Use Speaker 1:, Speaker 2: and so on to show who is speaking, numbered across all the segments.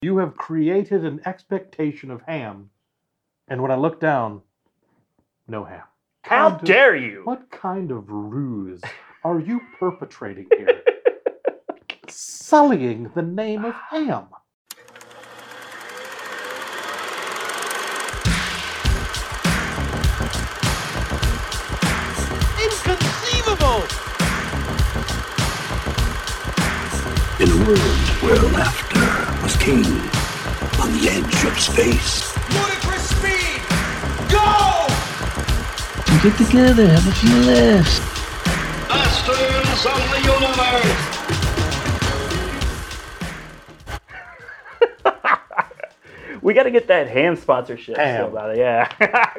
Speaker 1: You have created an expectation of ham, and when I look down, no ham.
Speaker 2: How
Speaker 1: How do-
Speaker 2: dare you?
Speaker 1: What kind of ruse are you perpetrating here? Sullying the name of ham.
Speaker 3: Inconceivable!
Speaker 4: in a world where laughter was king on the edge of space.
Speaker 3: Ludicrous speed! Go!
Speaker 5: Get together, have a few laughs.
Speaker 4: Masters of the universe.
Speaker 2: We got to get that ham sponsorship.
Speaker 1: Ham.
Speaker 2: still, brother, yeah.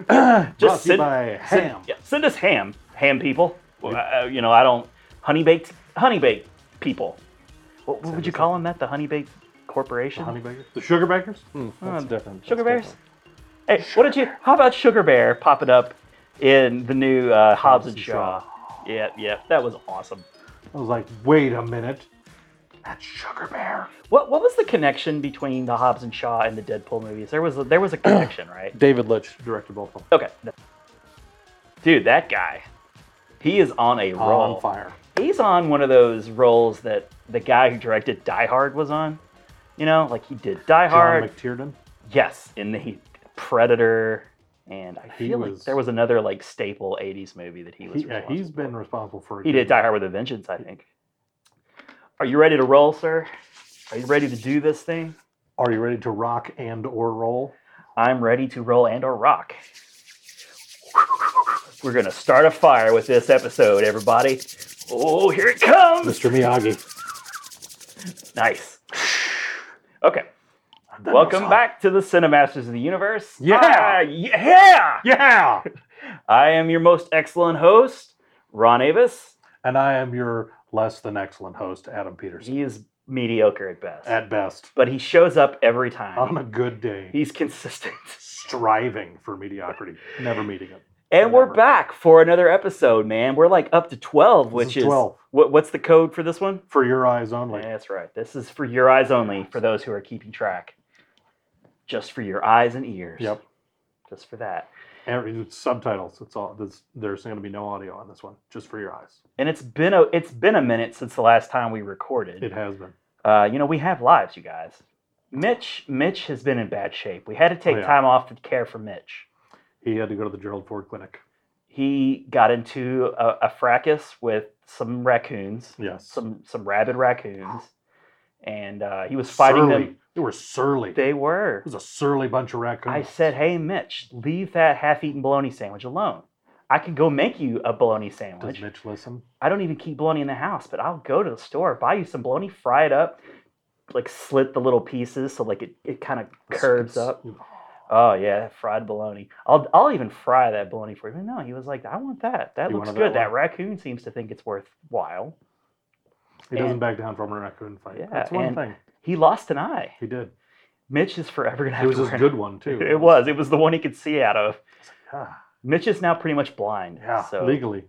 Speaker 1: Brought
Speaker 2: Just
Speaker 1: to you
Speaker 2: send,
Speaker 1: by
Speaker 2: send-
Speaker 1: ham.
Speaker 2: yeah, send us ham, ham people. Well, uh, you know, I don't honey baked honey baked people. What, what would you call them? That the honey baked corporation?
Speaker 1: Honey bakers? The sugar bakers? Hmm, that's
Speaker 2: Uh,
Speaker 1: different.
Speaker 2: Sugar
Speaker 1: That's
Speaker 2: bears. Hey, what did you? How about Sugar Bear popping up in the new uh, Hobbs and Shaw? Yeah, yeah, that was awesome.
Speaker 1: different. I was like, wait a minute. That's sugar bear.
Speaker 2: What what was the connection between the Hobbs and Shaw and the Deadpool movies? There was a, there was a connection, right?
Speaker 1: David Lynch directed both of them.
Speaker 2: Okay. Dude, that guy, he is on a roll.
Speaker 1: On fire.
Speaker 2: He's on one of those roles that the guy who directed Die Hard was on. You know, like he did Die Hard.
Speaker 1: John McTiernan.
Speaker 2: yes, in the Predator, and I
Speaker 1: He
Speaker 2: feel
Speaker 1: was-
Speaker 2: like there was another like staple '80s movie that he was.
Speaker 1: He, yeah,
Speaker 2: responsible
Speaker 1: he's been responsible for.
Speaker 2: He did Die Hard with a Vengeance, I think. Are you ready to roll, sir? Are you ready to do this thing?
Speaker 1: Are you ready to rock and or roll?
Speaker 2: I'm ready to roll and or rock. We're gonna start a fire with this episode, everybody. Oh, here it comes!
Speaker 1: Mr. Miyagi.
Speaker 2: Nice. Okay, welcome back to the Cinemasters of the Universe. Ah,
Speaker 1: Yeah.
Speaker 2: yeah!
Speaker 1: Yeah.
Speaker 2: I am your most excellent host, Ron Avis.
Speaker 1: And I am your less than excellent host, Adam Peterson.
Speaker 2: He is mediocre at best,
Speaker 1: At Oh best,
Speaker 2: but he shows up every
Speaker 1: on a
Speaker 2: time.
Speaker 1: good day,
Speaker 2: He's consistent.
Speaker 1: striving for mediocrity, never meeting it.
Speaker 2: And we're
Speaker 1: Whatever.
Speaker 2: back for another episode, man. We're like up to 12, which
Speaker 1: is
Speaker 2: is
Speaker 1: 12.
Speaker 2: What, what's the code for this one?
Speaker 1: For your eyes only.
Speaker 2: Yeah, That's right. This is for your eyes only for those who are keeping track. Just for your eyes and ears.
Speaker 1: Yep.
Speaker 2: Just for that.
Speaker 1: Every, it's subtitles. It's all. There's, there's going to be no audio on this one, just for your eyes.
Speaker 2: And it's been a it's been a minute since the last time we recorded.
Speaker 1: It has been.
Speaker 2: uh, you know, we have lives, you guys. Mitch Mitch has been in bad shape. We had to take
Speaker 1: Oh, yeah.
Speaker 2: time off to care for Mitch.
Speaker 1: He had to go to the Gerald Ford Clinic.
Speaker 2: He got into a, a fracas with some raccoons.
Speaker 1: Yes.
Speaker 2: some some rabid raccoons, and uh, he was fighting
Speaker 1: surly.
Speaker 2: them.
Speaker 1: They were surly.
Speaker 2: They were.
Speaker 1: it was a surly bunch of
Speaker 2: I
Speaker 1: raccoons.
Speaker 2: said, "Hey, Mitch, leave that half-eaten bologna sandwich alone. I can go make you a bologna
Speaker 1: Does
Speaker 2: sandwich.
Speaker 1: Mitch listen?
Speaker 2: I don't even keep bologna in the house, but I'll go to the store, buy you some bologna, fry it up, like slit the little pieces so like it, it kind of curves up. Oh yeah, that fried bologna. I'll I'll even fry that bologna for you. No, he was like, I want that. That
Speaker 1: You
Speaker 2: looks
Speaker 1: wanted that
Speaker 2: good. That
Speaker 1: one?
Speaker 2: raccoon seems to think it's worthwhile.
Speaker 1: He doesn't
Speaker 2: And-
Speaker 1: back down from a raccoon fight.
Speaker 2: Yeah,
Speaker 1: That's one
Speaker 2: and-
Speaker 1: thing.
Speaker 2: He lost an eye.
Speaker 1: He did.
Speaker 2: Mitch is forever gonna have
Speaker 1: It was
Speaker 2: to
Speaker 1: his
Speaker 2: wear an
Speaker 1: good one too.
Speaker 2: It was. It was the one he could see out of.
Speaker 1: Ah,
Speaker 2: Mitch is now pretty much blind.
Speaker 1: yeah,
Speaker 2: so,
Speaker 1: legally.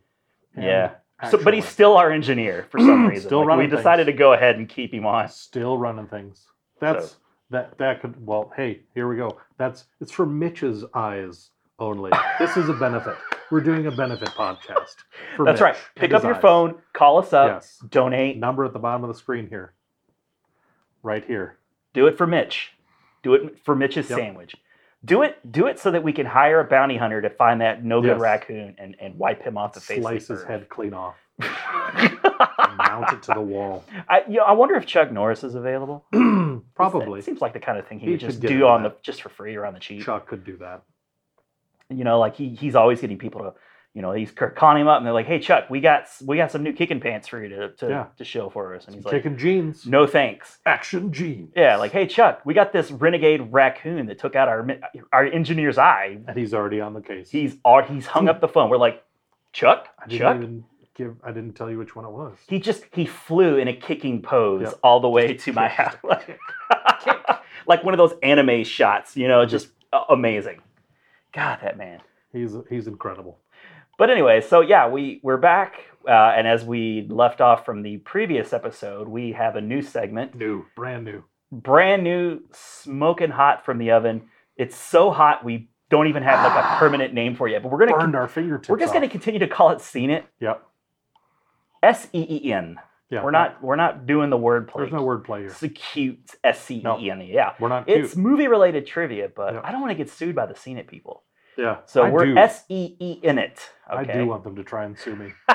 Speaker 1: and
Speaker 2: Yeah. So, but he's
Speaker 1: actually.
Speaker 2: still our engineer for some reason.
Speaker 1: Still
Speaker 2: Like,
Speaker 1: running
Speaker 2: we decided
Speaker 1: things.
Speaker 2: to go ahead and keep him on.
Speaker 1: still running things. That's that that could well, hey, here we go. That's it's for Mitch's eyes only. this is a benefit. We're doing a benefit podcast. for
Speaker 2: That's
Speaker 1: Mitch
Speaker 2: right.
Speaker 1: and
Speaker 2: Pick
Speaker 1: his
Speaker 2: up your
Speaker 1: eyes.
Speaker 2: phone, uh, call us up,
Speaker 1: Yes.
Speaker 2: donate,
Speaker 1: Number at the bottom of the screen here. Right here.
Speaker 2: do it for Mitch. Do it for Mitch's
Speaker 1: Yep.
Speaker 2: sandwich. Do it do it so that we can hire a bounty hunter to find that no good
Speaker 1: Yes.
Speaker 2: raccoon and, and wipe him off the face. of the
Speaker 1: Slice his
Speaker 2: earth.
Speaker 1: head clean off. and mount it to the wall.
Speaker 2: I, you know, I wonder if Chuck Norris is available.
Speaker 1: Probably.
Speaker 2: It seems like the kind of thing he,
Speaker 1: He
Speaker 2: would
Speaker 1: could
Speaker 2: just
Speaker 1: get
Speaker 2: do
Speaker 1: into
Speaker 2: on
Speaker 1: that.
Speaker 2: the just for free or on the cheap.
Speaker 1: Chuck could do that.
Speaker 2: you know, like he he's always getting people to, you know, he's ca- calling him up and they're like, "Hey Chuck, we got we got some new kicking pants for you to to,
Speaker 1: Yeah.
Speaker 2: to show for us," and he's like,
Speaker 1: Kicking jeans.
Speaker 2: "No thanks."
Speaker 1: Action jeans.
Speaker 2: Yeah, like, "Hey Chuck, we got this renegade raccoon that took out our mi- our engineer's eye.
Speaker 1: And he's already on the case.
Speaker 2: He's ar- he's hung up the phone." We're like, "Chuck,
Speaker 1: Hmm. I didn't
Speaker 2: Chuck."
Speaker 1: even give I didn't tell you which one it was.
Speaker 2: He just he flew in a kicking pose
Speaker 1: Yep.
Speaker 2: all the way to my house, like, like one of those anime shots, you know, just uh, amazing. God, that man.
Speaker 1: He's he's incredible.
Speaker 2: But anyway, so yeah, we we're back, uh, and as we left off from the previous episode, we have a new segment.
Speaker 1: New. Brand new.
Speaker 2: brand new, smoking hot from the oven. It's so hot we don't even have like a permanent name for it yet. But we're gonna
Speaker 1: Burned our fingertips.
Speaker 2: we're just gonna
Speaker 1: off.
Speaker 2: continue to call it Seen It.
Speaker 1: Yep.
Speaker 2: S E E N.
Speaker 1: Yeah.
Speaker 2: We're not we're not doing the word play.
Speaker 1: There's no word play here.
Speaker 2: It's a cute S C E N E. Yeah.
Speaker 1: We're not cute.
Speaker 2: It's movie related trivia, but
Speaker 1: Yeah.
Speaker 2: I don't want to get sued by the Seen It people.
Speaker 1: yeah.
Speaker 2: So
Speaker 1: I
Speaker 2: we're
Speaker 1: do.
Speaker 2: S E E in it.
Speaker 1: I
Speaker 2: Okay.
Speaker 1: do want them to try and sue me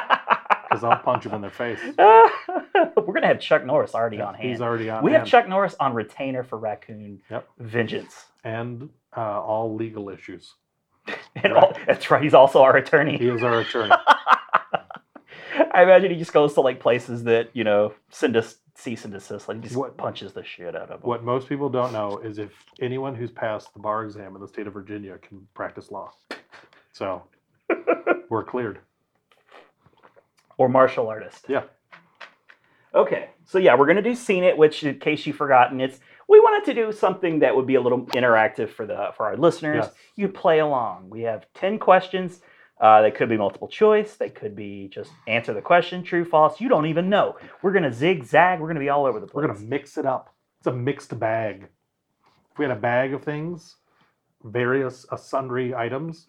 Speaker 1: because I'll punch them in their face.
Speaker 2: we're gonna have Chuck Norris already on hand.
Speaker 1: He's already on
Speaker 2: we
Speaker 1: hand.
Speaker 2: have Chuck Norris on retainer for Raccoon
Speaker 1: Yep.
Speaker 2: Vengeance.
Speaker 1: and uh, all legal issues.
Speaker 2: And all, that's right. He's also our
Speaker 1: He
Speaker 2: attorney.
Speaker 1: is our attorney.
Speaker 2: I imagine he just goes to like places that you know send us cease and desist. Like he just
Speaker 1: What-
Speaker 2: punches the shit out of them.
Speaker 1: what most people don't know is if anyone who's passed the bar exam in the state of Virginia can practice law. So we're cleared.
Speaker 2: Or martial artist.
Speaker 1: Yeah.
Speaker 2: Okay. So yeah, we're gonna do scene it, which in case you've forgotten, it's we wanted to do something that would be a little interactive for the for our listeners.
Speaker 1: Yes.
Speaker 2: You play along. We have ten questions. Uh, they could be multiple choice. They could be just answer the question, true, false. You don't even know. We're gonna zigzag. We're gonna be all over the place.
Speaker 1: We're gonna mix it up. It's a mixed bag. If we had a bag of things, various uh, sundry items,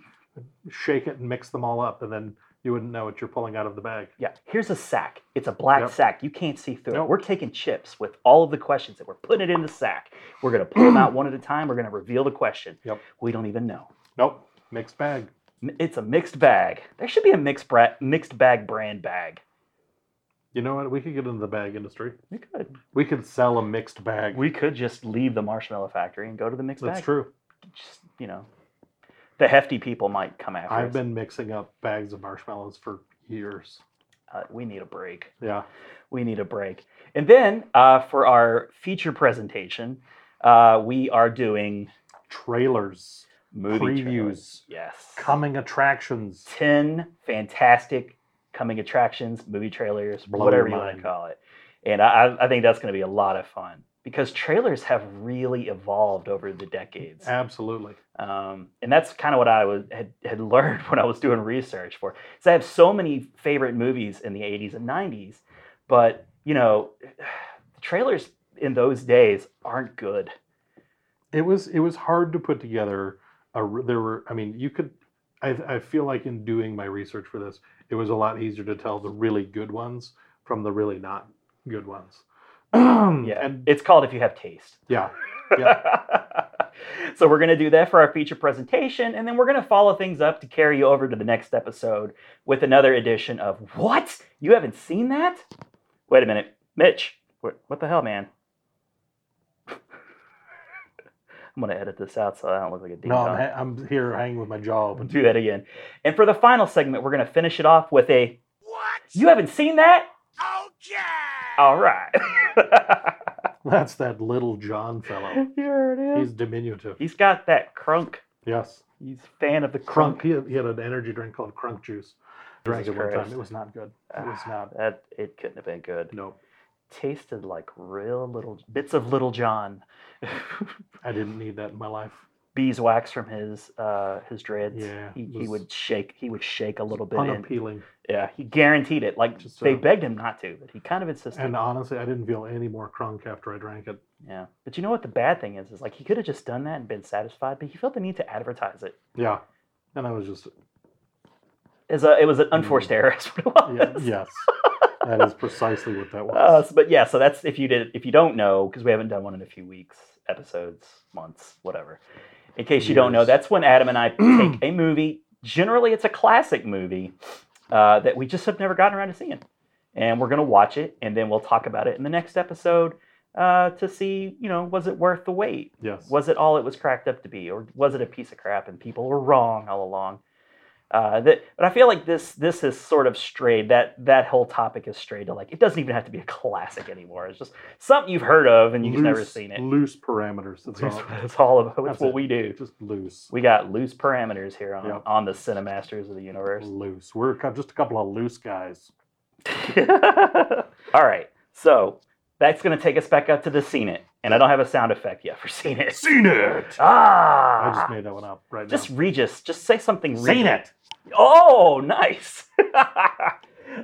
Speaker 1: shake it and mix them all up, and then you wouldn't know what you're pulling out of the bag.
Speaker 2: Yeah, here's a sack. It's a black
Speaker 1: Yep.
Speaker 2: sack. You can't see through
Speaker 1: Nope.
Speaker 2: it. We're taking chips with all of the questions that we're putting it in the sack. We're gonna pull them out one at a time. We're gonna reveal the question.
Speaker 1: Yep.
Speaker 2: We don't even know.
Speaker 1: Nope, mixed bag.
Speaker 2: M- It's a mixed bag. There should be a mixed bra- mixed bag brand bag.
Speaker 1: You know what? We could get into the bag industry.
Speaker 2: We could.
Speaker 1: We could sell a mixed bag.
Speaker 2: We could just leave the marshmallow factory and go to the mixed
Speaker 1: That's
Speaker 2: bag.
Speaker 1: true.
Speaker 2: Just you know, the hefty people might come after
Speaker 1: I've
Speaker 2: us.
Speaker 1: been mixing up bags of marshmallows for years.
Speaker 2: Uh, we need a break.
Speaker 1: Yeah.
Speaker 2: we need a break. And then uh, for our feature presentation, uh, we are doing
Speaker 1: Trailers,
Speaker 2: movie
Speaker 1: previews,
Speaker 2: trailers. Yes.
Speaker 1: coming attractions.
Speaker 2: 10 fantastic coming attractions, movie trailers,
Speaker 1: Blow
Speaker 2: whatever you
Speaker 1: your
Speaker 2: want to
Speaker 1: mind.
Speaker 2: call it. And I, I- I think that's going to be a lot of fun because trailers have really evolved over the decades.
Speaker 1: Absolutely.
Speaker 2: Um, and that's kind of what I was, had, had learned when I was doing research for. So I have so many favorite movies in the 80s and 90s, but you know, the trailers in those days aren't good.
Speaker 1: It was it was hard to put together. A, r- there were I mean you could I, I feel like in doing my research for this it was a lot easier to tell the really good ones from the really not good ones.
Speaker 2: Yeah.
Speaker 1: Hmm, And
Speaker 2: it's called If You Have Taste.
Speaker 1: yeah.
Speaker 2: so we're going to do that for our feature presentation, and then we're going to follow things up to carry you over to the next episode with another edition of What? You haven't seen that? Wait a minute, Mitch. What, what the hell, man? I'm going to edit this out so I don't look like a ding
Speaker 1: No,
Speaker 2: dong.
Speaker 1: I'm, ha- I'm here hanging with my jaw open.
Speaker 2: do that again. And for the final segment, we're going to finish it off with a
Speaker 3: What?
Speaker 2: You haven't seen that?
Speaker 3: Okay.
Speaker 2: All right.
Speaker 1: That's that little John fellow.
Speaker 2: Here it
Speaker 1: He's diminutive.
Speaker 2: He's got that crunk.
Speaker 1: Yes.
Speaker 2: He's a fan of the crunk.
Speaker 1: Crunk. He had, he had an energy drink called Crunk Juice. Drank it one time.
Speaker 2: Christ. Ah.
Speaker 1: It was not good. It was not.
Speaker 2: That it couldn't have been good.
Speaker 1: No,
Speaker 2: Tasted like real little bits of Little John
Speaker 1: I didn't need that in my life.
Speaker 2: beeswax from his uh, his dreads.
Speaker 1: Yeah,
Speaker 2: he,
Speaker 1: it
Speaker 2: he
Speaker 1: was-
Speaker 2: would shake. He would shake a little bit. In.
Speaker 1: Unappealing.
Speaker 2: Yeah, he guaranteed it. Like
Speaker 1: Just,
Speaker 2: they
Speaker 1: uh,
Speaker 2: begged him not to, but he kind of insisted.
Speaker 1: And uh, honestly, I didn't feel any more crunk after I drank it.
Speaker 2: yeah, but you know what the bad thing is? Is like he could have just done that and been satisfied, but he felt the need to advertise it.
Speaker 1: Yeah. And I was just,
Speaker 2: Is a it was an unforced error. Is what it was.
Speaker 1: Mm. yeah, yes. that is precisely what that was.
Speaker 2: Uh, s- but yeah, so that's if you did if you don't know because we haven't done one in a few weeks, episodes, months, whatever. In case you don't know,
Speaker 1: Years.
Speaker 2: that's when Adam and I take a movie. Generally, it's a classic movie uh, that we just have never gotten around to seeing, and we're gonna watch it, and then we'll talk about it in the next episode uh, to see, you know, was it worth the wait?
Speaker 1: yes.
Speaker 2: Was it all it was cracked up to be, or was it a piece of crap and people were wrong all along? Uh, that, but I feel like this this has sort of strayed that that whole topic has strayed to like it doesn't even have to be a classic anymore. It's just something you've heard of and you've never
Speaker 1: Loose-
Speaker 2: seen it.
Speaker 1: Loose parameters. That's
Speaker 2: That's
Speaker 1: all.
Speaker 2: that's all about that's
Speaker 1: That's
Speaker 2: what
Speaker 1: it.
Speaker 2: we do.
Speaker 1: Just loose.
Speaker 2: We got loose parameters here on,
Speaker 1: Yep.
Speaker 2: on the Cinemasters of the Universe.
Speaker 1: Loose. We're co- just a couple of loose guys.
Speaker 2: all right, so that's gonna take us back up to the scene it, and I don't have a sound effect yet for scene it.
Speaker 1: Seen it!
Speaker 2: Ah,
Speaker 1: I just made that one up right
Speaker 2: just
Speaker 1: now.
Speaker 2: Regis, just say something.
Speaker 1: Seen
Speaker 2: Regis.
Speaker 1: it!
Speaker 2: Oh, nice.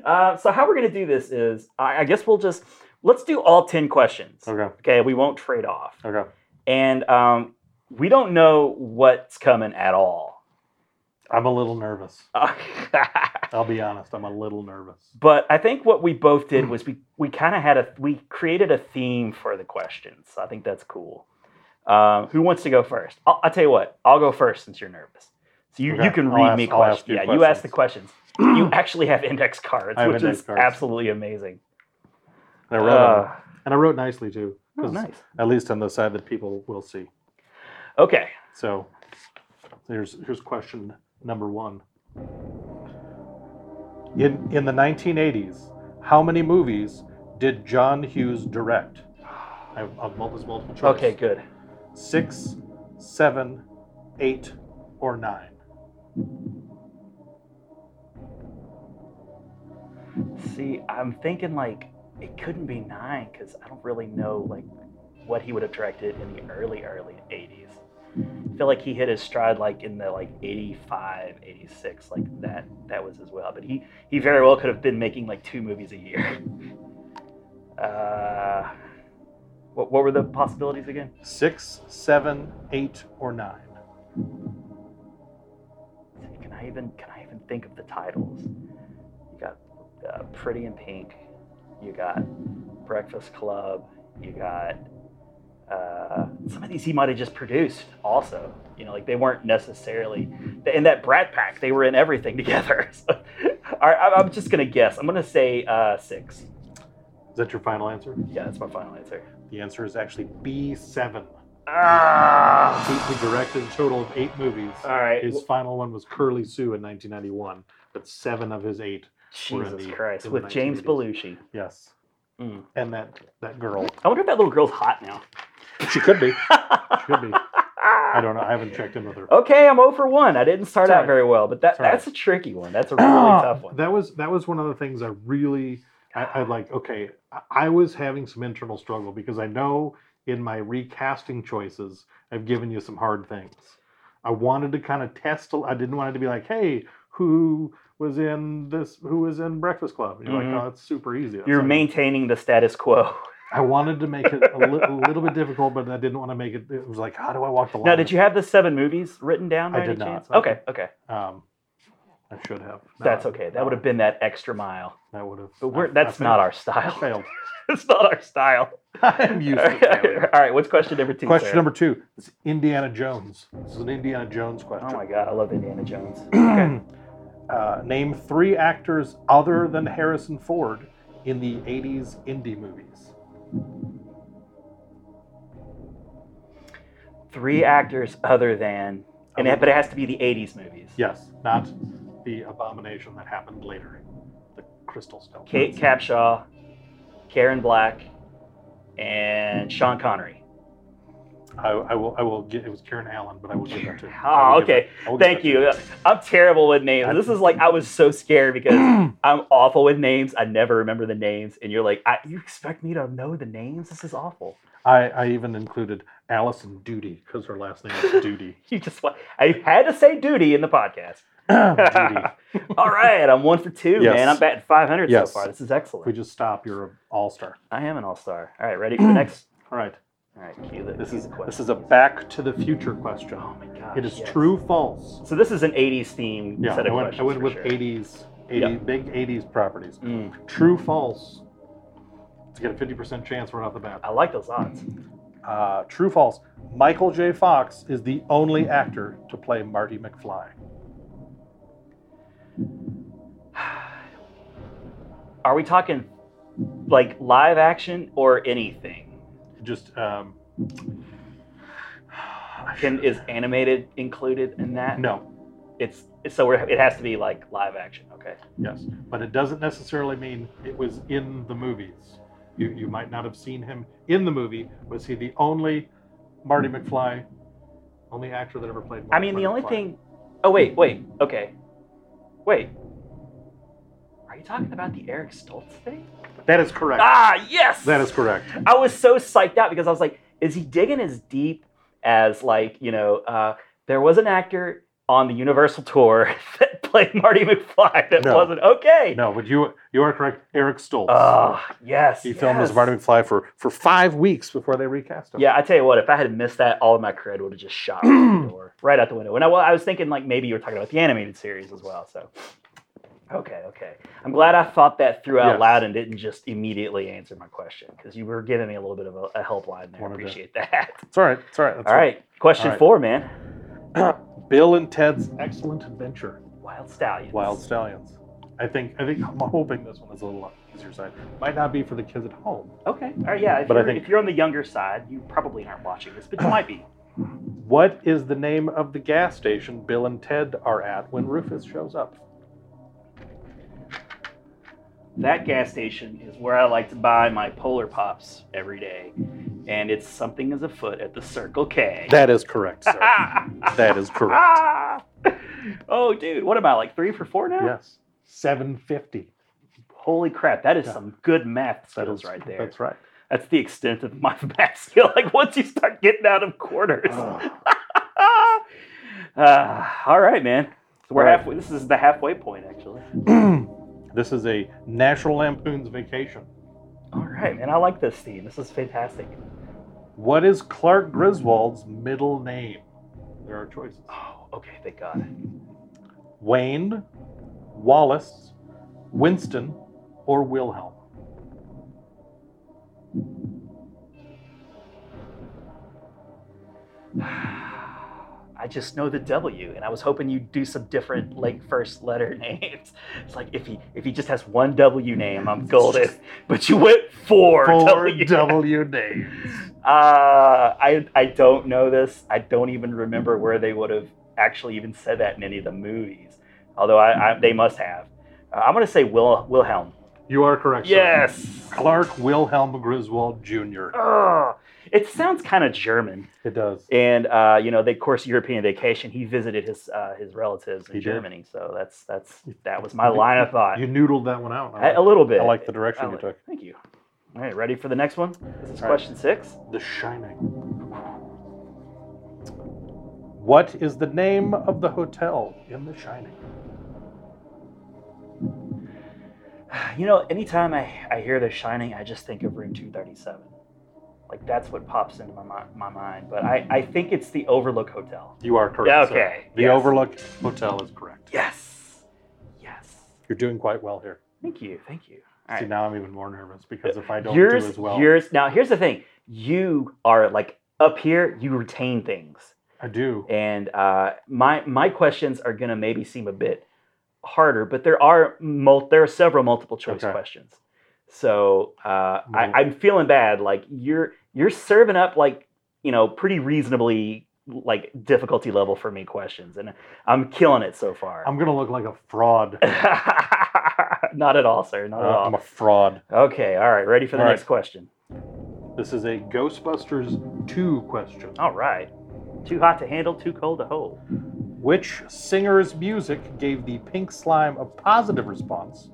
Speaker 2: uh, so how we're gonna do this is, I, I guess we'll just Let's do all 10 questions.
Speaker 1: Okay.
Speaker 2: Okay, we won't trade off.
Speaker 1: Okay.
Speaker 2: And um, we don't know what's coming at all.
Speaker 1: I'm a little nervous.
Speaker 2: Uh,
Speaker 1: I'll be honest. I'm a little nervous.
Speaker 2: but I think what we both
Speaker 1: Hmm.
Speaker 2: did was we, we kind of had a, we created a theme for the questions. I think that's cool. Um, who wants to go first? I'll, I'll tell you what, I'll go first since you're nervous. So you,
Speaker 1: Okay,
Speaker 2: you can
Speaker 1: I'll
Speaker 2: read
Speaker 1: ask-
Speaker 2: me
Speaker 1: I'll ask
Speaker 2: questions.
Speaker 1: you
Speaker 2: Yeah, you ask
Speaker 1: questions.
Speaker 2: the questions. you actually have index cards,
Speaker 1: I have
Speaker 2: which
Speaker 1: index
Speaker 2: is
Speaker 1: cards.
Speaker 2: absolutely amazing.
Speaker 1: I wrote
Speaker 2: Uh,
Speaker 1: on it. and I wrote nicely too.
Speaker 2: oh,
Speaker 1: 'cause
Speaker 2: nice.
Speaker 1: At least on the side that people will see.
Speaker 2: Okay.
Speaker 1: So here's here's question number one. In in the 1980s, how many movies did John Hughes direct? I, I'll mul- this multiple choice.
Speaker 2: Okay, good.
Speaker 1: Six, seven, eight, or nine.
Speaker 2: See, I'm thinking like it couldn't be nine because I don't really know like what he would have directed in the early early 80s. I feel like he hit his stride like in the like 85, 86, like that. That was as well. But he he very well could have been making like two movies a year. Uh, what what were the possibilities again?
Speaker 1: Six, seven, eight, or nine.
Speaker 2: Can I even can I even think of the titles? You got uh, Pretty in Pink. You got Breakfast Club. You got uh, some of these he might have just produced also. You know, like they weren't necessarily in that Brat Pack. They were in everything together. So, all right, I'm- I'm just gonna guess. I'm gonna say uh, six.
Speaker 1: Is that your final answer?
Speaker 2: Yeah, that's my final answer.
Speaker 1: The answer is actually B7.
Speaker 2: Ah!
Speaker 1: He, he directed a total of eight movies.
Speaker 2: All right.
Speaker 1: His final one was Curly Sue in 1991, but seven of his eight.
Speaker 2: Jesus
Speaker 1: the-
Speaker 2: Christ,
Speaker 1: in the
Speaker 2: with James
Speaker 1: 1980s.
Speaker 2: Belushi.
Speaker 1: Yes.
Speaker 2: Mm.
Speaker 1: And that that girl.
Speaker 2: I wonder if that little girl's hot now.
Speaker 1: She could be. Could be. I don't know. I haven't checked in with her.
Speaker 2: Okay, I'm 0 for 1. I didn't start
Speaker 1: It's all
Speaker 2: out
Speaker 1: right.
Speaker 2: very well, but that,
Speaker 1: It's all right.
Speaker 2: that's a tricky one. That's a really tough one.
Speaker 1: That was that was one of the things I really I, I like. Okay, I, I was having some internal struggle because I know in my recasting choices I've given you some hard things. I wanted to kind of test. I didn't want it to be like, hey, who was in this? Who was in Breakfast Club? You're
Speaker 2: Mhm.
Speaker 1: like, oh, that's super easy. That's
Speaker 2: You're
Speaker 1: not-
Speaker 2: maintaining the status quo.
Speaker 1: I wanted to make it a, li- a little bit difficult, but I didn't want to make it. It was like, how do I walk the line?
Speaker 2: Now, did you have the seven movies written down?
Speaker 1: I
Speaker 2: By any
Speaker 1: did not.
Speaker 2: Chance? Okay, okay.
Speaker 1: Um, I should have. No,
Speaker 2: That's okay. That
Speaker 1: no,
Speaker 2: would have been that extra mile.
Speaker 1: That would have.
Speaker 2: But we're,
Speaker 1: I- I
Speaker 2: that's not
Speaker 1: failed.
Speaker 2: our style.
Speaker 1: failed.
Speaker 2: it's not our style.
Speaker 1: I'm used
Speaker 2: All
Speaker 1: to failure.
Speaker 2: right, what's question number two?
Speaker 1: Question
Speaker 2: sir?
Speaker 1: number two is Indiana Jones. This is an Indiana Jones question.
Speaker 2: Oh my God, I love Indiana Jones. Okay.
Speaker 1: Uh, name three actors other than Harrison Ford in the 80s indie movies.
Speaker 2: Three actors other than, and it, but it has to be the 80s movies.
Speaker 1: Yes, not the abomination that happened later. The crystal skull.
Speaker 2: Kate Capshaw, Karen Black, and Sean Connery.
Speaker 1: I, I will. I will get. It was Karen Allen, but I will give that to. I
Speaker 2: Oh,
Speaker 1: will give
Speaker 2: okay.
Speaker 1: that- I will give
Speaker 2: Thank
Speaker 1: that to
Speaker 2: you. I'm terrible with names.
Speaker 1: I-
Speaker 2: This is like I was so scared because I'm awful with names. I never remember the names, and you're like, I, you expect me to know the names? This is awful.
Speaker 1: I, I even included Allison Duty because her last name is Duty.
Speaker 2: You just wa- I had to say duty in the podcast.
Speaker 1: Duty.
Speaker 2: All right, I'm one for two,
Speaker 1: Yes.
Speaker 2: man. I'm batting 500
Speaker 1: Yes.
Speaker 2: so far. This is
Speaker 1: If
Speaker 2: excellent.
Speaker 1: we just stop, you're an all star.
Speaker 2: I am an all star. All right, ready for the next.
Speaker 1: All right.
Speaker 2: All right, cue the,
Speaker 1: This
Speaker 2: cue
Speaker 1: is
Speaker 2: the question.
Speaker 1: this is a Back to the Future question.
Speaker 2: Oh my god.
Speaker 1: It is true, false.
Speaker 2: So this is an 80s theme
Speaker 1: Yeah,
Speaker 2: set
Speaker 1: I
Speaker 2: of
Speaker 1: went,
Speaker 2: questions.
Speaker 1: I went
Speaker 2: for
Speaker 1: with
Speaker 2: sure.
Speaker 1: 80s, 80,
Speaker 2: Yeah.
Speaker 1: big 80s properties.
Speaker 2: Mm,
Speaker 1: True, false. Let's get a 50% chance right off the bat.
Speaker 2: I like those odds.
Speaker 1: Uh, true, false. Michael J. Fox is the only actor to play Marty McFly.
Speaker 2: Are we talking like live action or anything?
Speaker 1: Just um, I
Speaker 2: Can
Speaker 1: should-
Speaker 2: is animated included in that?
Speaker 1: no,
Speaker 2: It's so we're, it has to be like live action. Okay.
Speaker 1: yes, but it doesn't necessarily mean it was in the movies. You you might not have seen him in the movie. Was he the only Marty McFly, only actor that ever played? Mar-
Speaker 2: I mean, the
Speaker 1: Marty
Speaker 2: only
Speaker 1: McFly?
Speaker 2: thing. Oh wait, wait. Okay. Wait. Are you talking about the Eric Stoltz thing?
Speaker 1: that is correct.
Speaker 2: Ah, yes.
Speaker 1: That is correct.
Speaker 2: I was so psyched out because I was like, is he digging as deep as like you know? Uh, there was an actor on the Universal tour that play Marty McFly. That
Speaker 1: No.
Speaker 2: wasn't okay.
Speaker 1: No, but you you are correct. Eric Stoltz.
Speaker 2: Oh, yes.
Speaker 1: he filmed as
Speaker 2: yes.
Speaker 1: Marty McFly for for five weeks before they recast him.
Speaker 2: Yeah, I tell you what, if I had missed that, all of my cred would have just shot right out the door, right out the window. And I, well, I was thinking like maybe you were talking about the animated series as well. So, okay, okay. I'm glad I thought that through out
Speaker 1: Yes.
Speaker 2: loud and didn't just immediately answer my question because you were giving me a little bit of a, a helpline there. I
Speaker 1: Wanted to-
Speaker 2: appreciate that.
Speaker 1: it's all right. It's all right. That's
Speaker 2: all right, question
Speaker 1: All right.
Speaker 2: four, man.
Speaker 1: right. Bill and Ted's Excellent Adventure.
Speaker 2: Wild Stallions.
Speaker 1: Wild Stallions. I think I think I'm hoping this one is a little on the easier side. Might not be for the kids at home.
Speaker 2: Okay. All right. Yeah. If,
Speaker 1: But I
Speaker 2: you're,
Speaker 1: think-
Speaker 2: if you're on the younger side, you probably aren't watching this, but you might be.
Speaker 1: What is the name of the gas station Bill and Ted are at
Speaker 2: Mm.
Speaker 1: when Rufus shows up?
Speaker 2: That gas station is where I like to buy my Polar Pops every day, and it's something is afoot at the Circle K.
Speaker 1: That is correct, sir. that is correct.
Speaker 2: oh, dude, what am I like three for four now?
Speaker 1: Yes. 750.
Speaker 2: Holy crap, that is
Speaker 1: Yeah.
Speaker 2: some good math
Speaker 1: That
Speaker 2: skills
Speaker 1: is-
Speaker 2: right there.
Speaker 1: That's right.
Speaker 2: That's the extent of my math skill. Like once you start getting out of quarters.
Speaker 1: Oh.
Speaker 2: Ah, all right, man. So we're
Speaker 1: All right.
Speaker 2: halfway. This is the halfway point, actually.
Speaker 1: this is a National Lampoon's Vacation.
Speaker 2: All right, man. I like this theme. This is fantastic.
Speaker 1: What is Clark Griswold's middle name? There are choices
Speaker 2: Oh, okay. Thank God.
Speaker 1: Wayne, Wallace, Winston, or Wilhelm.
Speaker 2: I just know the W, and I was hoping you'd do some different like first letter names. It's like if he if he just has one W name, I'm golden. But you went four,
Speaker 1: Four
Speaker 2: W.
Speaker 1: W names.
Speaker 2: Uh, I I don't know this. I don't even remember where they would have actually even said that in any of the movies. Although I, I they must have. Uh, I'm gonna say Will Wilhelm.
Speaker 1: You are correct. sir.
Speaker 2: Yes. Oh.
Speaker 1: Clark Wilhelm Griswold Jr.
Speaker 2: Ugh. It sounds kind of German.
Speaker 1: It does.
Speaker 2: and uh, you know, they, of course, European vacation. He visited his uh, his relatives in
Speaker 1: He did.
Speaker 2: Germany, so that's that's that was my line of thought.
Speaker 1: You noodled that one out.
Speaker 2: I- a little bit.
Speaker 1: I like the direction
Speaker 2: I
Speaker 1: you
Speaker 2: like-
Speaker 1: took.
Speaker 2: Thank you. All right, ready for the next one? This is
Speaker 1: All right.
Speaker 2: question six.
Speaker 1: The Shining. What is the name of the hotel in The Shining?
Speaker 2: You know, anytime I, I hear The Shining, I just think of Room 237. Like that's what pops into my mi- my mind. But I I think it's the Overlook Hotel.
Speaker 1: You are correct. sir.
Speaker 2: Okay,
Speaker 1: The
Speaker 2: yes.
Speaker 1: Overlook Hotel is correct.
Speaker 2: Yes. Yes.
Speaker 1: You're doing quite well here.
Speaker 2: Thank you. Thank you. All
Speaker 1: See,
Speaker 2: right.
Speaker 1: now I'm even more nervous because if I don't
Speaker 2: yours,
Speaker 1: do as well,
Speaker 2: yours. Now, here's the thing: you are like up here. You retain things,
Speaker 1: I do.
Speaker 2: and uh, my my questions are gonna maybe seem a bit harder, but there are mul- there are several multiple choice
Speaker 1: Okay.
Speaker 2: questions. So uh, I,
Speaker 1: Mhm.
Speaker 2: I'm feeling bad. Like you're you're serving up like you know pretty reasonably like difficulty level for me questions, and I'm killing it so far.
Speaker 1: I'm gonna look like a fraud.
Speaker 2: not at all, sir. Not
Speaker 1: Uh, I'm
Speaker 2: at
Speaker 1: a fraud.
Speaker 2: all. Okay, all right. Ready for the
Speaker 1: All right.
Speaker 2: next question.
Speaker 1: This is a Ghostbusters 2 question.
Speaker 2: All right. Too hot to handle, too cold to hold.
Speaker 1: Which singer's music gave the pink slime a positive response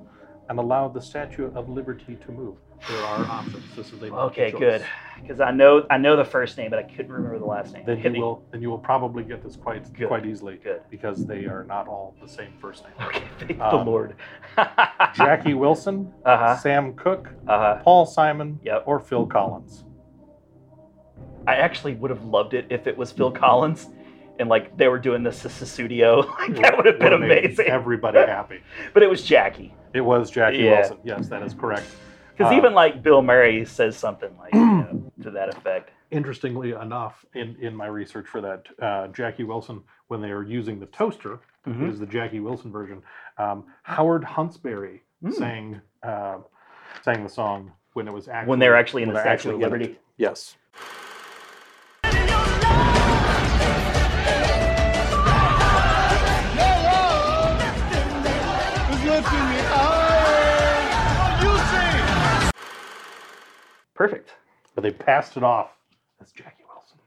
Speaker 1: and allowed the Statue of Liberty to move? There are options. This is a multiple
Speaker 2: Okay,
Speaker 1: choice.
Speaker 2: good. Because I know I know the first name, but I couldn't remember the last name.
Speaker 1: Then
Speaker 2: Hit
Speaker 1: you
Speaker 2: me.
Speaker 1: will then you will probably get this quite
Speaker 2: Good.
Speaker 1: quite easily
Speaker 2: Good.
Speaker 1: because they are not all the same first name.
Speaker 2: Okay, thank the
Speaker 1: Um,
Speaker 2: Lord.
Speaker 1: Jackie Wilson,
Speaker 2: Uh huh.
Speaker 1: Sam Cooke,
Speaker 2: Uh huh.
Speaker 1: Paul Simon,
Speaker 2: Yep.
Speaker 1: or Phil Collins.
Speaker 2: I actually would have loved it if it was Phil Collins, and like they were doing this as a studio. Like that would have been
Speaker 1: Would've made
Speaker 2: amazing.
Speaker 1: Everybody happy.
Speaker 2: But it was Jackie,
Speaker 1: It was Jackie
Speaker 2: Yeah.
Speaker 1: Wilson. Yes, that is correct.
Speaker 2: because
Speaker 1: Uh,
Speaker 2: even like Bill Murray says something like you know, to that effect.
Speaker 1: Interestingly enough, in, in my research for that, uh, Jackie Wilson, when they are using the toaster, it
Speaker 2: Mm-hmm.
Speaker 1: is the Jackie Wilson version. Um, Howard Huntsberry
Speaker 2: Mm.
Speaker 1: sang uh, sang the song when it was actually
Speaker 2: When they're actually in
Speaker 1: when
Speaker 2: the
Speaker 1: they're
Speaker 2: Statue of
Speaker 1: actually in it.
Speaker 2: Liberty.
Speaker 1: Yes.
Speaker 2: Perfect.
Speaker 1: But they passed it off as Jackie Wilson.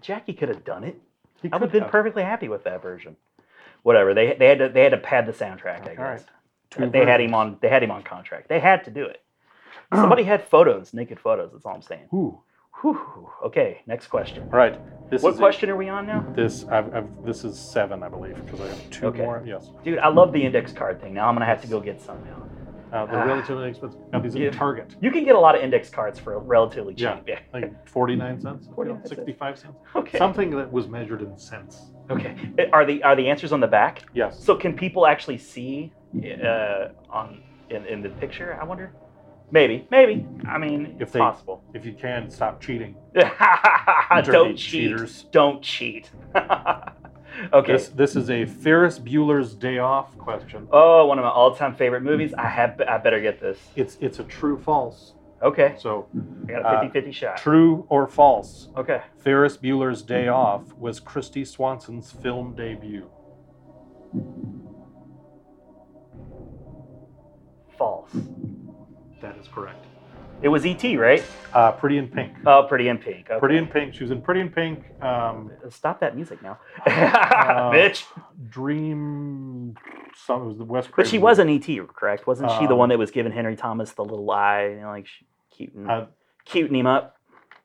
Speaker 2: Jackie could have done it.
Speaker 1: He
Speaker 2: I would have
Speaker 1: could
Speaker 2: been perfectly happy with that version. Whatever they they had to they had to pad the soundtrack. I guess
Speaker 1: All right.
Speaker 2: But
Speaker 1: Two
Speaker 2: they had
Speaker 1: versions.
Speaker 2: him on they had him on contract. They had to do it. Somebody had photos, naked photos. That's all I'm saying.
Speaker 1: Ooh.
Speaker 2: Whew. Okay, next question.
Speaker 1: All right. This
Speaker 2: What
Speaker 1: is
Speaker 2: question are we on now?
Speaker 1: It. This I've, I've, this is seven, I believe, because I have two
Speaker 2: Okay.
Speaker 1: more. Yes.
Speaker 2: Dude, I love the index card thing. Now I'm gonna have to go get some now.
Speaker 1: Uh, they're
Speaker 2: Ah.
Speaker 1: relatively expensive. Got these
Speaker 2: Yeah.
Speaker 1: in Target,
Speaker 2: You can get a lot of index cards for relatively cheap.
Speaker 1: Yeah.
Speaker 2: Yeah.
Speaker 1: like forty nine cents,
Speaker 2: 49 cents.
Speaker 1: sixty five cents,
Speaker 2: Okay.
Speaker 1: something that was measured in cents.
Speaker 2: okay. Eh, Are the are the answers on the back?
Speaker 1: Yes.
Speaker 2: So can people actually see uh, on in, in the picture? I wonder. Maybe, maybe. I mean,
Speaker 1: If
Speaker 2: it's
Speaker 1: they-
Speaker 2: possible.
Speaker 1: If you can stop cheating,
Speaker 2: Don't cheat.
Speaker 1: cheaters.
Speaker 2: Don't cheat. okay.
Speaker 1: This this is a Ferris Bueller's Day Off question.
Speaker 2: Oh, one of my all-time favorite movies. I have. I better get this.
Speaker 1: It's it's a true false.
Speaker 2: Okay.
Speaker 1: So
Speaker 2: I got a 50-50 shot.
Speaker 1: Uh, true or false?
Speaker 2: Okay.
Speaker 1: Ferris Bueller's Day Off was Christy Swanson's film debut.
Speaker 2: False.
Speaker 1: That is correct.
Speaker 2: It was E.T., right?
Speaker 1: Uh, Pretty in Pink. Uh,
Speaker 2: Oh, Pretty in Pink. Okay. Uh,
Speaker 1: Pretty in Pink. She was in Pretty in Pink. Um,
Speaker 2: Stop that music now,
Speaker 1: Oh,
Speaker 2: bitch.
Speaker 1: Dream. Some it was the West.
Speaker 2: But she
Speaker 1: Craven
Speaker 2: was an ET, correct? Wasn't she the
Speaker 1: Um,
Speaker 2: one that was giving Henry Thomas the little eye, you know, like she, cuting,
Speaker 1: I-
Speaker 2: cuting him up?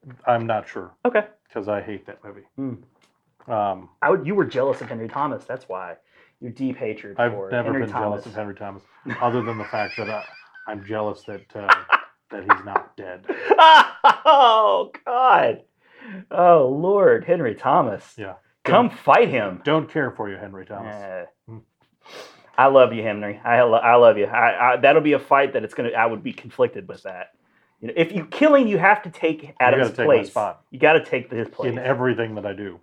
Speaker 1: movie. I'm not sure
Speaker 2: Okay.
Speaker 1: because I hate that movie.
Speaker 2: Hmm.
Speaker 1: Um,
Speaker 2: I would, you were jealous of Henry Thomas. That's why your deep hatred
Speaker 1: I've
Speaker 2: for
Speaker 1: never
Speaker 2: Henry
Speaker 1: been
Speaker 2: Thomas.
Speaker 1: jealous of Henry Thomas, other than the fact that I, I'm jealous that uh, that he's not dead.
Speaker 2: oh God! Oh Lord, Henry Thomas.
Speaker 1: Yeah.
Speaker 2: Come fight him.
Speaker 1: Don't care for you, Henry Thomas.
Speaker 2: Eh.
Speaker 1: Mm.
Speaker 2: I love you, Henry. I lo- I love you. I, I that'll be a fight that it's gonna. I would be conflicted with that. You know, if you killing, you have to take Adam's
Speaker 1: gotta take my
Speaker 2: place.
Speaker 1: spot.
Speaker 2: You got to take his place.
Speaker 1: in everything that I do,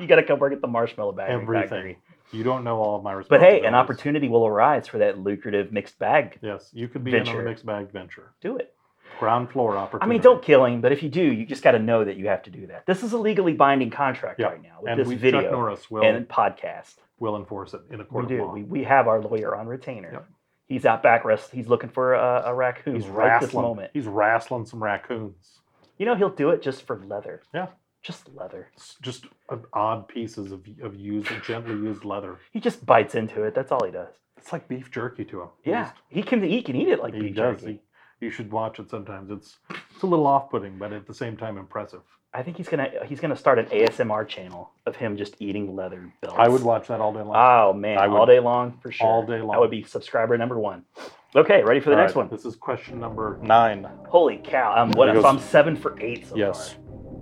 Speaker 2: you got to come work at the marshmallow bag
Speaker 1: everything.
Speaker 2: factory.
Speaker 1: You don't know all of my
Speaker 2: But hey,
Speaker 1: responsibilities.
Speaker 2: an opportunity will arise for that lucrative mixed bag.
Speaker 1: Yes, you could be in
Speaker 2: Venture.
Speaker 1: on a mixed bag venture,
Speaker 2: Do it.
Speaker 1: ground floor
Speaker 2: I
Speaker 1: opportunity.
Speaker 2: mean, don't kill him, but if you do, you just got to know that you have to do that. This is a legally binding contract
Speaker 1: Yeah,
Speaker 2: right now with
Speaker 1: And
Speaker 2: this
Speaker 1: we, Chuck
Speaker 2: video
Speaker 1: Norris will
Speaker 2: and podcast.
Speaker 1: will enforce it in a
Speaker 2: We
Speaker 1: court of
Speaker 2: do.
Speaker 1: law.
Speaker 2: We, we have our lawyer on retainer.
Speaker 1: Yep.
Speaker 2: He's out back rest. He's looking for a, a raccoon
Speaker 1: he's
Speaker 2: right
Speaker 1: wrestling.
Speaker 2: this moment.
Speaker 1: He's wrestling some raccoons.
Speaker 2: You know, he'll do it just for leather.
Speaker 1: Yeah.
Speaker 2: Just leather.
Speaker 1: It's just uh, odd pieces of of used, gently used leather.
Speaker 2: He just bites into it. That's all he does.
Speaker 1: It's like beef jerky to him. He
Speaker 2: Yeah.
Speaker 1: just-
Speaker 2: He can he can eat it like
Speaker 1: he
Speaker 2: beef
Speaker 1: does.
Speaker 2: jerky.
Speaker 1: He- you should watch it sometimes. It's it's a little off putting, but at the same time impressive.
Speaker 2: I think he's gonna he's gonna start an ASMR channel of him just eating leather belts.
Speaker 1: I would watch that all day long.
Speaker 2: Oh man,
Speaker 1: I
Speaker 2: all
Speaker 1: would-
Speaker 2: day long for sure.
Speaker 1: all day long.
Speaker 2: That would be subscriber number one. Okay, ready for the
Speaker 1: All
Speaker 2: next
Speaker 1: right,
Speaker 2: one.
Speaker 1: This is question number nine.
Speaker 2: Holy cow! I'm what?
Speaker 1: There goes-
Speaker 2: if I'm seven for eight so
Speaker 1: yes.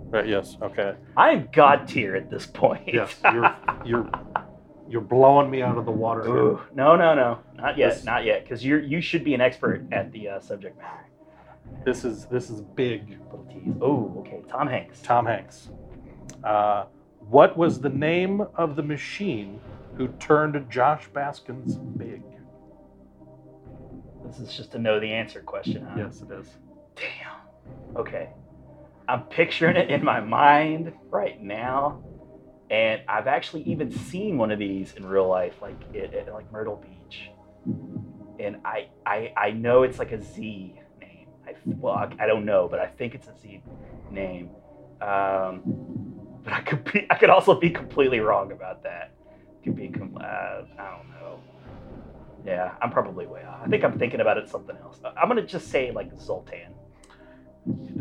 Speaker 1: Right, yes. Okay.
Speaker 2: far. I'm god tier at this point.
Speaker 1: Yes. You're you're you're blowing me out of the water. here.
Speaker 2: Ooh, no, no, no, not yet,
Speaker 1: This-
Speaker 2: not yet, because you you should be an expert at the uh, subject matter.
Speaker 1: This is this is big.
Speaker 2: Little tease. Oh, okay. Tom Hanks.
Speaker 1: Tom Hanks. Uh, what was the name of the machine who turned Josh Baskins big?
Speaker 2: This is just a know the answer question. Huh?
Speaker 1: Yes, it is.
Speaker 2: Damn. Okay. I'm picturing it in my mind right now. And I've actually even seen one of these in real life, like at, at like Myrtle Beach. And I, I I know it's like a Z name. I well I, I don't know, but I think it's a Z name. Um, but I could be I could also be completely wrong about that. Could be com- uh, I don't know. Yeah, I'm probably way off. I think I'm thinking about it something else. I'm gonna just say like Zoltan.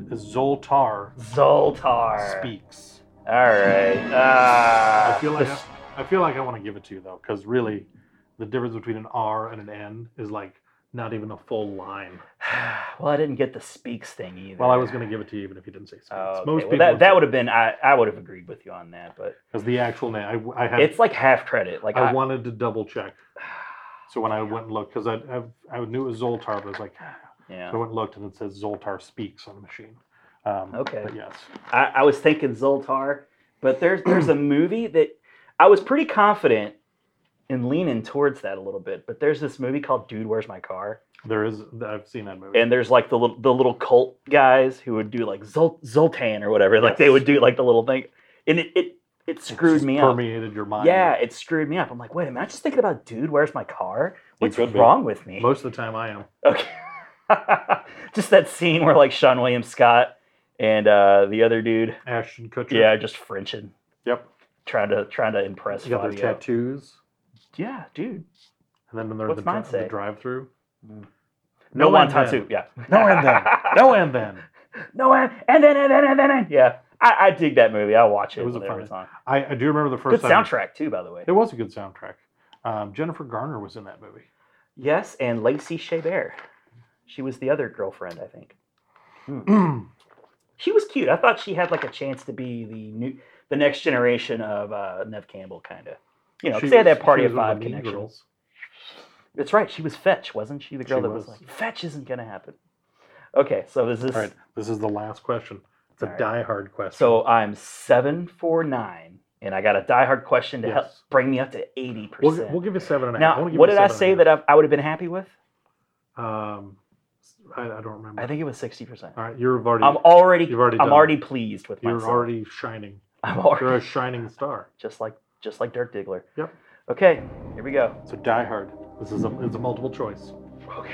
Speaker 1: Zoltar
Speaker 2: Zoltar.
Speaker 1: speaks.
Speaker 2: All right. Uh,
Speaker 1: I feel like I, I feel like I want to give it to you though, because really, the difference between an R and an N is like not even a full line.
Speaker 2: well, I didn't get the speaks thing either.
Speaker 1: Well, I was going to give it to you even if you didn't say speaks.
Speaker 2: Oh, okay.
Speaker 1: Most
Speaker 2: well,
Speaker 1: people
Speaker 2: that, that would have been I, I would have agreed with you on that, but
Speaker 1: because the actual name I, I had
Speaker 2: it's like half credit. Like
Speaker 1: I,
Speaker 2: I,
Speaker 1: wanted to double check. So when I went and looked, because I, I I knew it was Zoltar, but I was like,
Speaker 2: yeah.
Speaker 1: so I went and looked, and it says Zoltar speaks on the machine. Um,
Speaker 2: Okay.
Speaker 1: But yes,
Speaker 2: I, I was thinking Zoltar, but there's there's a movie that I was pretty confident in leaning towards that a little bit. But there's this movie called Dude, Where's My Car?
Speaker 1: there is. I've seen that movie.
Speaker 2: And there's like the little the little cult guys who would do like Zol- Zoltan or whatever. Like they would do like the little thing, and it it, it
Speaker 1: It's
Speaker 2: screwed
Speaker 1: just
Speaker 2: me up.
Speaker 1: permeated your mind.
Speaker 2: Yeah, it screwed me up. I'm like, wait a minute, I'm just thinking about dude, where's my car? What's
Speaker 1: could be.
Speaker 2: wrong with me?
Speaker 1: Most of the time, I am.
Speaker 2: Okay. just that scene where like Sean William Scott and uh, the other dude,
Speaker 1: Ashton Kutcher.
Speaker 2: yeah, just Frenching,
Speaker 1: Yep.
Speaker 2: trying to trying to impress
Speaker 1: You got their
Speaker 2: Fabio.
Speaker 1: tattoos.
Speaker 2: Yeah, dude.
Speaker 1: And then when they're
Speaker 2: What's
Speaker 1: in the,
Speaker 2: mine
Speaker 1: dri-
Speaker 2: say?
Speaker 1: the drive-through.
Speaker 2: No, one
Speaker 1: and then.
Speaker 2: tattoo. Yeah.
Speaker 1: No and then. No and then.
Speaker 2: no end, and then and then and then and yeah. I, I dig that movie. I watch it.
Speaker 1: It was a
Speaker 2: whenever
Speaker 1: fun-
Speaker 2: it's on.
Speaker 1: I, I do remember the
Speaker 2: Good
Speaker 1: first time.
Speaker 2: soundtrack too, by the way.
Speaker 1: It was a good soundtrack. Um, Jennifer Garner was in that movie.
Speaker 2: Yes, and Lacey Chabert. She was the other girlfriend, I think. She was cute. I thought she had like a chance to be the new, the next generation of uh, Nev Campbell, kind of. You know, 'cause
Speaker 1: She
Speaker 2: they had
Speaker 1: was-
Speaker 2: that party
Speaker 1: she
Speaker 2: of
Speaker 1: was one
Speaker 2: five
Speaker 1: the Mean
Speaker 2: connection.
Speaker 1: Girls.
Speaker 2: That's right. She was Fetch, wasn't she? The girl
Speaker 1: She
Speaker 2: that was.
Speaker 1: was.
Speaker 2: like, Fetch isn't gonna happen. Okay, so is this?
Speaker 1: All right, this is the last question. It's a
Speaker 2: All right.
Speaker 1: die-hard question.
Speaker 2: So I'm seven for nine, and I got a diehard question to help
Speaker 1: Yes.
Speaker 2: bring me up to eighty
Speaker 1: we'll,
Speaker 2: percent.
Speaker 1: we'll give you seven and a half.
Speaker 2: now, what did I say that I, I would have been happy with?
Speaker 1: I? Um, I, I don't remember.
Speaker 2: I think it was sixty percent.
Speaker 1: All right, you've already.
Speaker 2: I'm already,
Speaker 1: You've already
Speaker 2: I'm
Speaker 1: done
Speaker 2: already pleased with
Speaker 1: you're
Speaker 2: myself.
Speaker 1: already shining.
Speaker 2: I'm
Speaker 1: You're
Speaker 2: already
Speaker 1: a shining star.
Speaker 2: just like just like Dirk Diggler.
Speaker 1: Yep.
Speaker 2: Okay, here we go.
Speaker 1: So Die Hard. This is a it's a multiple choice.
Speaker 2: Okay.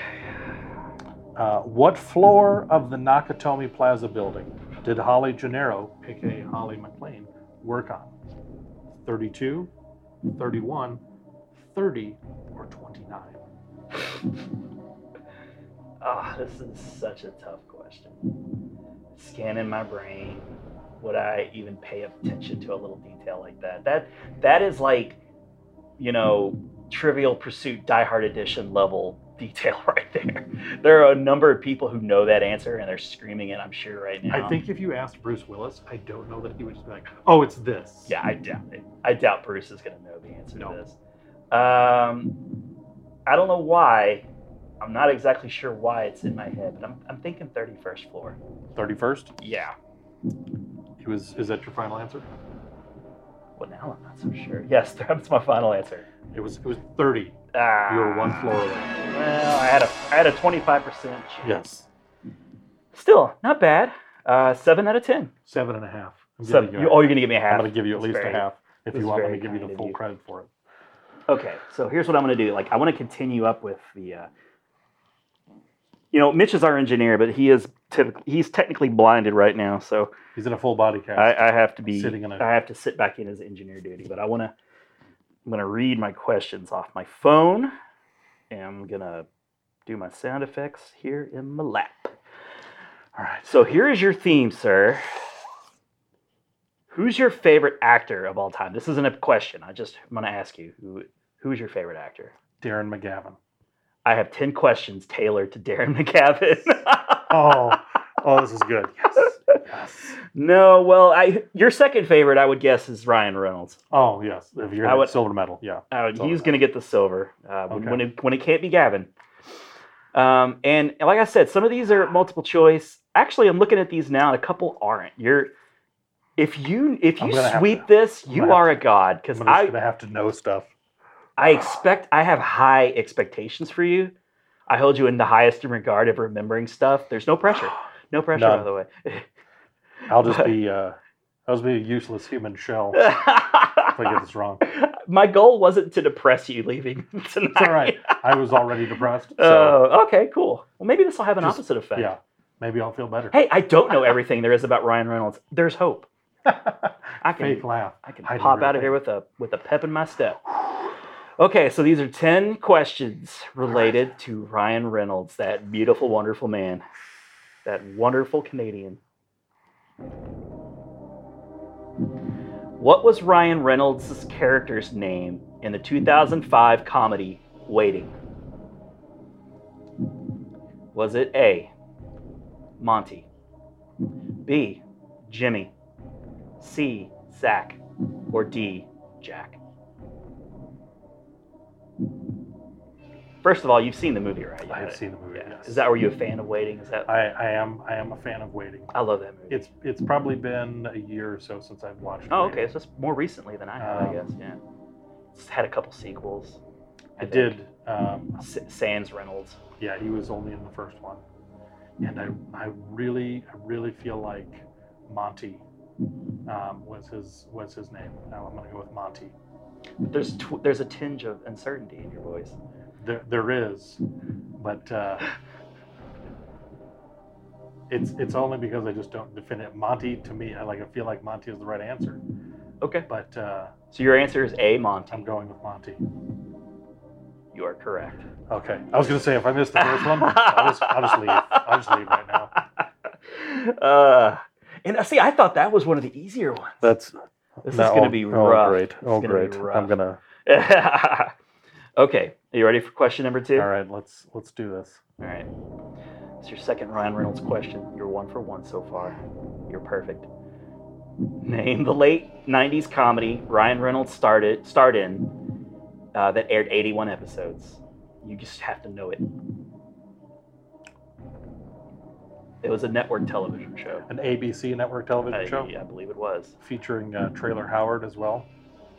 Speaker 1: Uh, what floor of the Nakatomi Plaza building did Holly Gennaro, aka Holly McLean, work on? 32, 31, 30, or 29?
Speaker 2: Ah, this is such a tough question. Scanning my brain, would I even pay attention to a little detail like that? That that is like, you know, Trivial Pursuit Die Hard Edition level detail right there. There are a number of people who know that answer and they're screaming it. I'm sure right now.
Speaker 1: I think if you asked Bruce Willis, I don't know that he would just be like, oh, it's this.
Speaker 2: Yeah, I doubt it. I doubt Bruce is going to know the answer
Speaker 1: No.
Speaker 2: to this. Um, I don't know why. I'm not exactly sure why it's in my head, but I'm, I'm thinking 31st floor.
Speaker 1: 31st?
Speaker 2: Yeah.
Speaker 1: He was, is that your final answer?
Speaker 2: Well, now I'm not so sure. Yes, that's my final answer.
Speaker 1: It was, it was 30.
Speaker 2: Ah,
Speaker 1: You were one floor away.
Speaker 2: Well, I had a I had a 25 percent.
Speaker 1: Yes.
Speaker 2: Still not bad. Uh, seven out of ten.
Speaker 1: Seven and a half. I'm
Speaker 2: Seven.
Speaker 1: giving
Speaker 2: You,
Speaker 1: you a
Speaker 2: oh,
Speaker 1: half.
Speaker 2: you're gonna give me a half.
Speaker 1: I'm going to give you at
Speaker 2: That's
Speaker 1: least
Speaker 2: very-
Speaker 1: a half. If
Speaker 2: that's
Speaker 1: you want, let
Speaker 2: very
Speaker 1: me give you
Speaker 2: kind
Speaker 1: the
Speaker 2: of
Speaker 1: full
Speaker 2: you.
Speaker 1: credit for it.
Speaker 2: Okay, so here's what I'm going to do. Like, I want to continue up with the. Uh, you know, Mitch is our engineer, but he is typically he's technically blinded right now, so
Speaker 1: He's in a full body cast.
Speaker 2: I, I have to be
Speaker 1: Sitting in a-
Speaker 2: I have to sit back in as engineer duty. But I want to. I'm going to read my questions off my phone, and I'm going to do my sound effects here in my lap.
Speaker 1: All right.
Speaker 2: So here is your theme, sir. Who's your favorite actor of all time? This isn't a question. I just I'm going to ask you who who is your favorite actor.
Speaker 1: Darren McGavin.
Speaker 2: I have 10 questions tailored to Darren McGavin.
Speaker 1: Oh, oh, this is good. Yes. Yes.
Speaker 2: no, well, I your second favorite, I would guess, is Ryan Reynolds.
Speaker 1: Oh, yes. If you're
Speaker 2: I
Speaker 1: gonna
Speaker 2: would-
Speaker 1: silver medal, yeah.
Speaker 2: Uh,
Speaker 1: Silver.
Speaker 2: he's going to get the silver uh, when-
Speaker 1: Okay.
Speaker 2: when, it, when it can't be Gavin. Um, and and like I said, some of these are multiple choice. Actually, I'm looking at these now, and a couple aren't. You're if you if
Speaker 1: I'm
Speaker 2: you
Speaker 1: gonna have
Speaker 2: sweep
Speaker 1: to-
Speaker 2: this,
Speaker 1: I'm
Speaker 2: you
Speaker 1: gonna have
Speaker 2: are a god
Speaker 1: I'm
Speaker 2: because
Speaker 1: gonna,
Speaker 2: I
Speaker 1: gonna have to know stuff.
Speaker 2: I expect I have high expectations for you. I hold you in the highest regard of remembering stuff. There's no pressure. No pressure, by
Speaker 1: None.
Speaker 2: the way.
Speaker 1: I'll just be uh, I'll just be a useless human shell if I get this wrong. It's
Speaker 2: My goal wasn't to depress you leaving tonight.
Speaker 1: all right. I was already depressed, so
Speaker 2: Oh, okay, cool. Well, maybe this will have an
Speaker 1: Just-
Speaker 2: opposite effect.
Speaker 1: yeah. Maybe I'll feel better.
Speaker 2: Hey, I don't know everything there is about Ryan Reynolds. There's hope. I can
Speaker 1: Fake laugh.
Speaker 2: I can
Speaker 1: Hide
Speaker 2: pop
Speaker 1: under
Speaker 2: out of
Speaker 1: everything.
Speaker 2: here with a with a pep in my step. Okay, so these are ten questions related to Ryan Reynolds, that beautiful, wonderful man, that wonderful Canadian. What was Ryan Reynolds' character's name in the 2005 comedy Waiting? Was it A. Monty, B. Jimmy, C. Zach, or D. Jack? First of all, you've seen the movie, right? You
Speaker 1: I
Speaker 2: know
Speaker 1: have
Speaker 2: it.
Speaker 1: seen the movie.
Speaker 2: Yeah.
Speaker 1: Yes.
Speaker 2: Is that were you a fan of Waiting? Is that
Speaker 1: I, I am I am a fan of waiting.
Speaker 2: I love that movie.
Speaker 1: It's it's probably been a year or so since I've watched.
Speaker 2: oh,
Speaker 1: Waiting.
Speaker 2: okay. So it's more recently than I have, I
Speaker 1: Um,
Speaker 2: guess. Yeah, it's had a couple sequels. I
Speaker 1: I
Speaker 2: think.
Speaker 1: did. Um,
Speaker 2: S- Sans Reynolds.
Speaker 1: Yeah, he was only in the first one. And I, I really, I really feel like Monty um, was his was his name. Now I'm gonna go with Monty.
Speaker 2: There's tw- there's a tinge of uncertainty in your voice.
Speaker 1: There, there is, but uh, it's it's only because I just don't defend it. Monty to me, I like I feel like Monty is the right answer,
Speaker 2: Okay.
Speaker 1: but uh,
Speaker 2: So your answer is A. Monty.
Speaker 1: I'm going with Monty.
Speaker 2: You are correct.
Speaker 1: Okay, I was gonna say if I missed the first one, I'll just, I'll just leave. I'll just leave right now.
Speaker 2: Uh, and uh, see, I thought that was one of the easier ones.
Speaker 1: That's
Speaker 2: This
Speaker 1: no,
Speaker 2: is going
Speaker 1: oh,
Speaker 2: to be
Speaker 1: oh,
Speaker 2: rough.
Speaker 1: great. Oh,
Speaker 2: gonna be
Speaker 1: great. I'm
Speaker 2: rough.
Speaker 1: gonna.
Speaker 2: okay, are you ready for question number two?
Speaker 1: All right, let's let's do this.
Speaker 2: All right. It's your second Ryan Reynolds question. You're one for one so far. You're perfect. Name the late '90s comedy Ryan Reynolds started starred in uh, that aired 81 episodes. You just have to know it. It was a network television show.
Speaker 1: An ABC network television
Speaker 2: I,
Speaker 1: show
Speaker 2: I believe it was.
Speaker 1: featuring uh, Trailer Howard as well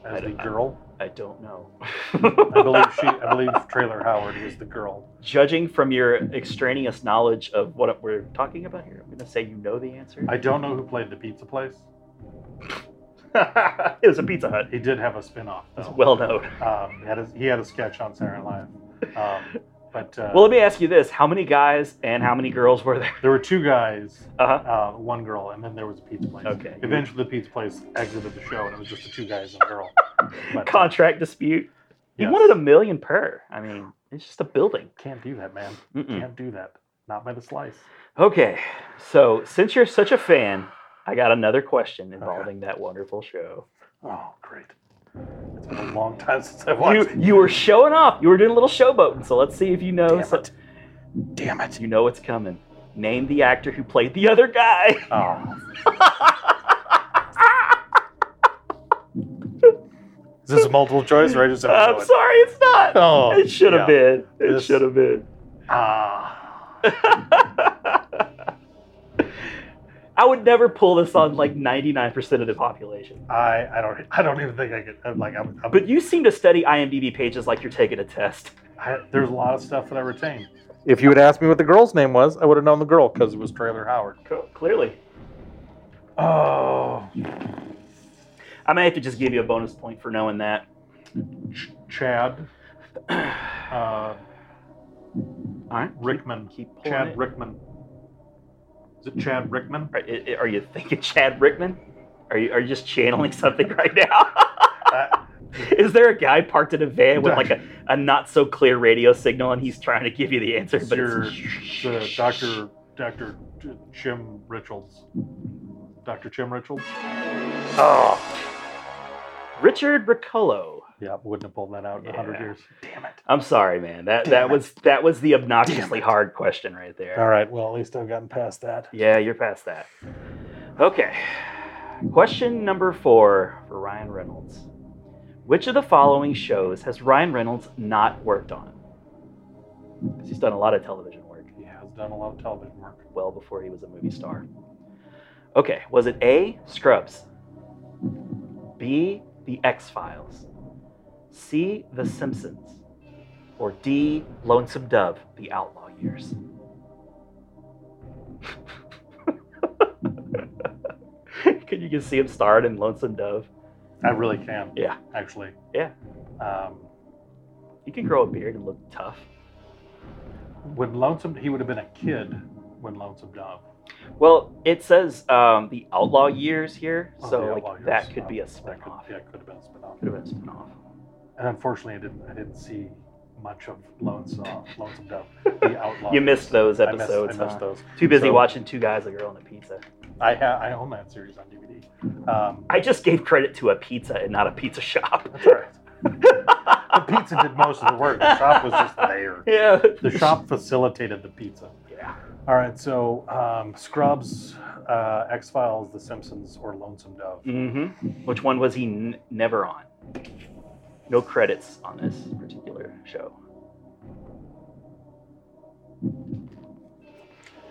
Speaker 2: I
Speaker 1: as the
Speaker 2: don't- I-
Speaker 1: girl.
Speaker 2: I don't know.
Speaker 1: I believe she. I believe Trailer Howard was the girl.
Speaker 2: Judging from your extraneous knowledge of what we're talking about here, I'm going to say you know the answer.
Speaker 1: I don't know who played the pizza place.
Speaker 2: it was a Pizza Hut.
Speaker 1: He did have a spin-off
Speaker 2: It's
Speaker 1: though.
Speaker 2: well known.
Speaker 1: Um, he, had a, he had a sketch on Saturday Night Live. Um, but uh,
Speaker 2: Well, let me ask you this: How many guys and how many girls were there?
Speaker 1: there were two guys,
Speaker 2: Uh-huh.
Speaker 1: uh, one girl, and then there was a pizza place.
Speaker 2: Okay.
Speaker 1: Eventually, the pizza place exited the show, and it was just the two guys and a girl. But, uh,
Speaker 2: Contract dispute. He
Speaker 1: yes.
Speaker 2: wanted a million per. I mean, it's just a building.
Speaker 1: Can't do that, man.
Speaker 2: Mm-mm.
Speaker 1: Can't do that. Not by the slice.
Speaker 2: Okay, so since you're such a fan, I got another question involving that wonderful show.
Speaker 1: Oh, great. It's been a long time since I watched.
Speaker 2: You you were showing off. You were doing a little showboating. So let's see if you know.
Speaker 1: Damn
Speaker 2: so-
Speaker 1: it. Damn it.
Speaker 2: You know it's coming. Name the actor who played the other guy.
Speaker 1: Oh. Is this a multiple choice, or I just have to know
Speaker 2: I'm
Speaker 1: it?
Speaker 2: sorry, it's not.
Speaker 1: Oh,
Speaker 2: it should have
Speaker 1: yeah.
Speaker 2: been. It
Speaker 1: This-
Speaker 2: should have been.
Speaker 1: Ah.
Speaker 2: I would never pull this on like 99% of the population.
Speaker 1: I I don't I don't even think I could. I'm like I'm, I'm
Speaker 2: But you seem to study IMDb pages like you're taking a test.
Speaker 1: I, there's a lot of stuff that I retain. If you had asked me what the girl's name was, I would have known the girl because it was Trailer Howard.
Speaker 2: Co- Clearly.
Speaker 1: Oh,
Speaker 2: I may have to just give you a bonus point for knowing that.
Speaker 1: Ch- Chad. Uh,
Speaker 2: All right.
Speaker 1: Rickman.
Speaker 2: Keep pulling
Speaker 1: Chad
Speaker 2: it.
Speaker 1: Rickman. Is it Chad Rickman?
Speaker 2: Are, i- are you thinking Chad Rickman? Are you, are you just channeling something right now?
Speaker 1: I,
Speaker 2: Is there a guy parked in a van with
Speaker 1: Doc-
Speaker 2: like a, a not so clear radio signal and he's trying to give you the answer?
Speaker 1: it's
Speaker 2: but
Speaker 1: your
Speaker 2: it's,
Speaker 1: the Doctor Doctor Jim Richards. Doctor Jim Richards.
Speaker 2: Oh. Richard Riccolo.
Speaker 1: Yeah, wouldn't have pulled that out in a hundred
Speaker 2: Yeah.
Speaker 1: years. Damn it.
Speaker 2: I'm sorry, man. That that was that was the obnoxiously hard question right there.
Speaker 1: All right. Well, at least I've gotten past that.
Speaker 2: Yeah, you're past that. Okay. Question number four for Ryan Reynolds. Which of the following shows has Ryan Reynolds not worked on? 'Cause He's done a lot of television work
Speaker 1: He has done a lot of television work.
Speaker 2: well before he was a movie star. Okay, was it A, Scrubs? B, The X Files? C, The Simpsons? Or D, Lonesome Dove, The Outlaw Years? Can you just see him starred in Lonesome Dove?
Speaker 1: I really can.
Speaker 2: Mm-hmm. Yeah.
Speaker 1: Actually.
Speaker 2: Yeah.
Speaker 1: Um,
Speaker 2: He can grow a beard and look tough.
Speaker 1: when lonesome, he would have been a kid when lonesome dove.
Speaker 2: Well, it says um, the Outlaw Years here,
Speaker 1: Oh,
Speaker 2: so
Speaker 1: the
Speaker 2: like,
Speaker 1: Outlaw Years.
Speaker 2: that could be a
Speaker 1: Um, that could-
Speaker 2: spinoff.
Speaker 1: Yeah, it could have been a spinoff.
Speaker 2: Could have been a spinoff.
Speaker 1: And unfortunately, I didn't. I didn't see much of lonesome, lonesome dove. The outlaw.
Speaker 2: You missed those
Speaker 1: I missed-
Speaker 2: episodes.
Speaker 1: I missed
Speaker 2: huh?
Speaker 1: those.
Speaker 2: Too busy
Speaker 1: So-
Speaker 2: watching two guys, a girl, and a pizza.
Speaker 1: I ha- I own that series on DVD. Um,
Speaker 2: I just gave credit to a pizza and not a pizza shop.
Speaker 1: that's all right. The pizza did most of the work. The shop was just there.
Speaker 2: yeah.
Speaker 1: The shop facilitated the pizza.
Speaker 2: Yeah.
Speaker 1: All right, so um, Scrubs, uh, X Files, The Simpsons, or Lonesome Dove.
Speaker 2: hmm Which one was he n- never on? No credits on this particular show.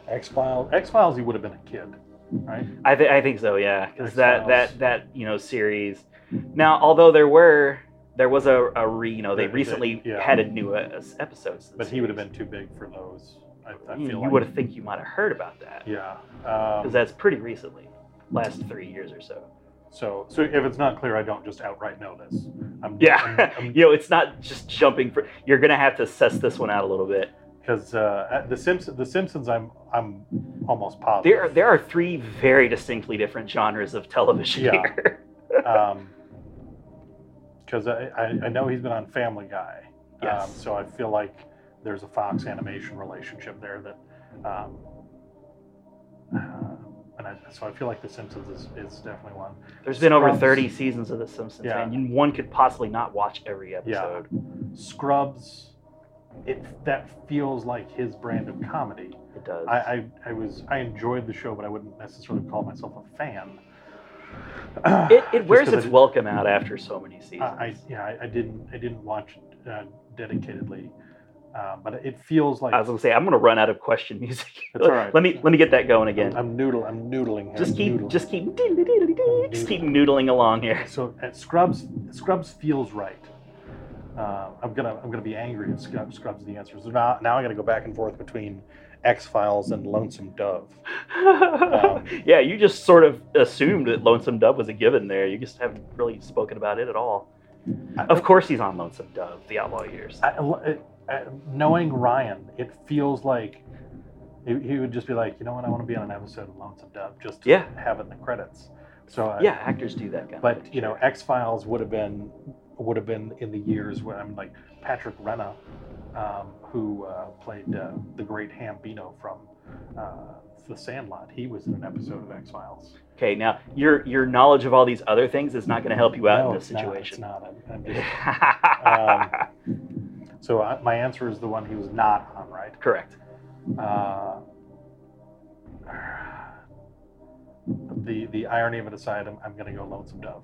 Speaker 1: X Files. X Files. He would have been a kid, right?
Speaker 2: I, th- I think so, yeah, because that
Speaker 1: X-Files.
Speaker 2: that that you know series. Now, although there were there was a, a re you know they
Speaker 1: They- they-
Speaker 2: recently
Speaker 1: yeah.
Speaker 2: had a new uh, s- episodes. to the
Speaker 1: But he would have
Speaker 2: series. Hmm,
Speaker 1: been too big for those. I, I feel
Speaker 2: Mm, You,
Speaker 1: like.
Speaker 2: would have think you might have heard about that
Speaker 1: Yeah.
Speaker 2: because
Speaker 1: Um,
Speaker 2: that's pretty recently, last three years or so.
Speaker 1: so, so if it's not clear, I don't just outright know this. I'm,
Speaker 2: Yeah, you know, it's not just jumping for. You're gonna have to assess this one out a little bit.
Speaker 1: Because uh, at the Simpsons, The Simpsons, I'm, I'm almost positive.
Speaker 2: There, are, there are three very distinctly different genres of television
Speaker 1: Yeah.
Speaker 2: here.
Speaker 1: Because Um, I, I, I know he's been on Family Guy. Um,
Speaker 2: Yes.
Speaker 1: so I feel like there's a Fox animation relationship there that um, Uh, and I, so I feel like The Simpsons is, is definitely one.
Speaker 2: There's been over
Speaker 1: Scrubs.
Speaker 2: 30 seasons of The Simpsons,
Speaker 1: Yeah.
Speaker 2: and one could possibly not watch every episode.
Speaker 1: Scrubs, it that feels like his brand of comedy.
Speaker 2: It does.
Speaker 1: I, I, I was I enjoyed the show, but I wouldn't necessarily call myself a fan.
Speaker 2: it, it wears
Speaker 1: 'cause
Speaker 2: its
Speaker 1: I-
Speaker 2: welcome out after so many
Speaker 1: I,
Speaker 2: seasons.
Speaker 1: I yeah I, I didn't I didn't watch it, uh, dedicatedly, uh, but it feels like
Speaker 2: I was gonna say I'm gonna run out of question music.
Speaker 1: That's all right.
Speaker 2: Let me let me get that going again.
Speaker 1: I'm, I'm noodle I'm noodling. Here.
Speaker 2: just
Speaker 1: I'm
Speaker 2: keep
Speaker 1: noodling.
Speaker 2: just keep doodly-doodly-dee, just keep noodling along here.
Speaker 1: so at Scrubs Scrubs feels right. Uh, I'm gonna I'm gonna be angry at Scrubs. Scrubs the answer. So now now I gotta go back and forth between X Files and Lonesome Dove.
Speaker 2: Um, yeah, you just sort of assumed that Lonesome Dove was a given there. You just haven't really spoken about it at all.
Speaker 1: I-
Speaker 2: Of course, he's on Lonesome Dove, The Outlaw Years.
Speaker 1: I, I- I- knowing Ryan, it feels like he, he would just be like, you know what, I want to be on an episode of Lonesome Dove just to
Speaker 2: Yeah.
Speaker 1: have it in the credits. So uh, I,
Speaker 2: yeah, actors do that kind of
Speaker 1: but
Speaker 2: thing,
Speaker 1: you know,
Speaker 2: sure.
Speaker 1: X Files would have been would have been in the years where I'm like Patrick Renna, um, who uh, played uh, the great Hambino from uh, The Sandlot. He was in an episode of X Files.
Speaker 2: Okay, now your your knowledge of all these other things is not going to help you out
Speaker 1: no,
Speaker 2: in this
Speaker 1: it's not,
Speaker 2: situation.
Speaker 1: it's not. I'm, I'm just, so I, my answer is the one he was not on, right?
Speaker 2: Correct.
Speaker 1: Uh, the the irony of it aside, I'm, I'm gonna go Lonesome Dove.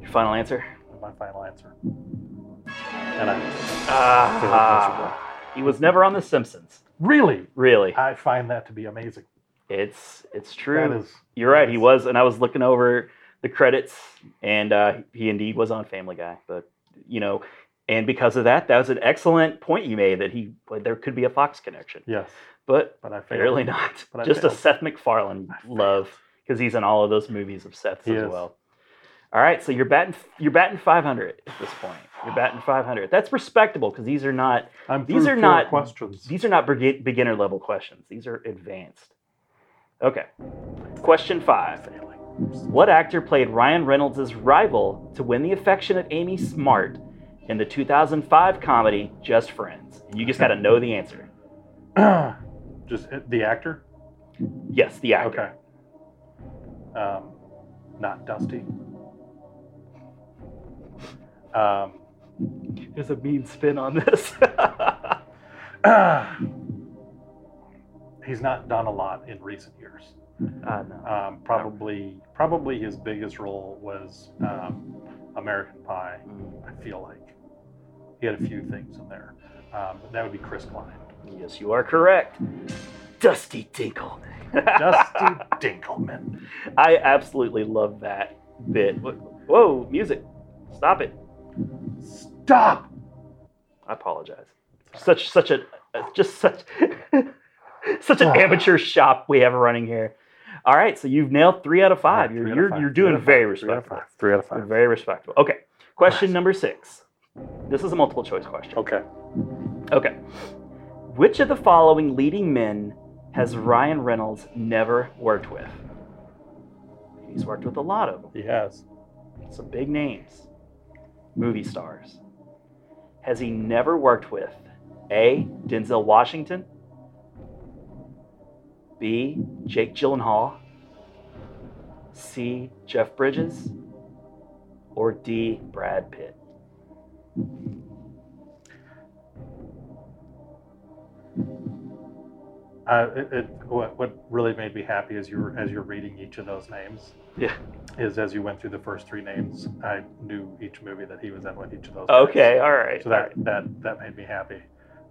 Speaker 2: Your final answer.
Speaker 1: That's my final answer. And I
Speaker 2: Ah, he was never on The Simpsons.
Speaker 1: really,
Speaker 2: Really,
Speaker 1: I find that to be amazing.
Speaker 2: it's it's true.
Speaker 1: That is
Speaker 2: You're right. He
Speaker 1: Yes.
Speaker 2: was, and I was looking over the credits, and uh, he indeed was on Family Guy. But you know, and because of that, that was an excellent point you made that he well, there could be a Fox connection,
Speaker 1: yes,
Speaker 2: but
Speaker 1: but I failed.
Speaker 2: apparently not.
Speaker 1: But I
Speaker 2: Just a
Speaker 1: failed.
Speaker 2: Seth MacFarlane
Speaker 1: I failed.
Speaker 2: love because he's in all of those movies of Seth's
Speaker 1: He
Speaker 2: as
Speaker 1: is.
Speaker 2: well. All right, so you're batting you're batting 500 at this point. You're batting 500. That's respectable because these are not
Speaker 1: I'm
Speaker 2: These
Speaker 1: through
Speaker 2: are
Speaker 1: four
Speaker 2: not-
Speaker 1: questions.
Speaker 2: these are not begi- beginner level questions. These are advanced. Okay, question five.
Speaker 1: failing.
Speaker 2: What actor played Ryan Reynolds' rival to win the affection of Amy Smart in the 2005 comedy Just Friends? And you just got to know the answer.
Speaker 1: Just uh, the actor.
Speaker 2: Yes, the actor.
Speaker 1: Okay. Um, not Dusty. Um,
Speaker 2: There's a mean spin on this. Uh,
Speaker 1: he's not done a lot in recent years.
Speaker 2: uh, no.
Speaker 1: Um, probably, probably his biggest role was um, American Pie.
Speaker 2: Mm,
Speaker 1: I feel like he had a few things in there. Um, that would be Chris Klein,
Speaker 2: Yes, you are correct. Dusty Dinkle.
Speaker 1: Dusty Dinkelman.
Speaker 2: I absolutely love that bit. Wh- Whoa, music. Stop it.
Speaker 1: Stop!
Speaker 2: I apologize. Such such a uh, just such such
Speaker 1: Oh.
Speaker 2: an amateur shop we have running here. All right, so you've nailed three out of five.
Speaker 1: Three
Speaker 2: You're
Speaker 1: out of
Speaker 2: you're,
Speaker 1: five,
Speaker 2: you're
Speaker 1: three
Speaker 2: doing
Speaker 1: out of
Speaker 2: very
Speaker 1: five, three out of
Speaker 2: respectable.
Speaker 1: five, Three out of
Speaker 2: You're
Speaker 1: five.
Speaker 2: very respectable. Okay, question number six. This is a multiple choice question.
Speaker 1: Okay.
Speaker 2: Okay, which of the following leading men has
Speaker 1: Hmm.
Speaker 2: Ryan Reynolds never worked with? He's worked with a lot of them
Speaker 1: Yes.
Speaker 2: some big names, movie stars. Has he never worked with A. Denzel Washington, B. Jake Gyllenhaal, C. Jeff Bridges, or D. Brad Pitt?
Speaker 1: Uh, it, it, what what really made me happy as you were as you're reading each of those names.
Speaker 2: Yeah.
Speaker 1: Is as you went through the first three names, I knew each movie that he was in with each of those. guys.
Speaker 2: Okay, all right.
Speaker 1: So that that that made me happy.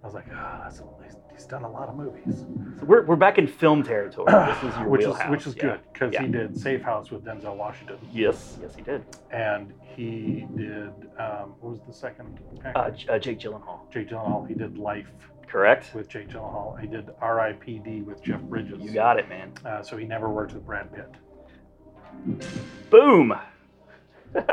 Speaker 1: I was like, ah, that's a- he's, he's done a lot of movies,
Speaker 2: So we're, we're back in film territory. This is your
Speaker 1: which is
Speaker 2: wheelhouse,
Speaker 1: which is
Speaker 2: yeah.
Speaker 1: good because
Speaker 2: Yeah.
Speaker 1: he did Safe House with Denzel Washington,
Speaker 2: Yes, yes, he did.
Speaker 1: and he did um, what was the second actor?
Speaker 2: Uh, J- uh, Jake Gyllenhaal,
Speaker 1: Jake Gyllenhaal. He did Life
Speaker 2: correct?
Speaker 1: with Jake Gyllenhaal. He did R.I.P.D. with Jeff Bridges.
Speaker 2: You got it, man.
Speaker 1: Uh, so he never worked with Brad Pitt.
Speaker 2: Boom.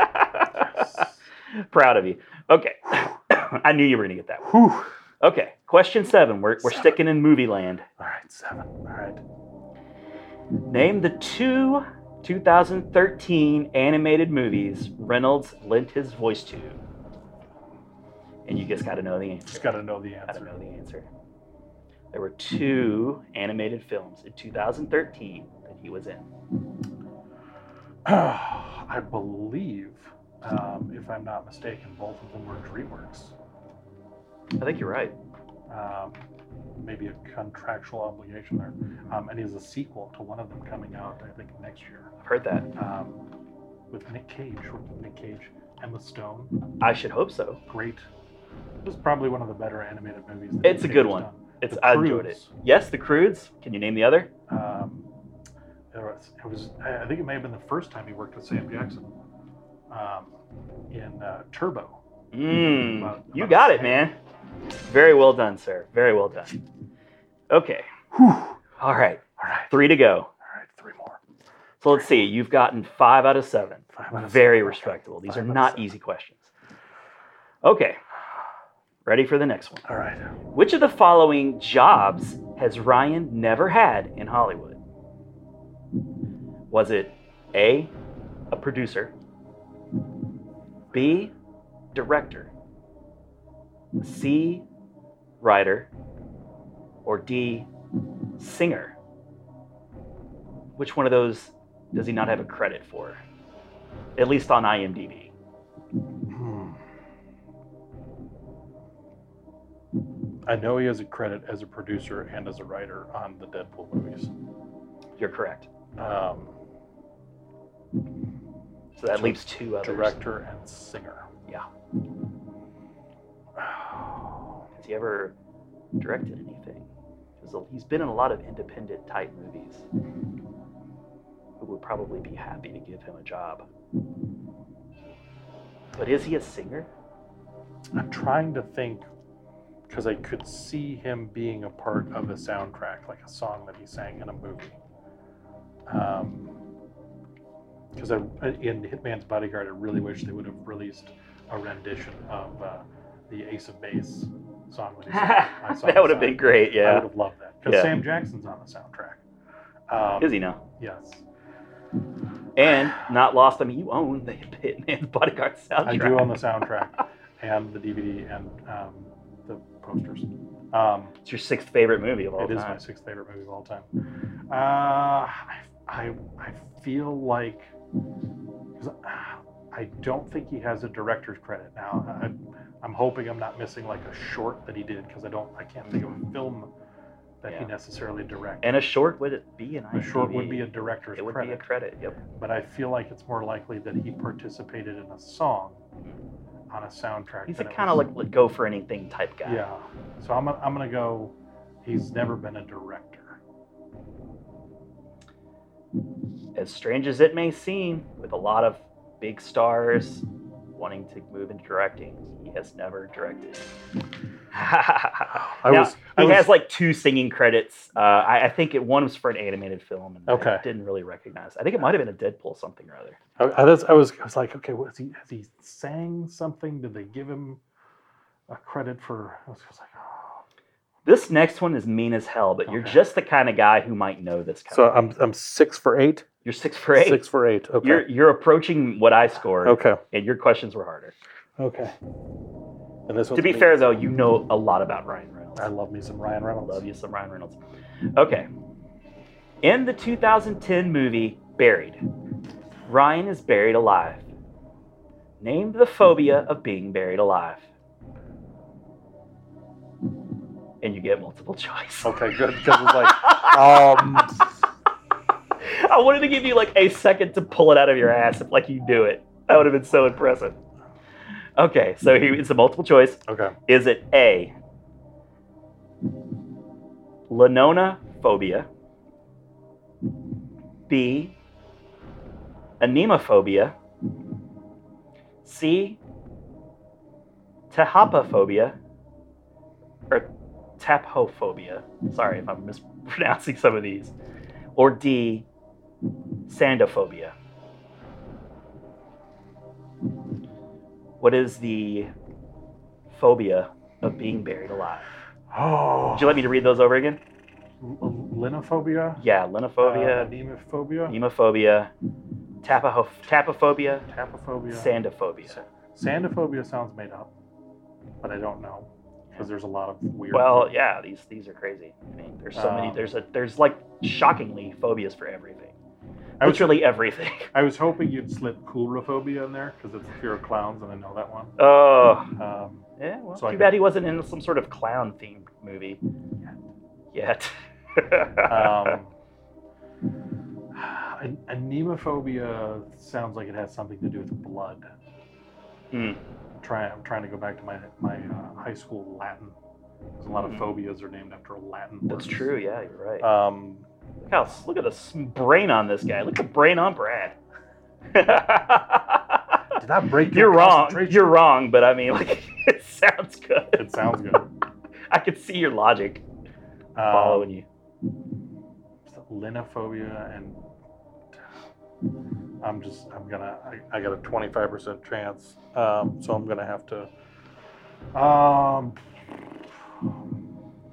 Speaker 2: Proud of you. Okay. I knew you were going to get that one.
Speaker 1: Whew. All
Speaker 2: Okay. Question seven. We're, we're
Speaker 1: Seven.
Speaker 2: sticking in movie land.
Speaker 1: right, seven. All right.
Speaker 2: Name the two 2013 animated movies Reynolds lent his voice to. And you just got to know the answer.
Speaker 1: Just got to know the
Speaker 2: Got to
Speaker 1: answer.
Speaker 2: know the answer. There were two animated films in 2013 that he was in.
Speaker 1: I believe, um, if I'm not mistaken, both of them were DreamWorks.
Speaker 2: I think you're right.
Speaker 1: Um, maybe a contractual obligation there. Um, and is a sequel to one of them coming out, I think, next year
Speaker 2: I've heard that.
Speaker 1: um, with Nick Cage, with Nick Cage, Emma Stone.
Speaker 2: I should hope so.
Speaker 1: Great. It was probably one of the better animated movies. that
Speaker 2: It's a
Speaker 1: Nick
Speaker 2: good
Speaker 1: Cage
Speaker 2: one.
Speaker 1: done.
Speaker 2: It's
Speaker 1: The
Speaker 2: I enjoyed it.
Speaker 1: Croods.
Speaker 2: Yes, The Crudes. Can you name the other?
Speaker 1: Um, there was, it was. I I think it may have been the first time he worked with Sam Jackson um, in uh, Turbo.
Speaker 2: Mm,
Speaker 1: About-
Speaker 2: you
Speaker 1: about
Speaker 2: got it,
Speaker 1: the
Speaker 2: man. Very well done, sir. Very well done. Okay. All right.
Speaker 1: All right,
Speaker 2: Three to go.
Speaker 1: all right, three more.
Speaker 2: So let's see. You've gotten five out of seven.
Speaker 1: Five out of
Speaker 2: Very
Speaker 1: seven, okay.
Speaker 2: respectable. These
Speaker 1: Five
Speaker 2: are
Speaker 1: out of
Speaker 2: not
Speaker 1: seven.
Speaker 2: easy questions. Okay. Ready for the next one.
Speaker 1: All right.
Speaker 2: Which of the following jobs has Ryan never had in Hollywood? Was it A, a producer, B, director, C, writer, or D, singer? Which one of those does he not have a credit for? At least on IMDb.
Speaker 1: Hmm. I know he has a credit as a producer and as a writer on the Deadpool movies.
Speaker 2: You're correct.
Speaker 1: Um,
Speaker 2: So that leaves two others.
Speaker 1: director and singer.
Speaker 2: Yeah.
Speaker 1: Oh,
Speaker 2: Has he ever directed anything? 'Cause He's been in a lot of independent type movies. Who would probably be happy to give him a job. But is he a singer?
Speaker 1: I'm trying to think because I could see him being a part of a soundtrack, like a song that he sang in a movie. Because I in Hitman's Bodyguard, I really wish they would have released a rendition of uh, the Ace of Base song. That, he sang. I saw
Speaker 2: that
Speaker 1: the
Speaker 2: would have been
Speaker 1: sound-
Speaker 2: great,
Speaker 1: I would
Speaker 2: yeah.
Speaker 1: have loved that because
Speaker 2: Yeah.
Speaker 1: Sam Jackson's on the soundtrack. Um,
Speaker 2: Is he now?
Speaker 1: Yes.
Speaker 2: And not lost. I mean, you own the Hitman's Bodyguard soundtrack.
Speaker 1: I do own the soundtrack and the DVD and um, the posters. Um,
Speaker 2: It's your sixth favorite movie of all
Speaker 1: it is
Speaker 2: time.
Speaker 1: my sixth favorite movie of all time. Uh, I, I, I feel like 'cause, uh, I don't think he has a director's credit now. I, I'm hoping I'm not missing like a short that he did because I don't I can't think of a film that he
Speaker 2: Yeah.
Speaker 1: necessarily directed.
Speaker 2: And a short would it be an
Speaker 1: a short would be a
Speaker 2: IMDb?
Speaker 1: director's
Speaker 2: It would
Speaker 1: credit
Speaker 2: be a credit. Yep.
Speaker 1: but I feel like it's more likely that he participated in a song on a soundtrack.
Speaker 2: He's a
Speaker 1: than it
Speaker 2: kind of
Speaker 1: was-
Speaker 2: like let go for anything type guy.
Speaker 1: yeah. So I'm gonna, I'm gonna go. He's never been a director.
Speaker 2: as strange as it may seem, with a lot of big stars wanting to move into directing, he has never directed.
Speaker 1: I
Speaker 2: Now,
Speaker 1: was. I
Speaker 2: he
Speaker 1: was,
Speaker 2: has like two singing credits. Uh, I, I think it one was for an animated film, and I
Speaker 1: Okay.
Speaker 2: didn't really recognize. I think it might have been a Deadpool something or other.
Speaker 1: I, I was. I was. I was like, okay, was he? Has he sang something? Did they give him a credit for? I was just like. Oh.
Speaker 2: This next one is mean as hell, but you're
Speaker 1: Okay.
Speaker 2: just the kind of guy who might know this. Kind
Speaker 1: So
Speaker 2: of thing.
Speaker 1: I'm I'm six for eight.
Speaker 2: you're six for eight.
Speaker 1: Six for eight. Okay.
Speaker 2: You're you're approaching what I scored,
Speaker 1: okay.
Speaker 2: and your questions were harder.
Speaker 1: Okay. And this
Speaker 2: To
Speaker 1: one's
Speaker 2: be
Speaker 1: me.
Speaker 2: fair, though, you know a lot about Ryan Reynolds.
Speaker 1: I love me some Ryan Reynolds.
Speaker 2: Love you some Ryan Reynolds. Okay. In the 2010 movie Buried, Ryan is buried alive. Name the phobia of being buried alive. And you get multiple choice.
Speaker 1: Okay, good. Because it's like, um,
Speaker 2: I wanted to give you like a second to pull it out of your ass if like you knew it. That would have been so impressive. Okay, so here it's a multiple choice.
Speaker 1: okay.
Speaker 2: Is it A, Lenona phobia, B, anemophobia, C, tahapophobia, or tapophobia? Sorry if I'm mispronouncing some of these. Or D, sandophobia. What is the phobia of being buried alive.
Speaker 1: Oh.
Speaker 2: Would you like me to read those over again?
Speaker 1: L- Linophobia?
Speaker 2: Yeah,
Speaker 1: Uh,
Speaker 2: lenophobia,
Speaker 1: anemophobia?
Speaker 2: nemophobia, tapaho- tapophobia,
Speaker 1: Tapophobia?
Speaker 2: sandophobia.
Speaker 1: Sandophobia sounds made up, but I don't know. because there's a lot of weird.
Speaker 2: Well, yeah, these these are crazy. I mean, there's so many.
Speaker 1: Um,
Speaker 2: There's a there's like shockingly phobias for everything.
Speaker 1: I was-
Speaker 2: Literally everything.
Speaker 1: I was hoping you'd slip coulrophobia in there because it's the fear of clowns, and I know that one.
Speaker 2: Oh,
Speaker 1: Um,
Speaker 2: yeah. Well,
Speaker 1: So I
Speaker 2: too
Speaker 1: can-
Speaker 2: bad he wasn't in some sort of clown themed movie yet.
Speaker 1: um, an- anemophobia sounds like it has something to do with blood.
Speaker 2: Hmm.
Speaker 1: Try, I'm trying to go back to my my uh, high school Latin. There's a lot
Speaker 2: Hmm.
Speaker 1: of phobias are named after Latin.
Speaker 2: That's
Speaker 1: words.
Speaker 2: true. Yeah, you're right.
Speaker 1: Um,
Speaker 2: look how look at the s- brain on this guy. Look at the brain on Brad.
Speaker 1: did that break?
Speaker 2: you're
Speaker 1: your
Speaker 2: wrong.
Speaker 1: concentration?
Speaker 2: You're wrong, but I mean, like, it sounds good.
Speaker 1: It sounds good. Um,
Speaker 2: I can see your logic following you.
Speaker 1: linophobia and I'm just I'm gonna I, I got a 25% chance um, so I'm gonna have to um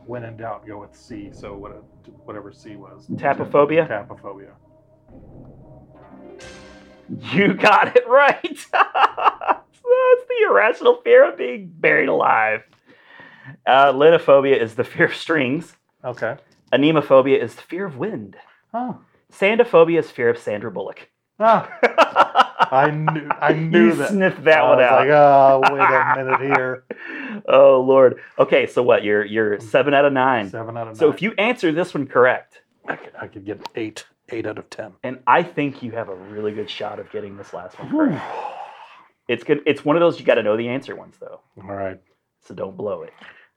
Speaker 1: when in doubt go with C so what whatever C was
Speaker 2: Tapophobia?
Speaker 1: tapophobia
Speaker 2: You got it right. That's the irrational fear of being buried alive. Uh, linophobia is the fear of strings.
Speaker 1: okay
Speaker 2: Anemophobia is the fear of wind.
Speaker 1: oh
Speaker 2: Sandophobia is fear of Sandra Bullock.
Speaker 1: ah, I knew I knew
Speaker 2: you
Speaker 1: that
Speaker 2: sniffed that
Speaker 1: I
Speaker 2: one
Speaker 1: was
Speaker 2: out.
Speaker 1: like oh wait a minute here
Speaker 2: oh Lord. Okay, so what? You're you're seven out of nine.
Speaker 1: seven out of nine
Speaker 2: So if you answer this one correct,
Speaker 1: I could, I could get eight eight out of ten
Speaker 2: and I think you have a really good shot of getting this last one
Speaker 1: Hmm.
Speaker 2: correct. It's good. It's one of those you got to know the answer ones though,
Speaker 1: all right
Speaker 2: so don't blow it.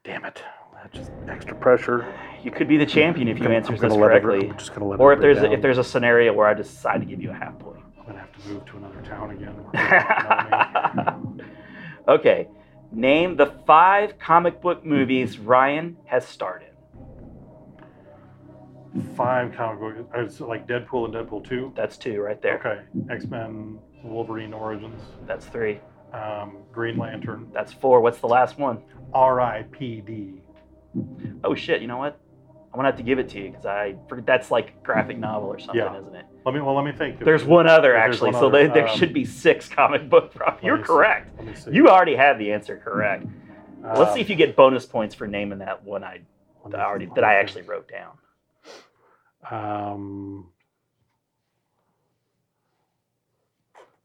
Speaker 1: damn it that's just extra pressure
Speaker 2: You could be the champion if you
Speaker 1: I'm
Speaker 2: answer
Speaker 1: gonna
Speaker 2: this
Speaker 1: let it-
Speaker 2: correctly,
Speaker 1: I'm just gonna let
Speaker 2: or
Speaker 1: it
Speaker 2: if there's
Speaker 1: down.
Speaker 2: a, if there's a scenario where I decide to give you a half point.
Speaker 1: I'm gonna have to move to another town again. You know me.
Speaker 2: okay, name the five comic book movies Ryan has starred in.
Speaker 1: Five comic book, uh, so like Deadpool and Deadpool Two.
Speaker 2: That's two right there.
Speaker 1: Okay, X Men, Wolverine Origins,
Speaker 2: That's three.
Speaker 1: um, Green Lantern,
Speaker 2: That's four. What's the last one?
Speaker 1: R.I.P.D.
Speaker 2: Oh shit! You know what? I'm gonna have to give it to you because I that's like graphic novel or something,
Speaker 1: Yeah.
Speaker 2: isn't it?
Speaker 1: Let me well, let me think.
Speaker 2: There's one other
Speaker 1: There's
Speaker 2: actually,
Speaker 1: one
Speaker 2: so
Speaker 1: other,
Speaker 2: there, there
Speaker 1: um,
Speaker 2: should be six comic book. Pro-
Speaker 1: me
Speaker 2: You're
Speaker 1: see.
Speaker 2: correct.
Speaker 1: Let me see.
Speaker 2: You already have the answer correct.
Speaker 1: Uh,
Speaker 2: Let's see if you get bonus points for naming that one I
Speaker 1: let
Speaker 2: that
Speaker 1: me
Speaker 2: I already
Speaker 1: think,
Speaker 2: that I
Speaker 1: let me
Speaker 2: actually
Speaker 1: think.
Speaker 2: wrote down.
Speaker 1: Um,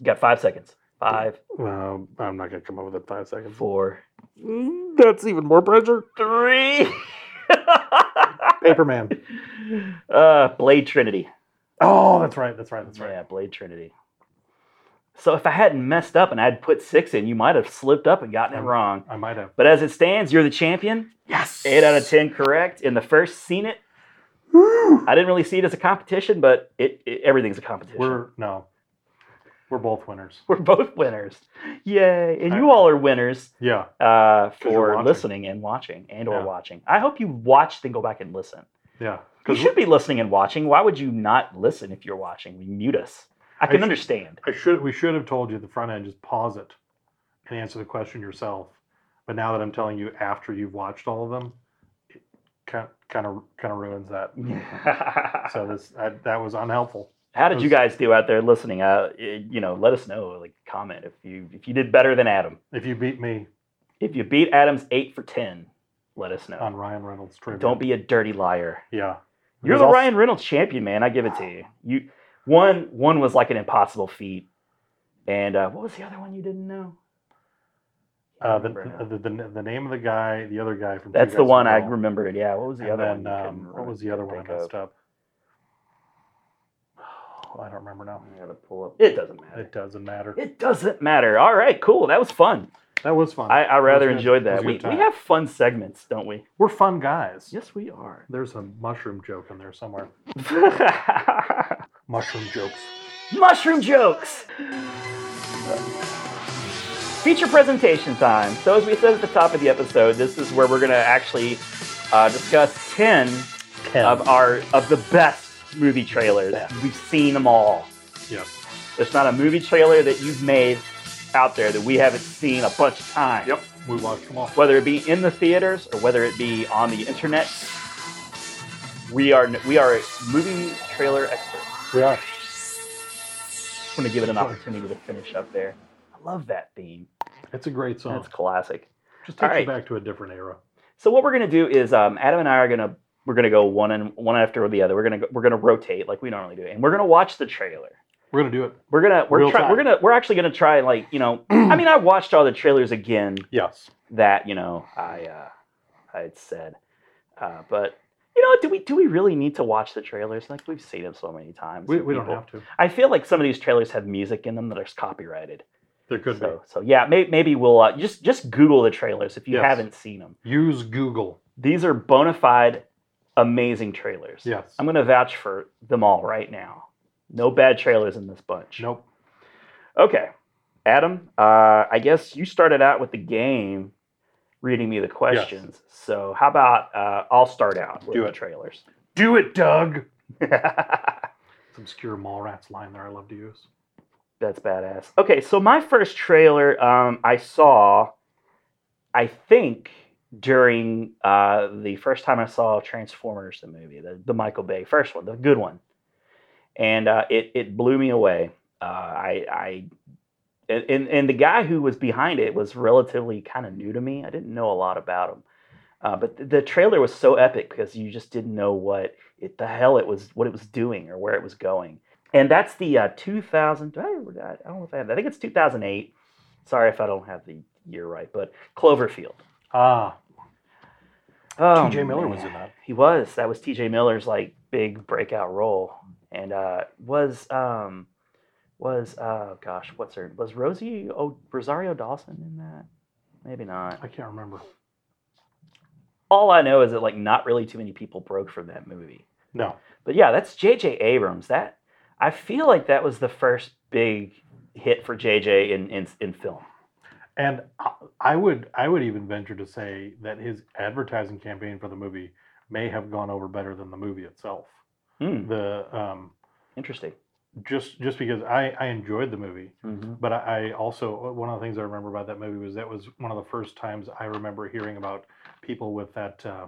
Speaker 2: You got five seconds. Five,
Speaker 1: well, I'm not gonna come up with it in five seconds.
Speaker 2: four, Mm,
Speaker 1: That's even more pressure.
Speaker 2: three.
Speaker 1: Paperman.
Speaker 2: uh, Blade Trinity.
Speaker 1: Oh, that's right. That's right. That's right.
Speaker 2: Yeah, Blade Trinity. So if I hadn't messed up and I'd put six in, you might have slipped up and gotten it
Speaker 1: Um,
Speaker 2: wrong.
Speaker 1: I might have.
Speaker 2: But as it stands, you're the champion.
Speaker 1: Yes.
Speaker 2: Eight out of ten correct in the first seen it. I didn't really see it as a competition, but it, it everything's a competition.
Speaker 1: We're no. We're both winners.
Speaker 2: We're both winners. Yay. And you
Speaker 1: I-
Speaker 2: all are winners
Speaker 1: Yeah.
Speaker 2: uh,
Speaker 1: you're
Speaker 2: for
Speaker 1: watching.
Speaker 2: listening and watching and or
Speaker 1: Yeah.
Speaker 2: watching. I hope you watched and go back and listen.
Speaker 1: Yeah.
Speaker 2: You
Speaker 1: 'Cause
Speaker 2: should be listening and watching. Why would you not listen if you're watching? We mute us. I can
Speaker 1: should-
Speaker 2: understand.
Speaker 1: I should we should have told you at the front end just pause it and answer the question yourself. But now that I'm telling you after you've watched all of them, it kind kind of kind of ruins that. So this I, that was unhelpful.
Speaker 2: How did you guys do out there listening? Uh, it- you know, let us know. Like, comment if you if you did better than Adam.
Speaker 1: If you beat me
Speaker 2: If you beat Adam's eight for ten, let us know.
Speaker 1: on Ryan Reynolds trivia,
Speaker 2: Don't be a dirty liar.
Speaker 1: yeah.
Speaker 2: You're
Speaker 1: Because
Speaker 2: the
Speaker 1: I'll-
Speaker 2: Ryan Reynolds champion, man. I give it to you. You one one was like an impossible feat, and uh, what was the other one you didn't know?
Speaker 1: Uh, the,
Speaker 2: Remember now.
Speaker 1: the, the the name of the guy, the other guy from Two
Speaker 2: That's
Speaker 1: Guys
Speaker 2: the
Speaker 1: and a
Speaker 2: one I
Speaker 1: Girl.
Speaker 2: remembered. Yeah, what was the
Speaker 1: And
Speaker 2: other
Speaker 1: then,
Speaker 2: one? you
Speaker 1: um,
Speaker 2: couldn't
Speaker 1: what was the
Speaker 2: remember-
Speaker 1: other one I
Speaker 2: think of?
Speaker 1: messed up? I don't remember now.
Speaker 2: I gotta pull up. It doesn't matter.
Speaker 1: It doesn't matter.
Speaker 2: It doesn't matter. All right, cool. That was fun.
Speaker 1: That was fun.
Speaker 2: I, I rather
Speaker 1: good.
Speaker 2: enjoyed
Speaker 1: It was
Speaker 2: that.
Speaker 1: a
Speaker 2: We,
Speaker 1: good
Speaker 2: we
Speaker 1: time.
Speaker 2: have fun segments, don't we?
Speaker 1: We're fun guys.
Speaker 2: Yes, we are.
Speaker 1: There's a mushroom joke in there somewhere. Mushroom jokes.
Speaker 2: Mushroom jokes. Feature presentation time. So, as we said at the top of the episode, this is where we're going to actually uh, discuss 10 of our of the best movie trailers.
Speaker 1: Best.
Speaker 2: We've seen them all.
Speaker 1: Yes.
Speaker 2: There's not a movie trailer that you've made out there that we haven't seen a bunch of times.
Speaker 1: Yep. We watched them all.
Speaker 2: whether it be in the theaters or whether it be on the internet, we are we are movie trailer experts.
Speaker 1: We are.
Speaker 2: Just want to give it an opportunity to finish up there. I love that theme.
Speaker 1: It's a great song.
Speaker 2: That's classic.
Speaker 1: Just takes
Speaker 2: all
Speaker 1: you
Speaker 2: right.
Speaker 1: back to a different era.
Speaker 2: So what we're gonna do is um, Adam and I are gonna we're gonna go one and one after the other. We're gonna go, we're gonna rotate like we normally do, and we're gonna watch the trailer.
Speaker 1: We're gonna do it.
Speaker 2: We're gonna we're
Speaker 1: Real
Speaker 2: try,
Speaker 1: time.
Speaker 2: we're gonna we're actually gonna try like you know I mean I watched all the trailers again
Speaker 1: Yes.
Speaker 2: that you know I uh, I had said, uh, but you know do we do we really need to watch the trailers? Like we've seen them so many times.
Speaker 1: We,
Speaker 2: and
Speaker 1: we don't
Speaker 2: people-
Speaker 1: have to.
Speaker 2: I feel like some of these trailers have music in them that is copyrighted.
Speaker 1: There could
Speaker 2: so, so yeah, may, maybe we'll uh, just just Google the trailers if you
Speaker 1: Yes.
Speaker 2: haven't seen them.
Speaker 1: be. Use Google.
Speaker 2: These are bona fide, amazing trailers.
Speaker 1: Yes.
Speaker 2: I'm gonna vouch for them all right now. No bad trailers in this bunch.
Speaker 1: nope.
Speaker 2: Okay, Adam. Uh, I guess you started out with the game, reading me the questions. So how about uh, I'll start out with
Speaker 1: Do
Speaker 2: the
Speaker 1: it.
Speaker 2: trailers.
Speaker 1: Do it, Doug.
Speaker 2: That's
Speaker 1: It's obscure Mallrats line there. I love to use.
Speaker 2: badass. Okay, so my first trailer um, I saw, I think during uh, the first time I saw Transformers the movie, the, the Michael Bay first one, the good one, and uh, it it blew me away. Uh, I I and- and and the guy who was behind it was relatively kind of new to me. I didn't know a lot about him, uh, but the, the trailer was so epic because you just didn't know what it the hell it was what it was doing or where it was going. And that's the uh, 2000. I don't know if I have that. I think it's 2008. Sorry if I don't have the year right, but Cloverfield.
Speaker 1: Ah,
Speaker 2: Oh,
Speaker 1: T.J. Miller was
Speaker 2: man.
Speaker 1: in that.
Speaker 2: He was. That was T.J. Miller's like big breakout role, and uh, was um, was uh, gosh, what's her? Was Rosie o- Rosario Dawson in that? Maybe not.
Speaker 1: I can't remember.
Speaker 2: All I know is that like not really too many people broke from that movie.
Speaker 1: No.
Speaker 2: But yeah, that's J.J. Abrams. That I feel like that was the first big hit for J.J. in in, in film.
Speaker 1: And I- I would I would even venture to say that his advertising campaign for the movie may have gone over better than the movie itself.
Speaker 2: Hmm,
Speaker 1: The um,
Speaker 2: interesting.
Speaker 1: just just because I, I enjoyed the movie,
Speaker 2: Mm-hmm.
Speaker 1: but I, I also uh, one of the things I remember about that movie was that was one of the first times I remember hearing about people with that uh,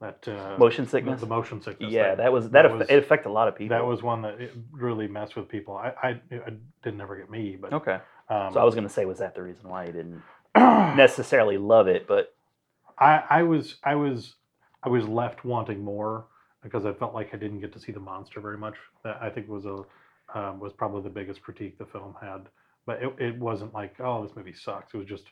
Speaker 1: that uh,
Speaker 2: Motion
Speaker 1: the,
Speaker 2: sickness.
Speaker 1: the motion sickness.
Speaker 2: yeah,
Speaker 1: thing.
Speaker 2: that was that,
Speaker 1: that
Speaker 2: aff-
Speaker 1: was-
Speaker 2: it affected a lot of people.
Speaker 1: that was one that it really messed with people. I I it didn't ever get me, but
Speaker 2: okay.
Speaker 1: um,
Speaker 2: So I was going to say, was that the reason why you didn't necessarily love it? But
Speaker 1: I, I was I was I was left wanting more because I felt like I didn't get to see the monster very much. That I think was a um, was probably the biggest critique the film had. But it, it wasn't like oh this movie sucks. It was just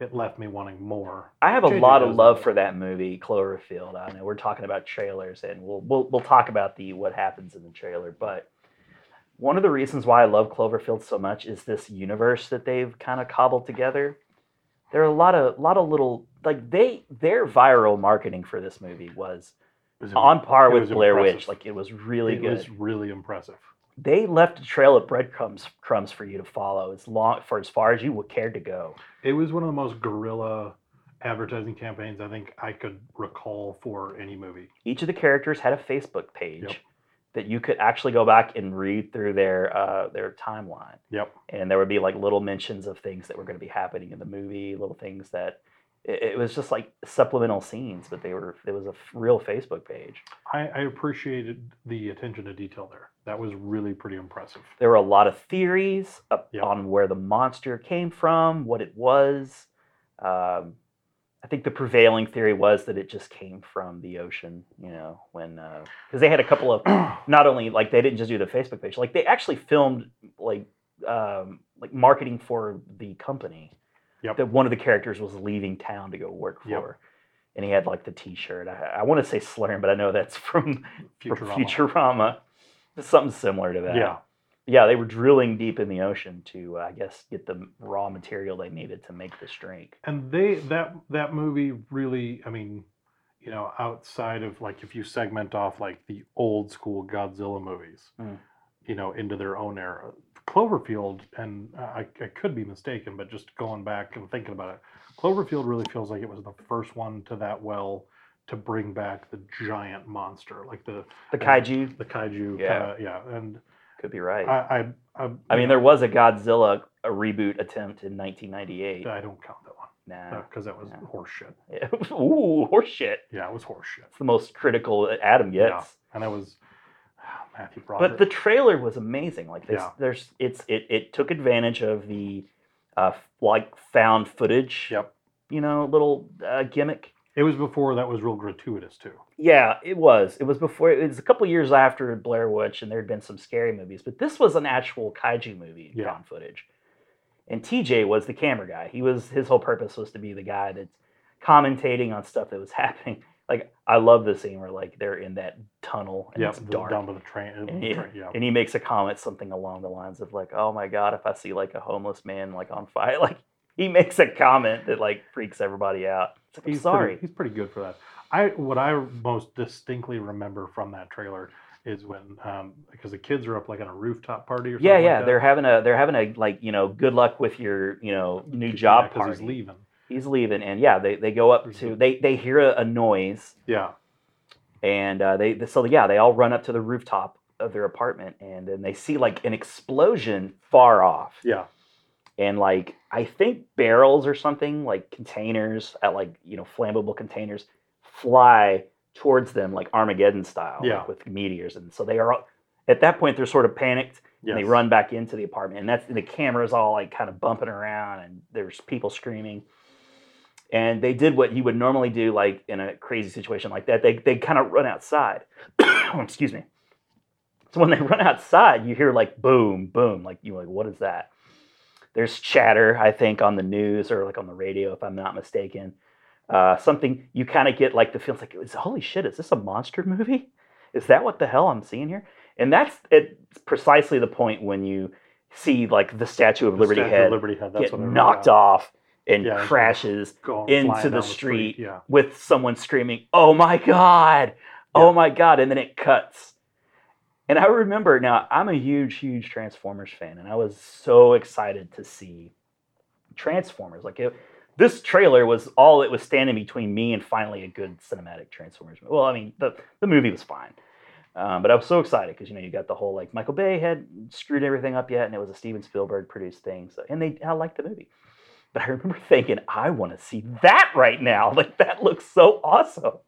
Speaker 1: it left me wanting more.
Speaker 2: I have a
Speaker 1: JJ
Speaker 2: lot of
Speaker 1: does
Speaker 2: love
Speaker 1: that.
Speaker 2: for that movie, Cloverfield. I know we're talking about trailers, and we'll we'll we'll talk about the what happens in the trailer. But one of the reasons why I love Cloverfield so much is this universe that they've kind of cobbled together. There are a lot of lot of little like they their viral marketing for this movie was
Speaker 1: It was,
Speaker 2: on par
Speaker 1: it
Speaker 2: with
Speaker 1: was
Speaker 2: Blair Witch.
Speaker 1: impressive.
Speaker 2: Like it was really
Speaker 1: it
Speaker 2: good.
Speaker 1: was really impressive.
Speaker 2: they left a trail of breadcrumbs crumbs for you to follow as long for as far as you would care to go.
Speaker 1: It was one of the most guerrilla advertising campaigns I think I could recall for any movie.
Speaker 2: Each of the characters had a Facebook page
Speaker 1: Yep.
Speaker 2: that you could actually go back and read through their uh, their timeline,
Speaker 1: Yep.
Speaker 2: and there would be like little mentions of things that were going to be happening in the movie, little things that it, it was just like supplemental scenes, but they were it was a f- real Facebook page.
Speaker 1: I, I appreciated the attention to detail there. That was really pretty impressive.
Speaker 2: There were a lot of theories up
Speaker 1: Yep.
Speaker 2: on where the monster came from, what it was. Um, I think the prevailing theory was that it just came from the ocean, you know, when because they had a couple of not only like they didn't just do the Facebook page, like they actually filmed like um, like marketing for the company.
Speaker 1: Yep.
Speaker 2: That one of the characters was leaving town to go work for,
Speaker 1: Yep.
Speaker 2: and he had like the T-shirt. I, I want to say Slurm, but I know that's from Futurama.
Speaker 1: Futurama.
Speaker 2: Futurama. Something similar to that
Speaker 1: Yeah.
Speaker 2: yeah, they were drilling deep in the ocean to, uh, I guess, get the raw material they needed to make this drink.
Speaker 1: and they that that movie really i mean you know outside of like if you segment off like the old school godzilla movies
Speaker 2: Mm.
Speaker 1: you know into their own era cloverfield and uh, I, I could be mistaken but just going back and thinking about it cloverfield really feels like it was the first one to that well to bring back the giant monster like the
Speaker 2: The kaiju
Speaker 1: the kaiju kinda-
Speaker 2: Yeah.
Speaker 1: yeah and
Speaker 2: could be right.
Speaker 1: i i i,
Speaker 2: I mean, there was a Godzilla a reboot attempt in 1998.
Speaker 1: i don't count that one
Speaker 2: nah.
Speaker 1: because that was
Speaker 2: yeah.
Speaker 1: horseshit
Speaker 2: Ooh, horseshit.
Speaker 1: yeah it was horseshit
Speaker 2: It's the most critical that Adam gets.
Speaker 1: Yeah. and I was ah, Matthew Broderick.
Speaker 2: But the trailer was amazing. Like there's,
Speaker 1: Yeah.
Speaker 2: there's it's it, it took advantage of the uh, f- like found footage,
Speaker 1: Yep.
Speaker 2: you know, little uh, gimmick.
Speaker 1: It was before that was real gratuitous too.
Speaker 2: Yeah, it was. It was before. It was a couple years after Blair Witch, and there had been some scary movies, but this was an actual kaiju movie
Speaker 1: Yeah.
Speaker 2: found footage. And TJ was the camera guy. He was his whole purpose was to be the guy that's commentating on stuff that was happening. Like I love the scene where like they're in that tunnel and
Speaker 1: Yeah,
Speaker 2: it's dark,
Speaker 1: down by the train. uh,
Speaker 2: And he-
Speaker 1: train, yeah.
Speaker 2: and he makes a comment something along the lines of like, "Oh my god, if I see like a homeless man like on fire," like he makes a comment that like freaks everybody out. It's like, I'm
Speaker 1: He's
Speaker 2: sorry.
Speaker 1: Pretty, he's pretty good for that. I what I most distinctly remember from that trailer is when um because the kids are up like on a rooftop party or something.
Speaker 2: Yeah, yeah,
Speaker 1: like
Speaker 2: they're having a they're having a like you know good luck with your you know new job
Speaker 1: because
Speaker 2: party.
Speaker 1: he's leaving.
Speaker 2: He's leaving, and yeah, they, they go up
Speaker 1: There's
Speaker 2: to
Speaker 1: the-
Speaker 2: they they hear a, a noise,
Speaker 1: Yeah,
Speaker 2: and uh, they so yeah they all run up to the rooftop of their apartment, and then they see like an explosion far off,
Speaker 1: yeah,
Speaker 2: and like I think barrels or something like containers at like you know flammable containers fly towards them like Armageddon style,
Speaker 1: Yeah.
Speaker 2: like, with meteors, and so they are all, at that point they're sort of panicked.
Speaker 1: yeah.
Speaker 2: And they run back into the apartment, and that's the camera's all like kind of bumping around, and there's people screaming. And they did what you would normally do, like in a crazy situation like that. They they kind of run outside. Oh, Excuse me. So when they run outside, you hear like boom, boom, like you're like, what is that? There's chatter, I think, on the news or like on the radio, if I'm not mistaken. Uh, something you kind of get like the feels like, it's- holy shit, is this a monster movie? Is that what the hell I'm seeing here? And that's it, precisely the point when you see like the Statue of
Speaker 1: The
Speaker 2: Liberty
Speaker 1: Statue of
Speaker 2: head
Speaker 1: Liberty head. That's
Speaker 2: get
Speaker 1: what I wrote
Speaker 2: knocked
Speaker 1: down.
Speaker 2: off and
Speaker 1: Yeah, it's just
Speaker 2: crashes
Speaker 1: Going-
Speaker 2: into
Speaker 1: flying
Speaker 2: the
Speaker 1: down
Speaker 2: street.
Speaker 1: Yeah,
Speaker 2: with someone screaming, "Oh my god! Oh
Speaker 1: Yeah.
Speaker 2: my god!" and then it cuts. And I remember now I'm a huge huge Transformers fan and I was so excited to see Transformers. Like it, this trailer was all it was standing between me and finally a good cinematic Transformers. Well, I mean, the the movie was fine. Um, but I was so excited because you know you got the whole like Michael Bay had screwed everything up yet, and it was a Steven Spielberg produced thing. So and they I liked the movie, but I remember thinking I want to see that right now. Like that looks so awesome,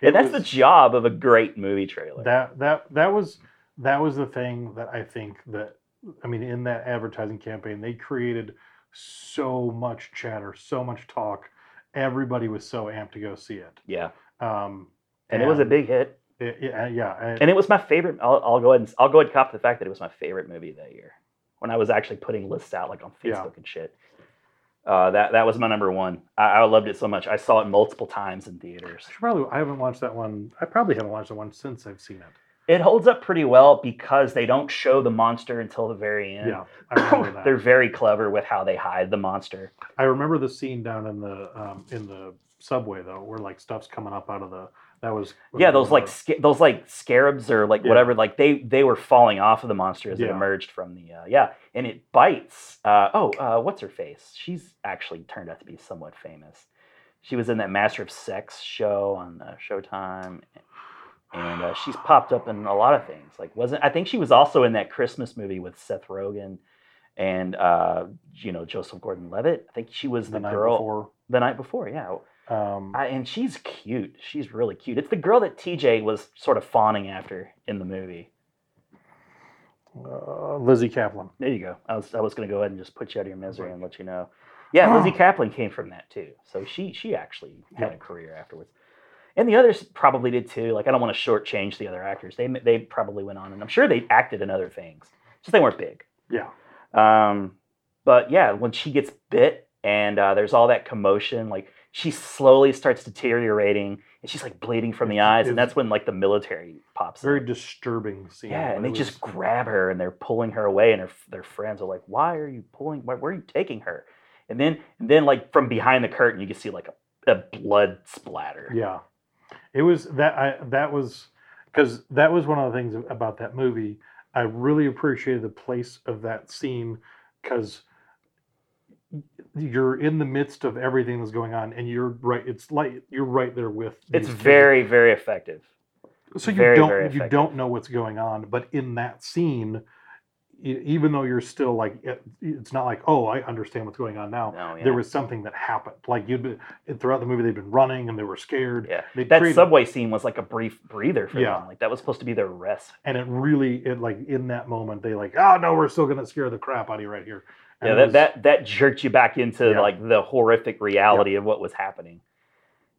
Speaker 1: It
Speaker 2: and that's the
Speaker 1: was-
Speaker 2: job of a great movie trailer.
Speaker 1: that that that was that was the thing that I think that I mean in that advertising campaign they created so much chatter, so much talk. Everybody was so amped to go see it.
Speaker 2: yeah,
Speaker 1: Um,
Speaker 2: and it was a big hit,
Speaker 1: it- it- uh, yeah, and it-
Speaker 2: and it was my favorite. I'll, I'll go ahead and I'll go ahead and cop the fact that it was my favorite movie that year when I was actually putting lists out like on Facebook
Speaker 1: Yeah.
Speaker 2: and shit. Uh, that that was my number one. I, I loved it so much. I saw it multiple times in theaters.
Speaker 1: I should probably I haven't watched that one. I probably haven't watched that one since I've seen it.
Speaker 2: It holds up pretty well because they don't show the monster until the very end.
Speaker 1: Yeah, I remember that.
Speaker 2: They're very clever with how they hide the monster.
Speaker 1: I remember the scene down in the um, in the subway though, where like stuff's coming up out of the that was
Speaker 2: yeah, those like sca- those like scarabs or like
Speaker 1: Yeah.
Speaker 2: whatever, like they they were falling off of the monster as it
Speaker 1: Yeah.
Speaker 2: emerged from the uh, yeah, and it bites. Uh, oh, uh, what's her face? She's actually turned out to be somewhat famous. She was in that Master of Sex show on uh, Showtime, and uh, she's popped up in a lot of things. Like wasn't I think she was also in that Christmas movie with Seth Rogen and uh, you know Joseph Gordon-Levitt. I think she was the,
Speaker 1: the night
Speaker 2: girl
Speaker 1: before.
Speaker 2: the night before. Yeah,
Speaker 1: Um,
Speaker 2: I, and she's cute. She's really cute. It's the girl that TJ was sort of fawning after in the movie.
Speaker 1: uh, Lizzie Kaplan.
Speaker 2: There you go. I was I was gonna go ahead and just put you out of your misery and let you know. Yeah, Lizzie Kaplan came from that too. So she she actually had a career afterwards. And the others probably did too. Like I don't want to shortchange the other actors. They they probably went on, and I'm sure they acted in other things. Just they weren't big.
Speaker 1: Yeah,
Speaker 2: Um, but yeah, when she gets bit and uh, there's all that commotion, like she slowly starts deteriorating and she's like bleeding from the eyes, and
Speaker 1: it's-
Speaker 2: that's when like the military pops. in.
Speaker 1: very disturbing scene.
Speaker 2: yeah,
Speaker 1: but
Speaker 2: and
Speaker 1: it
Speaker 2: they
Speaker 1: was-
Speaker 2: just grab her and they're pulling her away, and her their friends are like, "Why are you pulling? Why, where are you taking her?" And then and then like from behind the curtain, you can see like a, a blood splatter.
Speaker 1: Yeah, it was that. I that was because that was one of the things about that movie. I really appreciated the place of that scene because you're in the midst of everything that's going on, and you're right. It's like you're right there with. these
Speaker 2: It's
Speaker 1: kids.
Speaker 2: very very effective.
Speaker 1: so you
Speaker 2: very,
Speaker 1: don't
Speaker 2: very
Speaker 1: you
Speaker 2: effective.
Speaker 1: don't know what's going on, but in that scene, e- even though you're still like, it- it's not like oh, I understand what's going on now.
Speaker 2: No, Oh, yeah.
Speaker 1: There was something that happened. Like you'd been throughout the movie, they've been running and they were scared.
Speaker 2: yeah.
Speaker 1: They
Speaker 2: That
Speaker 1: created-
Speaker 2: subway scene was like a brief breather for
Speaker 1: Yeah.
Speaker 2: them. Like that was supposed to be their rest
Speaker 1: and it really it like in that moment they like oh no we're still gonna scare the crap out of you right here and
Speaker 2: yeah,
Speaker 1: it
Speaker 2: that,
Speaker 1: was-
Speaker 2: that that jerked you back into
Speaker 1: Yeah.
Speaker 2: like the horrific reality of what was happening.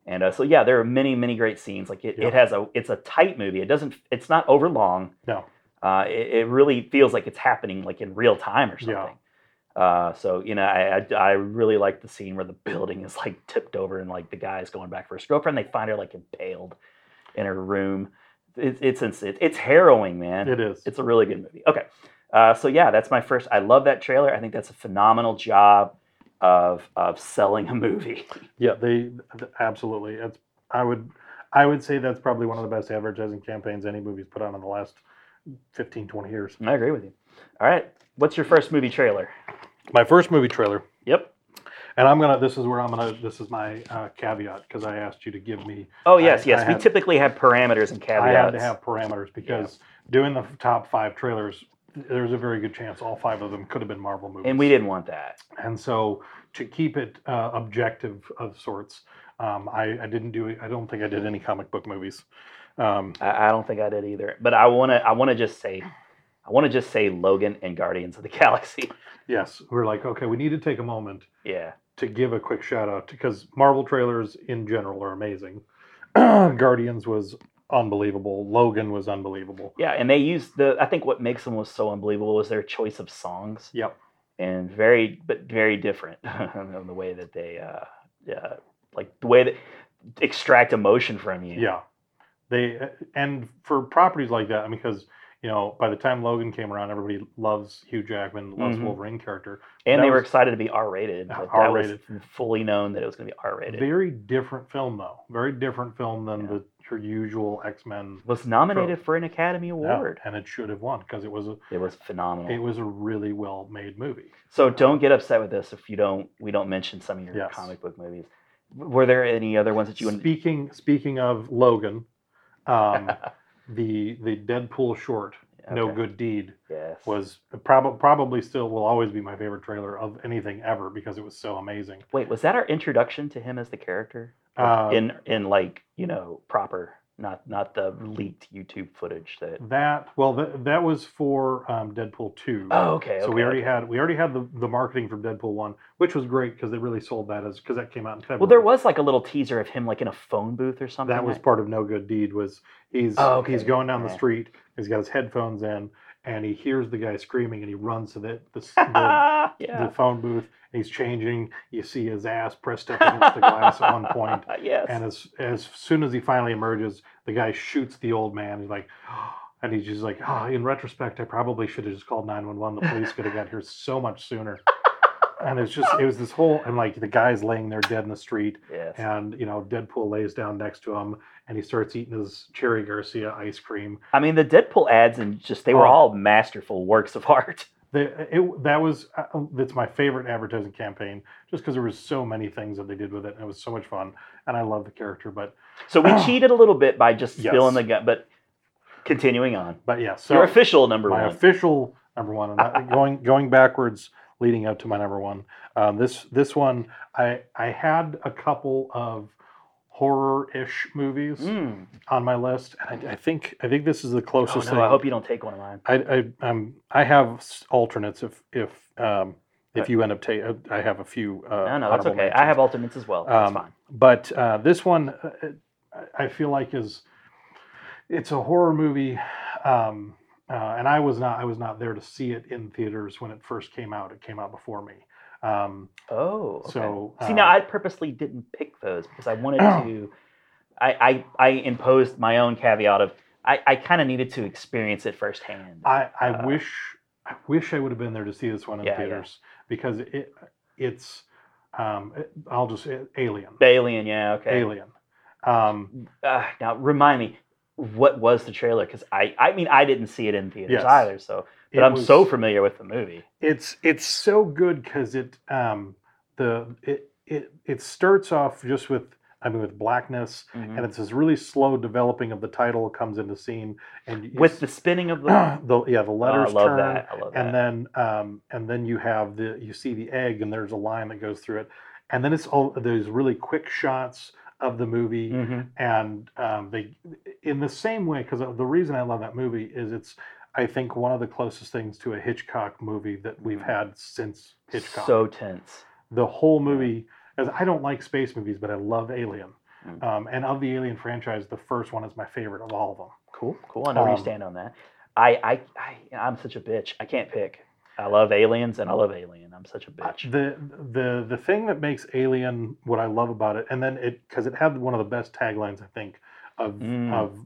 Speaker 2: And uh, so yeah, there are many many great scenes. Like it,
Speaker 1: Yeah.
Speaker 2: it has a it's a tight movie. It doesn't it's not over long.
Speaker 1: No.
Speaker 2: Uh, it, it really feels like it's happening like in real time or
Speaker 1: Yeah.
Speaker 2: something. Uh, so you know, I, I I really like the scene where the building is like tipped over and like the guy's going back for his girlfriend. They find her like impaled in her room. It's it's it's, it's harrowing, man.
Speaker 1: It is.
Speaker 2: It's a really good movie. Okay. Uh, so yeah, that's my first. I love that trailer. I think that's a phenomenal job of of selling a movie.
Speaker 1: Yeah, they th- absolutely. It's I would I would say that's probably one of the best advertising campaigns any movie's put on in the last 15 20 years.
Speaker 2: I agree with you. All right, what's your first movie trailer?
Speaker 1: My first movie trailer,
Speaker 2: Yep.
Speaker 1: and I'm gonna. This is where I'm gonna. This is my uh, caveat because I asked you to give me.
Speaker 2: Oh yes,
Speaker 1: I-
Speaker 2: yes.
Speaker 1: I
Speaker 2: we
Speaker 1: had-
Speaker 2: typically have parameters and caveats.
Speaker 1: I had to have parameters because doing the top five trailers, there's a very good chance all five of them could have been Marvel movies.
Speaker 2: and we didn't want that.
Speaker 1: And so to keep it uh, objective of sorts, um, I, I didn't do. I don't think I did any comic book movies. Um,
Speaker 2: I, I don't think I did either. But I wanna, I wanna just say, I wanna just say Logan and Guardians of the Galaxy.
Speaker 1: yes, we we're like, okay, we need to take a moment
Speaker 2: Yeah,
Speaker 1: to give a quick shout out because Marvel trailers in general are amazing. Guardians was unbelievable. Logan was unbelievable.
Speaker 2: yeah. And they used the. I think what makes them was so unbelievable was their choice of songs.
Speaker 1: Yep.
Speaker 2: and very but very different in the way that they uh, uh like the way that extract emotion from you
Speaker 1: Yeah. They and for properties like that, I mean, because you know, by the time Logan came around, everybody loves Hugh Jackman, loves
Speaker 2: Mhm.
Speaker 1: Wolverine character.
Speaker 2: and
Speaker 1: That
Speaker 2: they were
Speaker 1: was-
Speaker 2: excited to be r-rated
Speaker 1: Yeah,
Speaker 2: like
Speaker 1: R-rated.
Speaker 2: that was fully known that it was going to be r-rated
Speaker 1: Very different film though. Very different film than
Speaker 2: Yeah.
Speaker 1: the your usual X Men
Speaker 2: was nominated for an academy award
Speaker 1: and it should have won because it was a
Speaker 2: it was
Speaker 1: it
Speaker 2: phenomenal
Speaker 1: was a really well made movie.
Speaker 2: so don't get upset with us if you don't we don't mention some of your
Speaker 1: Yes.
Speaker 2: comic book movies were there any other ones that you would
Speaker 1: Speaking speaking of Logan, um, the the Deadpool short, No
Speaker 2: Okay.
Speaker 1: Good Deed,
Speaker 2: yes
Speaker 1: was prob- probably still will always be my favorite trailer of anything ever because it was so amazing.
Speaker 2: wait was that our introduction to him as the character
Speaker 1: Uh,
Speaker 2: in in like you know proper not not the leaked youtube footage that
Speaker 1: That well, that that was for um, Deadpool two.
Speaker 2: oh okay
Speaker 1: so
Speaker 2: okay,
Speaker 1: we already
Speaker 2: okay.
Speaker 1: had we already had the, the marketing from Deadpool one, which was great because they really sold that as because that came out in February.
Speaker 2: well there was like a little teaser of him like in a phone booth or something
Speaker 1: that was
Speaker 2: like-
Speaker 1: part of No Good Deed was he's
Speaker 2: Oh, okay.
Speaker 1: he's going down the
Speaker 2: Yeah.
Speaker 1: street, he's got his headphones in, and he hears the guy screaming, and he runs to the the, the,
Speaker 2: yeah
Speaker 1: the phone booth. And he's changing. You see his ass pressed up against the glass at one point.
Speaker 2: yes
Speaker 1: And as as soon as he finally emerges, the guy shoots the old man. He's like, and he's just like, oh, in retrospect, I probably should have just called nine one one. The police could have got here so much sooner. And it's just it was this whole and like the guy's laying there dead in the street,
Speaker 2: yes
Speaker 1: and you know Deadpool lays down next to him, and he starts eating his Cherry Garcia ice cream.
Speaker 2: i mean the deadpool ads and just they were
Speaker 1: Oh.
Speaker 2: all masterful works of art
Speaker 1: The, it, that was uh, that's my favorite advertising campaign, just because there was so many things that they did with it, and it was so much fun, and I love the character. But
Speaker 2: so we cheated a little bit by just
Speaker 1: Yes.
Speaker 2: spilling the gut but continuing on
Speaker 1: but yeah, so
Speaker 2: your official number
Speaker 1: my
Speaker 2: one
Speaker 1: official number one. And that- going going backwards, leading up to my number one. Um, this this one, I I had a couple of horror ish movies
Speaker 2: Mm.
Speaker 1: on my list, and I, I think I think this is the
Speaker 2: Oh,
Speaker 1: closest.
Speaker 2: no, i
Speaker 1: thing.
Speaker 2: hope you don't take one of mine
Speaker 1: I I um I have s- alternates if if um if you end up taking I have a few. Uh,
Speaker 2: no no that's
Speaker 1: honorable
Speaker 2: okay
Speaker 1: mentions.
Speaker 2: i have alternates as well that's
Speaker 1: Um,
Speaker 2: fine
Speaker 1: But uh, this one, uh, I- I feel like is it's a horror movie, um, uh, and I was not I was not there to see it in theaters when it first came out. It came out before me. Um,
Speaker 2: Oh, okay.
Speaker 1: So,
Speaker 2: see now
Speaker 1: uh,
Speaker 2: I purposely didn't pick those because I wanted to. I, I I imposed my own caveat of I, I kind of needed to experience it firsthand.
Speaker 1: I I
Speaker 2: Uh,
Speaker 1: wish I wish I would have been there to see this one in
Speaker 2: Yeah, yeah.
Speaker 1: theaters because it it's um, it- I'll just say Alien
Speaker 2: Alien, yeah, okay.
Speaker 1: Alien. Um,
Speaker 2: Uh, now remind me, what was the trailer? Because I I mean I didn't see it in theaters
Speaker 1: Yes.
Speaker 2: either, so but
Speaker 1: it
Speaker 2: I'm
Speaker 1: was-
Speaker 2: so familiar with the movie.
Speaker 1: it's it's so good because it um the it, it it starts off just with I mean with blackness
Speaker 2: Mhm.
Speaker 1: and it's this really slow developing of the title comes into scene and you
Speaker 2: With
Speaker 1: s-
Speaker 2: the spinning of the,
Speaker 1: the yeah the
Speaker 2: Oh,
Speaker 1: letters
Speaker 2: I love
Speaker 1: turn
Speaker 2: that. I love that.
Speaker 1: and then um and then you have the you see the egg and there's a line that goes through it and then it's all those really quick shots of the movie
Speaker 2: Mhm.
Speaker 1: and um, they in the same way because the reason i love that movie is it's i think one of the closest things to a hitchcock movie that we've
Speaker 2: Mhm.
Speaker 1: had since hitchcock
Speaker 2: so tense.
Speaker 1: the whole movie as i don't like space movies but i love alien
Speaker 2: Mm.
Speaker 1: Um, and of the Alien franchise, the first one is my favorite of all of them.
Speaker 2: Cool, cool. I know where
Speaker 1: Um,
Speaker 2: you stand on that. I, I, I, I'm such a bitch. I can't pick. I love aliens and I love Alien. I'm such a
Speaker 1: Uh,
Speaker 2: bitch.
Speaker 1: the the the thing that makes Alien what I love about it, and then it because it had one of the best taglines I think of
Speaker 2: Mm.
Speaker 1: of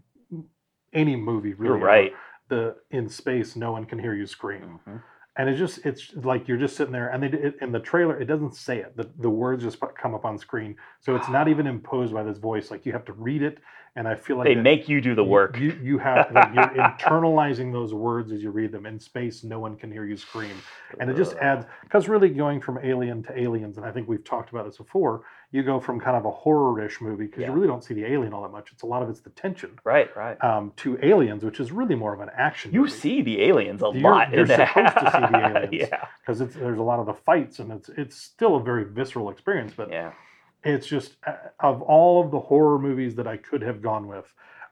Speaker 1: any movie. Really,
Speaker 2: You're right.
Speaker 1: The in space, no one can hear you scream,
Speaker 2: Mhm.
Speaker 1: and it's just it's like you're just sitting there, and they d- it, in the trailer it doesn't say it. The the words just pu- come up on screen, so it's not even imposed by this voice. Like you have to read it, and I feel like
Speaker 2: They
Speaker 1: that
Speaker 2: make you do the
Speaker 1: you-
Speaker 2: work.
Speaker 1: You you have like you're internalizing those words as you read them. In space, no one can hear you scream and it just
Speaker 2: Ugh.
Speaker 1: adds because really going from alien to aliens and i think we've talked about this before you go from kind of a horror-ish movie because
Speaker 2: Yeah.
Speaker 1: you really don't see the alien all that much it's a lot of it's the tension
Speaker 2: Right, right.
Speaker 1: um, to aliens which is really more of an action
Speaker 2: You see the aliens a
Speaker 1: You're-
Speaker 2: lot.
Speaker 1: you're
Speaker 2: in that.
Speaker 1: supposed to see the aliens.
Speaker 2: yeah,
Speaker 1: because it's there's a lot of the fights and it's it's still a very visceral experience but
Speaker 2: yeah.
Speaker 1: it's just uh, of all of the horror movies that I could have gone with,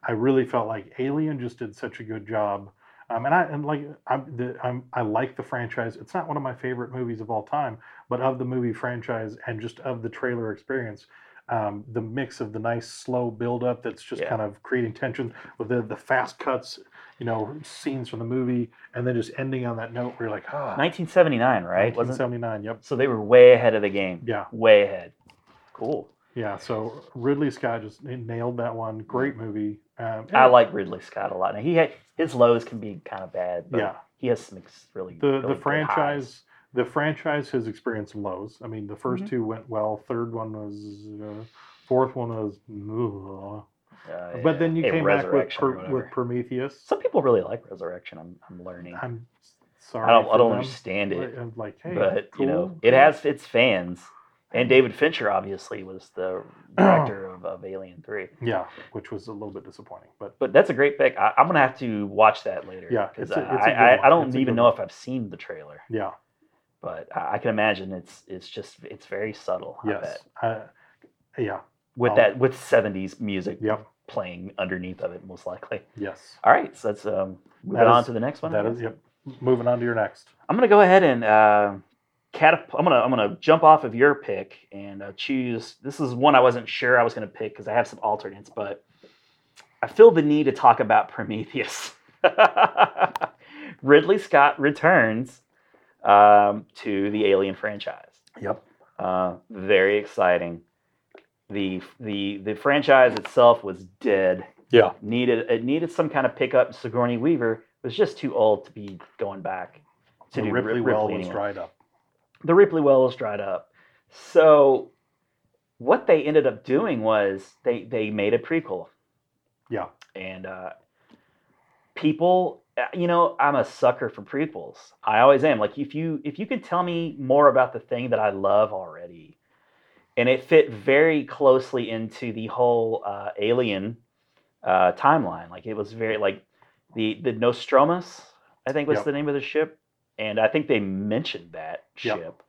Speaker 1: I really felt like Alien just did such a good job. Um, and I and like I'm, the, I'm I like the franchise. It's not one of my favorite movies of all time, but of the movie franchise and just of the trailer experience, um, the mix of the nice slow buildup that's just
Speaker 2: Yeah.
Speaker 1: kind of creating tension with the the fast cuts, you know, scenes from the movie, and then just ending on that note where you're like, ah,
Speaker 2: 1979, right? Wasn't
Speaker 1: 1979. Yep.
Speaker 2: so they were way ahead of the game.
Speaker 1: Yeah.
Speaker 2: way ahead. Cool.
Speaker 1: Yeah, so Ridley Scott just n- nailed that one. Great movie. Um,
Speaker 2: I like Ridley Scott a lot. Now he had his lows can be kind of bad, but
Speaker 1: Yeah,
Speaker 2: he has some ex- really
Speaker 1: the
Speaker 2: really
Speaker 1: the
Speaker 2: good highs.
Speaker 1: franchise. The franchise has experienced some lows. I mean, the 1st
Speaker 2: Mhm.
Speaker 1: two went well. Third one was, uh, fourth one was, ugh.
Speaker 2: Uh,
Speaker 1: but then you
Speaker 2: yeah,
Speaker 1: came back with
Speaker 2: Resurrection or
Speaker 1: per,
Speaker 2: whatever.
Speaker 1: with Prometheus.
Speaker 2: Some people really like Resurrection. I'm, I'm learning. i
Speaker 1: I'm sorry.
Speaker 2: don't,
Speaker 1: for
Speaker 2: I don't
Speaker 1: them.
Speaker 2: understand it,
Speaker 1: Like- I'm like, hey,
Speaker 2: but
Speaker 1: cool.
Speaker 2: you know, it has its fans. And David Fincher obviously was the director of, of Alien Three.
Speaker 1: Yeah, which was a little bit disappointing, but
Speaker 2: But that's a great pick. I, I'm gonna have to watch that later.
Speaker 1: Yeah,
Speaker 2: because
Speaker 1: it's
Speaker 2: I,
Speaker 1: a- it's a good
Speaker 2: I, I-
Speaker 1: one.
Speaker 2: I don't
Speaker 1: It's a
Speaker 2: even
Speaker 1: good
Speaker 2: know
Speaker 1: one.
Speaker 2: if I've seen the trailer,
Speaker 1: yeah,
Speaker 2: but I, I can imagine it's it's just it's very subtle. I
Speaker 1: yes,
Speaker 2: bet.
Speaker 1: uh, yeah,
Speaker 2: with
Speaker 1: I'll-
Speaker 2: that with 70s music
Speaker 1: yep,
Speaker 2: playing underneath of it, most likely.
Speaker 1: yes.
Speaker 2: All right, so that's um, moving
Speaker 1: That
Speaker 2: on
Speaker 1: is-
Speaker 2: to the next one. I
Speaker 1: That
Speaker 2: guess.
Speaker 1: is yep. Moving on to your next.
Speaker 2: I'm gonna go ahead and uh, catap- I'm gonna I'm gonna jump off of your pick and uh, choose. This is one I wasn't sure I was gonna pick because I have some alternates, but I feel the need to talk about Prometheus. Ridley Scott returns um, to the Alien franchise.
Speaker 1: Yep.
Speaker 2: Uh, very exciting. The the the franchise itself was dead.
Speaker 1: Yeah.
Speaker 2: Needed it needed some kind of pickup. Sigourney Weaver was just too old to be going back to
Speaker 1: The
Speaker 2: do
Speaker 1: Ripley,
Speaker 2: Rip-
Speaker 1: well was
Speaker 2: anymore.
Speaker 1: dried up.
Speaker 2: The Ripley well was dried up. So what they ended up doing was they they made a prequel.
Speaker 1: Yeah.
Speaker 2: And uh, people, uh, you know, I'm a sucker for prequels. I always am. Like if you if you can tell me more about the thing that I love already, and it fit very closely into the whole uh, Alien uh, timeline. Like it was very like the the Nostromus, I think was
Speaker 1: Yep.
Speaker 2: the name of the ship, and I think they mentioned that
Speaker 1: Yep.
Speaker 2: ship.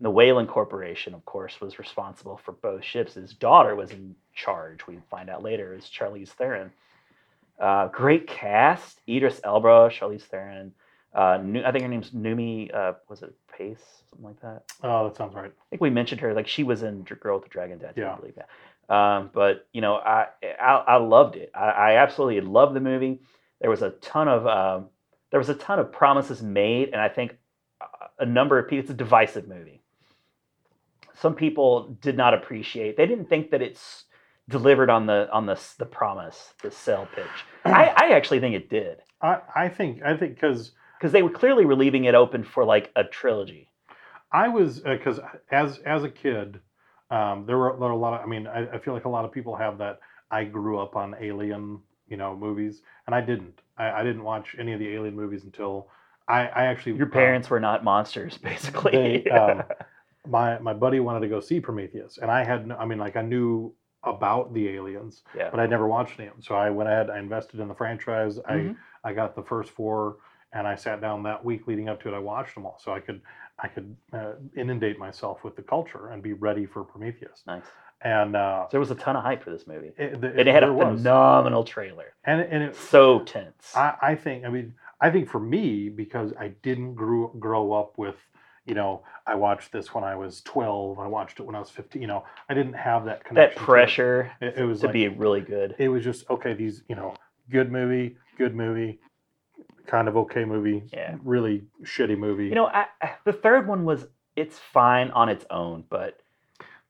Speaker 2: The Whalen Corporation, of course, was responsible for both ships. His daughter was in charge. We find out later is Charlize Theron. Uh, great cast: Idris Elba, Charlize Theron. Uh, Nu- I think her name's Numi. Uh, was it Pace? Something like that.
Speaker 1: Oh, that sounds right.
Speaker 2: I think we mentioned her. Like she was in Dr- Girl with the Dragon Tattoo,
Speaker 1: Yeah.
Speaker 2: I believe that. Um, but you know, I I, I loved it. I, I absolutely loved the movie. There was a ton of um, there was a ton of promises made, and I think uh, a- a number of people. It's a divisive movie. Some people did not appreciate. They didn't think that it's delivered on the on the s- the promise, the sell pitch. I, I actually think it did
Speaker 1: I, I think I think because
Speaker 2: because they were clearly were leaving it open for like a trilogy.
Speaker 1: I was because as as a kid, um, there were there were a lot of. I mean, I, I feel like a lot of people have that. I grew up on Alien, you know, movies, and I didn't. I, I didn't watch any of the Alien movies until I, I actually
Speaker 2: Your
Speaker 1: um,
Speaker 2: parents were not monsters, basically.
Speaker 1: they, um, my my buddy wanted to go see Prometheus, and I had. No, I mean, like I knew about the aliens,
Speaker 2: yeah.
Speaker 1: but I never watched any of them. So I went ahead, I invested in the franchise.
Speaker 2: Mhm.
Speaker 1: I I got the first four, and I sat down that week leading up to it. I watched them all, so I could I could uh, inundate myself with the culture and be ready for Prometheus.
Speaker 2: Nice.
Speaker 1: And uh,
Speaker 2: There was a ton of hype for this movie.
Speaker 1: it, the-
Speaker 2: And it had a
Speaker 1: there was.
Speaker 2: phenomenal trailer.
Speaker 1: and and it,
Speaker 2: So tense.
Speaker 1: I, I think I mean I think for me because I didn't grow grow up with you know, I watched this when I was 12. I watched it when I was 15. You know, I didn't have that
Speaker 2: that
Speaker 1: connection. to it.
Speaker 2: pressure
Speaker 1: It, it was
Speaker 2: to
Speaker 1: like-
Speaker 2: be really good.
Speaker 1: It was just okay. These, you know, good movie, good movie, kind of okay movie,
Speaker 2: Yeah.
Speaker 1: really shitty movie.
Speaker 2: You know, I, I- the third one was it's fine on its own, but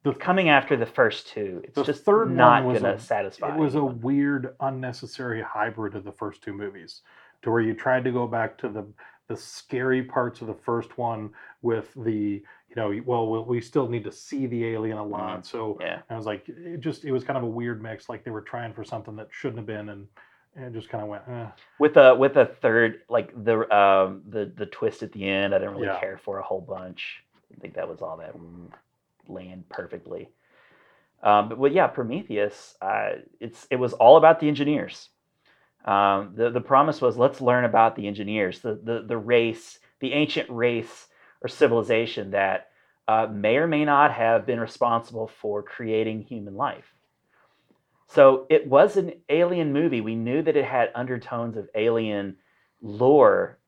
Speaker 1: The-
Speaker 2: coming after the first two, it's
Speaker 1: the
Speaker 2: just
Speaker 1: third one
Speaker 2: not
Speaker 1: was
Speaker 2: gonna
Speaker 1: a-
Speaker 2: satisfy.
Speaker 1: it was a
Speaker 2: anyone.
Speaker 1: weird, unnecessary hybrid of the first two movies, to where you tried to go back to the the scary parts of the first one with the you know well we- we still need to see the alien a lot so
Speaker 2: yeah.
Speaker 1: I was like it just it was kind of a weird mix like they were trying for something that shouldn't have been and and it just kind of went eh.
Speaker 2: With a with a third like the um the the twist at the end, I didn't really
Speaker 1: Yeah.
Speaker 2: care for a whole bunch. I think that was all that land perfectly. Um, but well, yeah, Prometheus. Uh, it's it was all about the engineers. Um, the the promise was let's learn about the engineers, the the the race, the ancient race or civilization that uh, may or may not have been responsible for creating human life. So it was an alien movie. We knew that it had undertones of alien lore,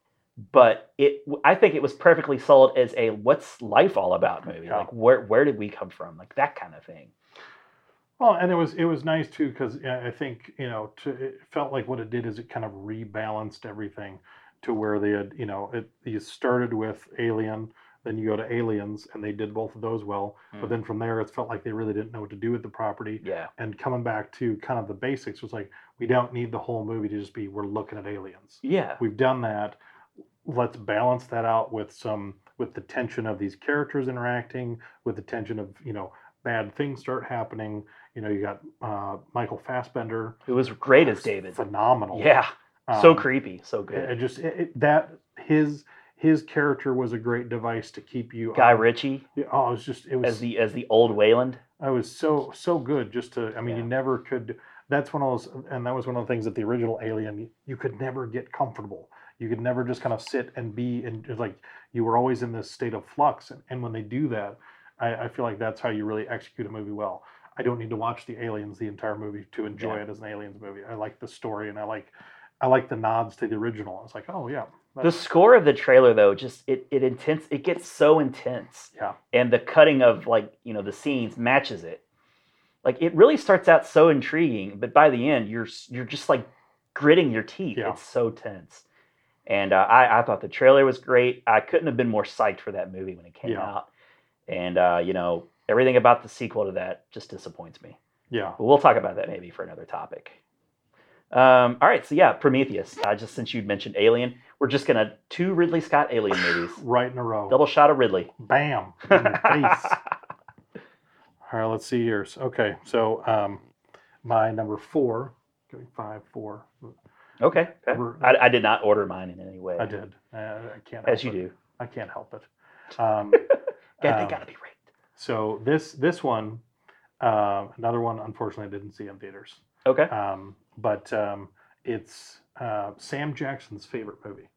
Speaker 2: but it I think it was perfectly sold as a what's life all about movie.
Speaker 1: Yeah.
Speaker 2: Like where where did we come from? Like that kind of thing.
Speaker 1: Well, and it was it was nice too because I think you know to, it felt like what it did is it kind of rebalanced everything to where they had you know it you started with Alien, then you go to Aliens, and they did both of those well. But
Speaker 2: Mm.
Speaker 1: then from there, it felt like they really didn't know what to do with the property.
Speaker 2: Yeah.
Speaker 1: And coming back to kind of the basics was like we don't need the whole movie to just be we're looking at aliens.
Speaker 2: Yeah.
Speaker 1: We've done that. Let's balance that out with some with the tension of these characters interacting, with the tension of you know bad things start happening. You know, you got uh, Michael Fassbender,
Speaker 2: It was great as David.
Speaker 1: phenomenal.
Speaker 2: Yeah. so
Speaker 1: Um,
Speaker 2: creepy. So
Speaker 1: It, it
Speaker 2: good.
Speaker 1: just it, it- that his his character was a great device to keep you.
Speaker 2: Guy
Speaker 1: on-
Speaker 2: Ritchie
Speaker 1: Yeah, Oh, it was just it was
Speaker 2: as the as the old Wayland.
Speaker 1: I was so so good just to I mean you
Speaker 2: Yeah.
Speaker 1: never could that's one of those and that was one of the things that the original alien you, you could never get comfortable. You could never just kind of sit and be and just like you were always in this state of flux and, and when they do that, I, I feel like that's how you really execute a movie well. I don't need to watch the aliens the entire movie to enjoy
Speaker 2: Yeah.
Speaker 1: it as an aliens movie. I like the story and I like I like the nods to the original. It's like, oh yeah.
Speaker 2: The
Speaker 1: that's-
Speaker 2: score of the trailer though, just it it intense it gets so intense.
Speaker 1: Yeah.
Speaker 2: And the cutting of like, you know, the scenes matches it. Like it really starts out so intriguing, but by the end you're s- you're just like gritting your teeth.
Speaker 1: Yeah.
Speaker 2: It's so tense. And uh, I I thought the trailer was great. I couldn't have been more psyched for that movie when it came
Speaker 1: Yeah.
Speaker 2: out. And uh, you know, everything about the sequel to that just disappoints me.
Speaker 1: yeah.
Speaker 2: But we'll talk about that maybe for another topic. Um, all right, so yeah, Prometheus. I just since you mentioned Alien, we're just gonna two Ridley Scott Alien movies,
Speaker 1: Right in a row.
Speaker 2: double shot of Ridley.
Speaker 1: Bam. In the face. All right, let's see yours. Okay, so um, my number four, going five, four.
Speaker 2: okay,
Speaker 1: Number-
Speaker 2: I, I did not order mine in any way.
Speaker 1: I did. Uh, I can't.
Speaker 2: as you
Speaker 1: help it.
Speaker 2: do.
Speaker 1: I can't help it. Um,
Speaker 2: Yeah,
Speaker 1: um,
Speaker 2: they gotta be ranked.
Speaker 1: so this this one, uh, another one, unfortunately, I didn't see in theaters.
Speaker 2: Okay.
Speaker 1: Um, but um, it's uh, Sam Jackson's favorite movie.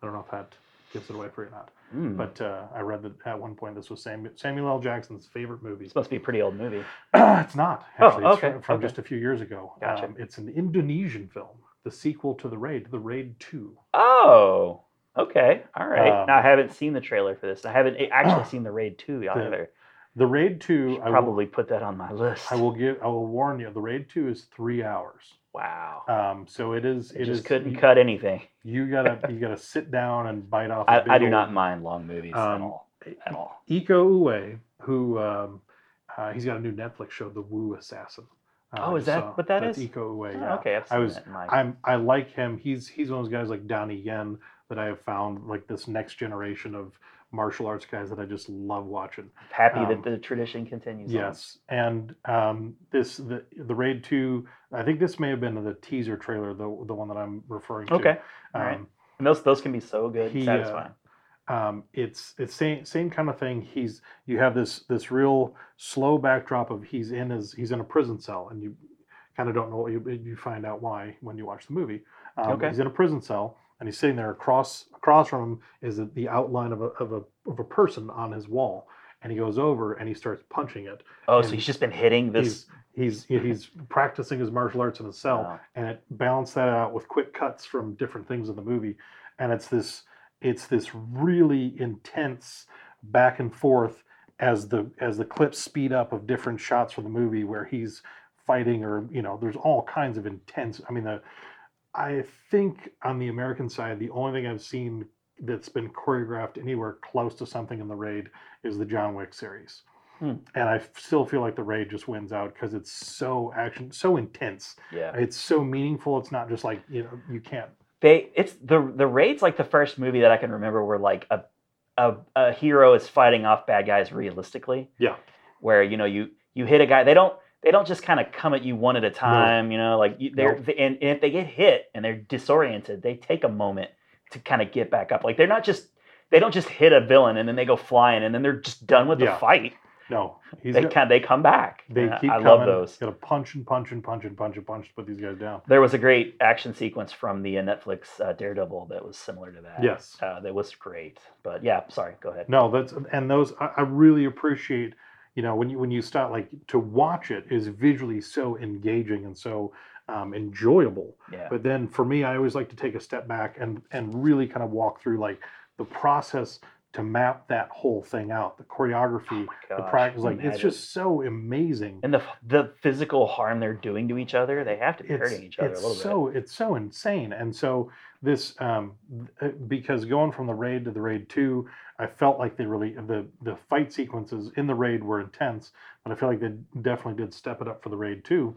Speaker 1: I don't know if that gives it away for you or not,
Speaker 2: Mm,
Speaker 1: but uh, I read that at one point this was Samuel, Samuel L. Jackson's favorite movie.
Speaker 2: this must be a pretty old movie.
Speaker 1: Uh, it's not.
Speaker 2: Oh,
Speaker 1: Actually. It's
Speaker 2: okay,
Speaker 1: From, from
Speaker 2: okay.
Speaker 1: just a few years ago. Um,
Speaker 2: Gotcha.
Speaker 1: it's an Indonesian film, the sequel to The Raid, The Raid 2.
Speaker 2: Oh, okay, all right.
Speaker 1: Um,
Speaker 2: now I haven't seen the trailer for this. I haven't a- actually seen the Raid Two either.
Speaker 1: The Raid 2,
Speaker 2: Should
Speaker 1: I will,
Speaker 2: probably put that on my list.
Speaker 1: I will give, I will warn you, The Raid 2 is three hours.
Speaker 2: Wow.
Speaker 1: Um, so it is,
Speaker 2: I
Speaker 1: it
Speaker 2: just
Speaker 1: is-
Speaker 2: couldn't
Speaker 1: you,
Speaker 2: cut anything.
Speaker 1: You gotta, you gotta sit down and bite off. a
Speaker 2: I,
Speaker 1: big
Speaker 2: I do
Speaker 1: old-
Speaker 2: not mind long movies at
Speaker 1: Um,
Speaker 2: all. At all.
Speaker 1: Iko Uwe, who, um, uh, he's got a new Netflix show, The Wu Assassin. Uh,
Speaker 2: Oh,
Speaker 1: I
Speaker 2: is
Speaker 1: just
Speaker 2: that what that
Speaker 1: that's
Speaker 2: is?
Speaker 1: Iko Uwe.
Speaker 2: Oh,
Speaker 1: yeah.
Speaker 2: Okay, I've
Speaker 1: I
Speaker 2: seen
Speaker 1: was-
Speaker 2: that in my
Speaker 1: I'm I like him. He's he's one of those guys like Donnie Yen that I have found like this next generation of martial arts guys that I just love watching.
Speaker 2: happy
Speaker 1: um,
Speaker 2: that the tradition continues. on.
Speaker 1: Yes, and um, this the the raid two. I think this may have been the teaser trailer, the the one that I'm referring to.
Speaker 2: Okay.
Speaker 1: um,
Speaker 2: all right. And those those can be so good, and
Speaker 1: He, uh,
Speaker 2: satisfying.
Speaker 1: um, it's it's same same kind of thing. He's you have this this real slow backdrop of he's in his he's in a prison cell, and you kind of don't know what you you find out why when you watch the movie. Um,
Speaker 2: Okay.
Speaker 1: He's in a prison cell, and he's sitting there across across from him is the- the outline of a of a of a person on his wall, and he goes over and he starts punching it.
Speaker 2: oh, so
Speaker 1: and
Speaker 2: he's just been hitting this.
Speaker 1: He's he's he's practicing his martial arts in his cell,
Speaker 2: Wow.
Speaker 1: and it balanced that out with quick cuts from different things in the movie. And it's this it's this really intense back and forth as the as the clips speed up of different shots from the movie where he's fighting or you know there's all kinds of intense i mean the i think on the american side the only thing i've seen that's been choreographed anywhere close to something in the raid is the john wick series
Speaker 2: Hmm.
Speaker 1: and i still feel like the raid just wins out because it's so action so intense
Speaker 2: Yeah.
Speaker 1: it's so meaningful it's not just like you know you can't
Speaker 2: They it's the the raid's like the first movie that I can remember where like a a, a hero is fighting off bad guys realistically.
Speaker 1: Yeah.
Speaker 2: Where you know you you hit a guy they don't they don't just kind of come at you one at a time you know like you, they're they, and, and if they get hit and they're disoriented they take a moment to kind of get back up like they're not just they don't just hit a villain and then they go flying and then they're just done with the
Speaker 1: Yeah.
Speaker 2: fight
Speaker 1: no he's
Speaker 2: they
Speaker 1: got-
Speaker 2: kind they come back
Speaker 1: they
Speaker 2: Yeah,
Speaker 1: keep
Speaker 2: I
Speaker 1: coming,
Speaker 2: love those
Speaker 1: gotta punch and punch and punch and punch and punch to put these guys down
Speaker 2: There was a great action sequence from the uh, Netflix uh, Daredevil that was similar to that.
Speaker 1: yes
Speaker 2: Uh, that was great. But yeah, sorry, go ahead.
Speaker 1: No, that's and those I, I really appreciate. You know, when you when you start like to watch it is visually so engaging and so um, enjoyable.
Speaker 2: Yeah.
Speaker 1: But then for me, I always like to take a step back and and really kind of walk through like the process to map that whole thing out, the choreography, the
Speaker 2: Oh Gosh,
Speaker 1: practice. Like it's
Speaker 2: imagine.
Speaker 1: just so amazing.
Speaker 2: And the, the physical harm they're doing to each other, they have to be hurting each other a
Speaker 1: it's
Speaker 2: little bit.
Speaker 1: so it's so insane and so this um th- uh, because going from the raid to the raid 2 i felt like they really the the fight sequences in the raid were intense but i feel like they definitely did step it up for the raid 2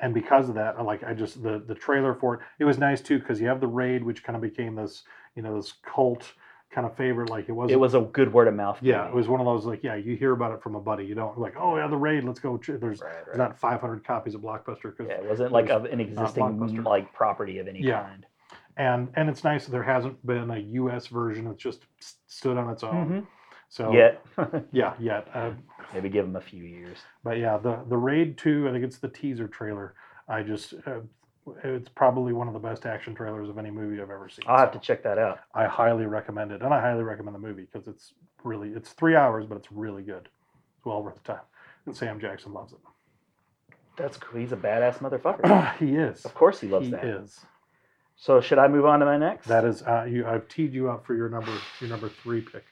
Speaker 1: and because of that i like i just the the trailer for it it was nice too because you have the raid which kind of became this you know this cult kind of favorite like it was
Speaker 2: It was a good word of mouth.
Speaker 1: yeah it
Speaker 2: movie.
Speaker 1: was one of those like yeah you hear about it from a buddy you don't like oh yeah the raid let's go ch- there's
Speaker 2: Right,
Speaker 1: there's
Speaker 2: right.
Speaker 1: not 500 copies of blockbuster because
Speaker 2: Yeah, it wasn't like
Speaker 1: there's,
Speaker 2: of an existing
Speaker 1: Blockbuster.
Speaker 2: like property of any
Speaker 1: Yeah.
Speaker 2: kind.
Speaker 1: and and it's nice that there hasn't been a U.S. version. It's just s- stood on its own.
Speaker 2: Mhm.
Speaker 1: So
Speaker 2: Yet,
Speaker 1: yeah, yet. Uh,
Speaker 2: maybe give them a few years.
Speaker 1: but yeah, the the raid two. I think it's the teaser trailer. I just uh, it's probably one of the best action trailers of any movie I've ever seen.
Speaker 2: I'll have
Speaker 1: so
Speaker 2: to check that out.
Speaker 1: I highly recommend it, and I highly recommend the movie because it's really it's three hours, but it's really good. It's well worth the time, and Sam Jackson loves it.
Speaker 2: That's cool. He's a badass motherfucker.
Speaker 1: he is.
Speaker 2: of course, he loves
Speaker 1: he
Speaker 2: that.
Speaker 1: is.
Speaker 2: So, should I move on to my next?
Speaker 1: That is. Uh, you. I've teed you up for your number your number three pick.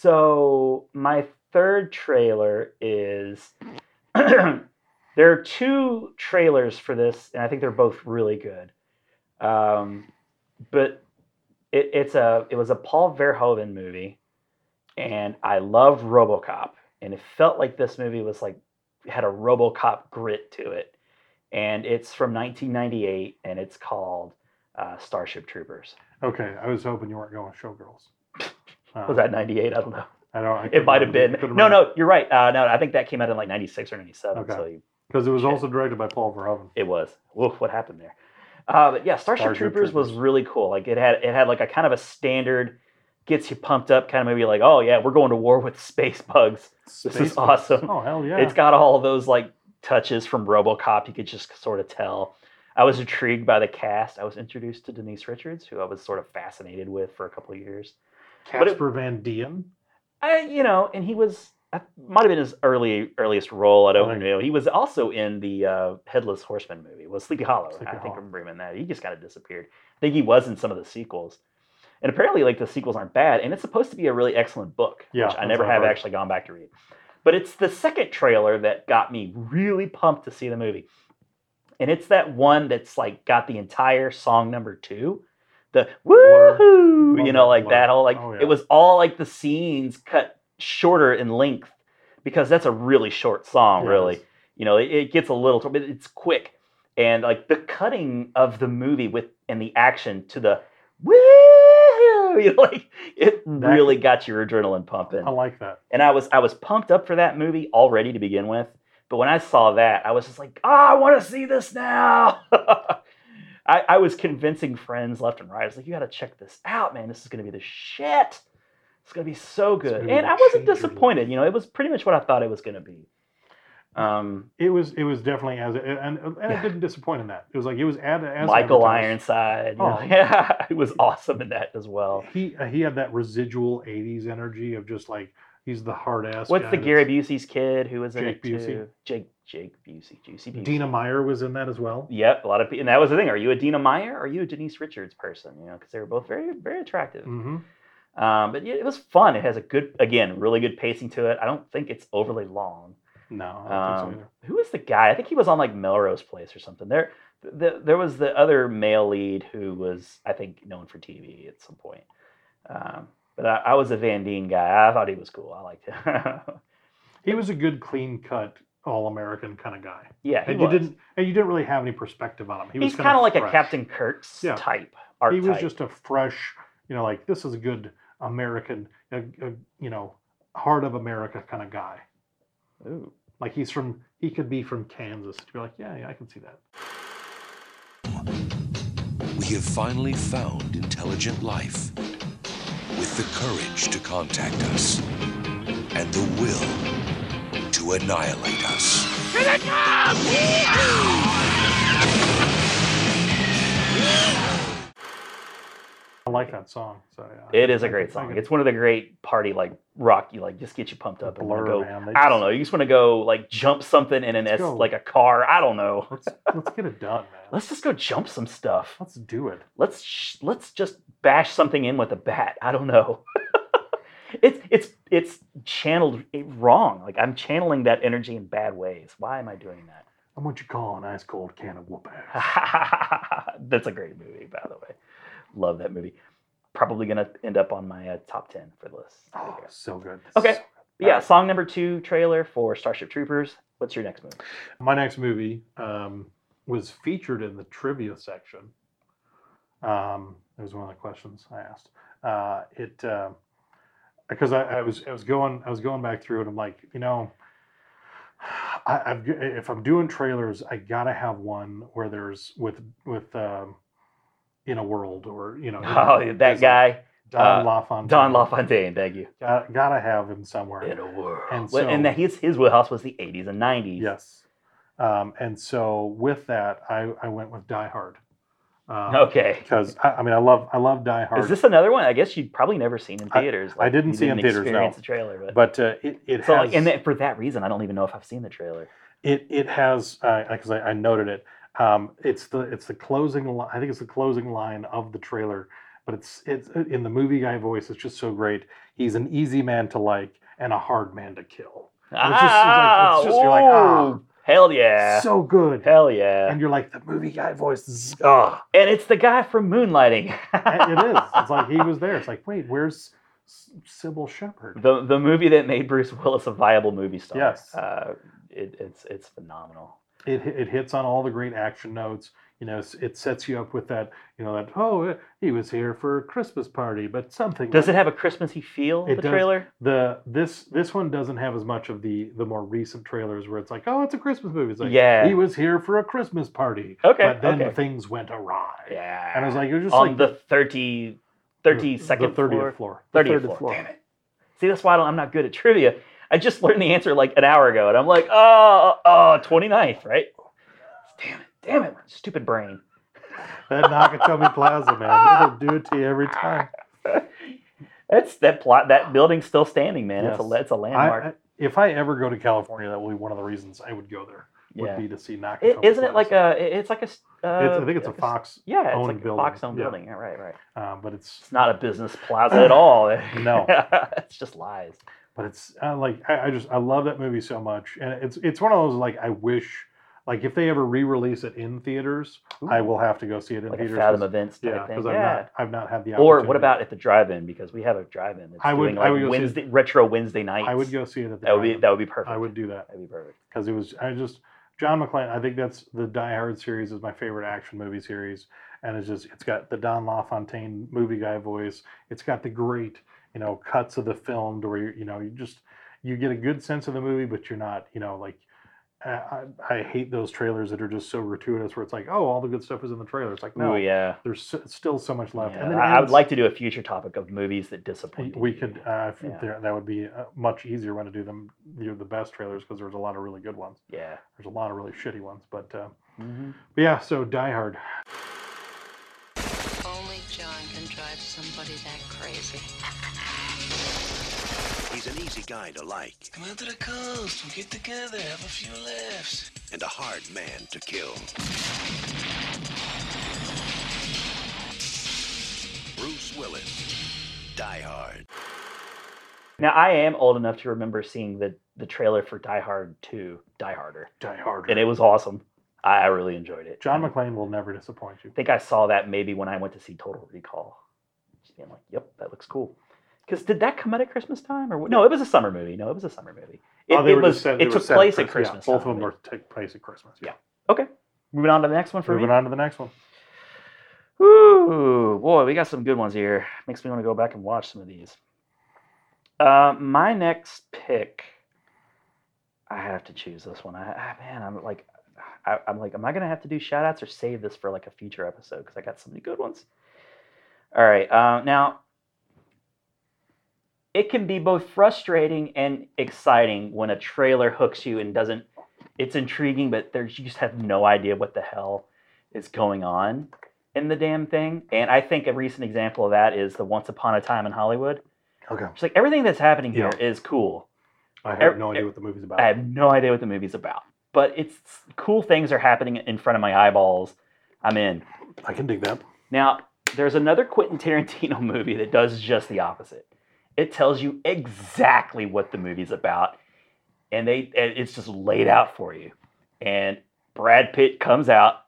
Speaker 2: So my third trailer is there are two trailers for this, and I think they're both really good. Um, but it, it's a it was a Paul Verhoeven movie, and I love RoboCop, and it felt like this movie was like had a RoboCop grit to it, and it's from 1998, and it's called uh, Starship Troopers.
Speaker 1: Okay, I was hoping you weren't going with Showgirls. Uh,
Speaker 2: Was that 98? I don't know.
Speaker 1: I don't. I
Speaker 2: It might have been. No, no, you're right. Uh, no, I think that came out in like '96 or '97.
Speaker 1: Okay.
Speaker 2: So you,
Speaker 1: because it was also directed by Paul Verhoeven.
Speaker 2: it was. Woof, what happened there? Uh, but yeah, Starship,
Speaker 1: Starship
Speaker 2: Troopers, was
Speaker 1: Troopers.
Speaker 2: really cool. Like it had it had like a kind of a standard, gets you pumped up kind of movie. Like oh yeah, we're going to war with space bugs. This is
Speaker 1: Spaceballs.
Speaker 2: awesome.
Speaker 1: Oh hell yeah!
Speaker 2: It's got all those like touches from RoboCop. You could just sort of tell. I was intrigued by the cast. I was introduced to Denise Richards, who I was sort of fascinated with for a couple of years. but it-
Speaker 1: Casper Van Dien.
Speaker 2: I, you know, and he was I- might have been his early earliest role. I don't
Speaker 1: Right.
Speaker 2: know. He was also in the uh, Headless Horseman movie. Was Sleepy Hollow?
Speaker 1: Sleepy
Speaker 2: I think
Speaker 1: Hollow.
Speaker 2: I remember him in that. He just kind of disappeared. I think he was in some of the sequels. And apparently, like the sequels aren't bad, and it's supposed to be a really excellent book,
Speaker 1: Yeah,
Speaker 2: which I
Speaker 1: that's
Speaker 2: never
Speaker 1: what I've
Speaker 2: have
Speaker 1: heard.
Speaker 2: actually gone back to read. But it's the second trailer that got me really pumped to see the movie, and it's that one that's like got the entire song number two, the
Speaker 1: Blur.
Speaker 2: woohoo,
Speaker 1: Love
Speaker 2: you know,
Speaker 1: that
Speaker 2: like
Speaker 1: blur.
Speaker 2: that. All like
Speaker 1: Oh, yeah.
Speaker 2: it was all like the scenes cut shorter in length because that's a really short song,
Speaker 1: Yeah, it
Speaker 2: really.
Speaker 1: is.
Speaker 2: You know, it, it gets a little, but it's quick. And like the cutting of the movie with and the action to the woo, you know, like it
Speaker 1: That-
Speaker 2: really got your adrenaline pumping.
Speaker 1: I like that.
Speaker 2: And I was I was pumped up for that movie already to begin with. But when I saw that, I was just like, ah, I want to see this now. I, I was convincing friends left and right. I was like, you got to check this out, man. This is going to be the shit. It's going to be so good.
Speaker 1: gonna be
Speaker 2: And
Speaker 1: the
Speaker 2: I wasn't
Speaker 1: change of the-
Speaker 2: disappointed. You know, it was pretty much what I thought it was going to be. Um,
Speaker 1: It was. It was definitely as and and
Speaker 2: Yeah.
Speaker 1: it didn't disappoint in that. It was like it was ad, as
Speaker 2: Michael
Speaker 1: advertised.
Speaker 2: Ironside. you know,
Speaker 1: Oh.
Speaker 2: Yeah, he was awesome in that as well.
Speaker 1: He uh, he had that residual '80s energy of just like he's the hard ass.
Speaker 2: What's the Gary Busey's kid who was in
Speaker 1: Jake
Speaker 2: it
Speaker 1: Busey.
Speaker 2: too? Jake Jake Busey, Juicy Busey.
Speaker 1: Dina Meyer was in that as well.
Speaker 2: Yep, a lot of people, and that was the thing. Are you a Dina Meyer? Or are you a Denise Richards person? You know, because they were both very, very attractive.
Speaker 1: hmm
Speaker 2: Um, but yeah, it was fun. It has a good, again, really good pacing to it. I don't think it's overly long.
Speaker 1: No, I don't think so
Speaker 2: Um,
Speaker 1: either.
Speaker 2: who was the guy? I think he was on like Melrose Place or something. There, the, there was the other male lead who was, I think, known for TV at some point. Um, but I, I was a Van Deen guy. I thought he was cool. I liked him.
Speaker 1: He was a good, clean cut, all American kind of guy,
Speaker 2: yeah, he
Speaker 1: and
Speaker 2: was.
Speaker 1: you didn't and you didn't really have any perspective on him. He was
Speaker 2: He's kind of like a
Speaker 1: fresh.
Speaker 2: Captain Kirk's
Speaker 1: Yeah.
Speaker 2: type. Archetype.
Speaker 1: He was just a fresh, you know, like this is a good American, a, a, you know, heart of America kind of guy.
Speaker 2: Ooh.
Speaker 1: Like he's from, he could be from Kansas. You're like, yeah, yeah, I can see that.
Speaker 6: we have finally found intelligent life with the courage to contact us and the will to annihilate us.
Speaker 1: I like that song. So yeah,
Speaker 2: It is a great song. It's one of the great party like rock. You like just get you pumped up and wanna
Speaker 1: blur,
Speaker 2: go.
Speaker 1: man. They
Speaker 2: I
Speaker 1: just-
Speaker 2: don't know. You just want to go like jump something in an
Speaker 1: Let's
Speaker 2: S,
Speaker 1: go.
Speaker 2: like a car. I don't know.
Speaker 1: Let's let's get it done, man. Let's
Speaker 2: Let's just go jump some stuff.
Speaker 1: let's do it.
Speaker 2: Let's sh- let's just bash something in with a bat. I don't know. it's it's it's channeled it wrong. Like I'm channeling that energy in bad ways. Why am I doing that?
Speaker 1: I'm what you call an ice cold can of whoop ass.
Speaker 2: Ah, That's a great movie, by the way. Love that movie. Probably gonna end up on my uh, top ten for the list.
Speaker 1: Oh, so good.
Speaker 2: Okay.
Speaker 1: So
Speaker 2: But yeah,
Speaker 1: Alright.
Speaker 2: song number two trailer for Starship Troopers. What's your next movie?
Speaker 1: My next movie um, was featured in the trivia section. Um, it was one of the questions I asked. Uh, it uh, because I, I was I was going I was going back through it. I'm like, you know, I, I've, g- if I'm doing trailers, I gotta have one where there's with with um, in a world or you know in-
Speaker 2: Oh, that
Speaker 1: there's a
Speaker 2: guy,
Speaker 1: Don
Speaker 2: uh,
Speaker 1: LaFontaine.
Speaker 2: Don LaFontaine. Thank you.
Speaker 1: Gotta, gotta have him somewhere.
Speaker 2: a world.
Speaker 1: And
Speaker 2: And,
Speaker 1: so-
Speaker 2: that his his wheelhouse was the 80s and 90s.
Speaker 1: Yes. Um, and so with that, I, I went with Die Hard. Um,
Speaker 2: Okay.
Speaker 1: Because I, I mean, I love I love Die Hard,
Speaker 2: Is this another one? I guess you'd probably never seen in
Speaker 1: I-
Speaker 2: theaters.
Speaker 1: I didn't
Speaker 2: you
Speaker 1: see in theaters, no.
Speaker 2: Experience the trailer, but,
Speaker 1: but uh, it it
Speaker 2: so
Speaker 1: has
Speaker 2: like, and that, for that reason, I don't even know if I've seen the trailer.
Speaker 1: it it has because I, I noted it. Um, it's the it's the closing li- I think it's the closing line of the trailer, but it's it's uh, in the movie guy voice. It's just so great. He's an easy man to like and a hard man to kill. it's just like- it's just- you're like, ah.
Speaker 2: ooh, hell yeah,
Speaker 1: So good.
Speaker 2: hell yeah,
Speaker 1: And
Speaker 2: and,
Speaker 1: you're like the movie guy voice. is- Ah,
Speaker 2: it's the guy from Moonlighting.
Speaker 1: And it is. It's like he was there. It's like wait, where's S- Sybil Shepherd?
Speaker 2: the the movie that made Bruce Willis a viable movie star.
Speaker 1: Yes.
Speaker 2: uh, it, it's it's phenomenal.
Speaker 1: it hi- it hits on all the great action notes. You know, s- it sets you up with that. You know that oh, eh, he was here for a Christmas party, but something
Speaker 2: Does it have a Christmassy feel?
Speaker 1: It
Speaker 2: the
Speaker 1: does.
Speaker 2: trailer.
Speaker 1: the this this one doesn't have as much of the the more recent trailers where it's like oh, it's a Christmas movie. It's like
Speaker 2: Yeah.
Speaker 1: he was here for a Christmas party.
Speaker 2: Okay,
Speaker 1: but then
Speaker 2: okay.
Speaker 1: things went awry.
Speaker 2: Yeah.
Speaker 1: and I was like, it was just
Speaker 2: on
Speaker 1: like
Speaker 2: the 30,
Speaker 1: the
Speaker 2: 32nd floor.
Speaker 1: thirtieth floor,
Speaker 2: 30th floor. Damn it. See, that's why I don't, I'm not good at trivia. I just learned the answer like an hour ago, and I'm like, oh, oh, 29th, right? Damn it, damn it, stupid brain.
Speaker 1: That Nakatomi Plaza, man, it'll do it to you
Speaker 2: Ah.
Speaker 1: every time.
Speaker 2: That's that plot. That building's still standing, man. It's a
Speaker 1: Yes.
Speaker 2: that's a
Speaker 1: I,
Speaker 2: landmark.
Speaker 1: I- if I ever go to California, that will be one of the reasons I would go there. Would
Speaker 2: yeah.
Speaker 1: be to see Nakatomi.
Speaker 2: It, isn't it like
Speaker 1: Plaza.
Speaker 2: a? It's like a. s- Uh,
Speaker 1: It's, I think it's a
Speaker 2: like s-
Speaker 1: Fox
Speaker 2: Yeah, it's
Speaker 1: owned
Speaker 2: like a
Speaker 1: building.
Speaker 2: Fox owned
Speaker 1: Yeah.
Speaker 2: building. Yeah, right, right.
Speaker 1: Uh, but it's
Speaker 2: It's not a business plaza at all.
Speaker 1: No.
Speaker 2: it's just lies.
Speaker 1: but it's uh, like I, I just I love that movie so much, and it's it's one of those like I wish like if they ever re-release it in theaters, I will have to go see it in
Speaker 2: like a
Speaker 1: theaters.
Speaker 2: Fathom
Speaker 1: 'cause-
Speaker 2: events type
Speaker 1: yeah,
Speaker 2: thing.
Speaker 1: because I've
Speaker 2: Yeah.
Speaker 1: not I've not had the
Speaker 2: Or what
Speaker 1: opportunity.
Speaker 2: about at the drive-in? Because we have a drive-in. That's
Speaker 1: I would-
Speaker 2: doing
Speaker 1: I
Speaker 2: like
Speaker 1: would go see it.
Speaker 2: Wednesday retro Wednesday nights.
Speaker 1: I would go see it at the.
Speaker 2: That would be
Speaker 1: drive-in.
Speaker 2: that would be perfect.
Speaker 1: I would do that
Speaker 2: That'd be perfect.
Speaker 1: because it was I just John McClane. I think that's the Die Hard series is my favorite action movie series, and it's just it's got the Don LaFontaine movie guy voice. It's got the great you know cuts of the film to where you you know you just you get a good sense of the movie, but you're not you know like. I, I I hate those trailers that are just so gratuitous, where it's like, oh, all the good stuff is in the trailer. It's like, no,
Speaker 2: Oh yeah.
Speaker 1: there's so, still so much left.
Speaker 2: Yeah,
Speaker 1: then it
Speaker 2: I, I would
Speaker 1: ends-
Speaker 2: like to do a future topic of movies that disappoint.
Speaker 1: we could uh, if
Speaker 2: Yeah.
Speaker 1: there, that would be uh, much easier when to do them. You know, the best trailers because there's a lot of really good ones.
Speaker 2: Yeah.
Speaker 1: There's a lot of really shitty ones, but uh,
Speaker 2: Mhm.
Speaker 1: but yeah, so Die Hard.
Speaker 7: Only John can drive somebody that crazy.
Speaker 4: He's an easy guy to like
Speaker 5: Come out to the coast. We'll get together. Have a few laughs.
Speaker 4: and a hard man to kill. Bruce Willis, Die
Speaker 3: Die Hard.
Speaker 2: Now I am old enough to remember seeing the the trailer for Die Hard 2, Die Harder,
Speaker 1: Die Harder.
Speaker 2: and it was awesome. I, I really enjoyed it.
Speaker 1: John
Speaker 2: I
Speaker 1: McClane will never disappoint you.
Speaker 2: think I saw that maybe when I went to see Total Recall. Just being like, "Yep, that looks cool." Because did that come out at Christmas time or what? no? It was a summer movie. No, it was a summer movie. It,
Speaker 1: Oh, they
Speaker 2: it
Speaker 1: were
Speaker 2: was.
Speaker 1: just set- they
Speaker 2: it
Speaker 1: were
Speaker 2: took
Speaker 1: set
Speaker 2: place at
Speaker 1: Christ- yeah,
Speaker 2: Christmas.
Speaker 1: both
Speaker 2: time,
Speaker 1: of them
Speaker 2: I
Speaker 1: were
Speaker 2: think.
Speaker 1: take place at Christmas.
Speaker 2: Yeah. okay. Moving on to the next one for me.
Speaker 1: Moving on to the next one.
Speaker 2: Ooh, boy, we got some good ones here. Makes me want to go back and watch some of these. Uh, my next pick, I have to choose this one. I, I man, I'm like, I, I'm like, am I gonna have to do shout outs or save this for like a future episode? Because I got so many good ones. All right, uh, now it can be both frustrating and exciting when a trailer hooks you and doesn't. It's intriguing, but there's you just have no idea what the hell is going on in the damn thing. And I think a recent example of that is the Once Upon a Time in Hollywood.
Speaker 1: Okay.
Speaker 2: It's like everything that's happening here is
Speaker 1: Yeah.
Speaker 2: cool.
Speaker 1: I have
Speaker 2: Every-
Speaker 1: no idea what the movie's about.
Speaker 2: Er, I have no idea what the movie's about, but it's cool things are happening in front of my eyeballs. I'm in.
Speaker 1: I can dig that.
Speaker 2: Now, there's another Quentin Tarantino movie that does just the opposite. It tells you exactly what the movie's about, and they and it's just laid out for you. And Brad Pitt comes out,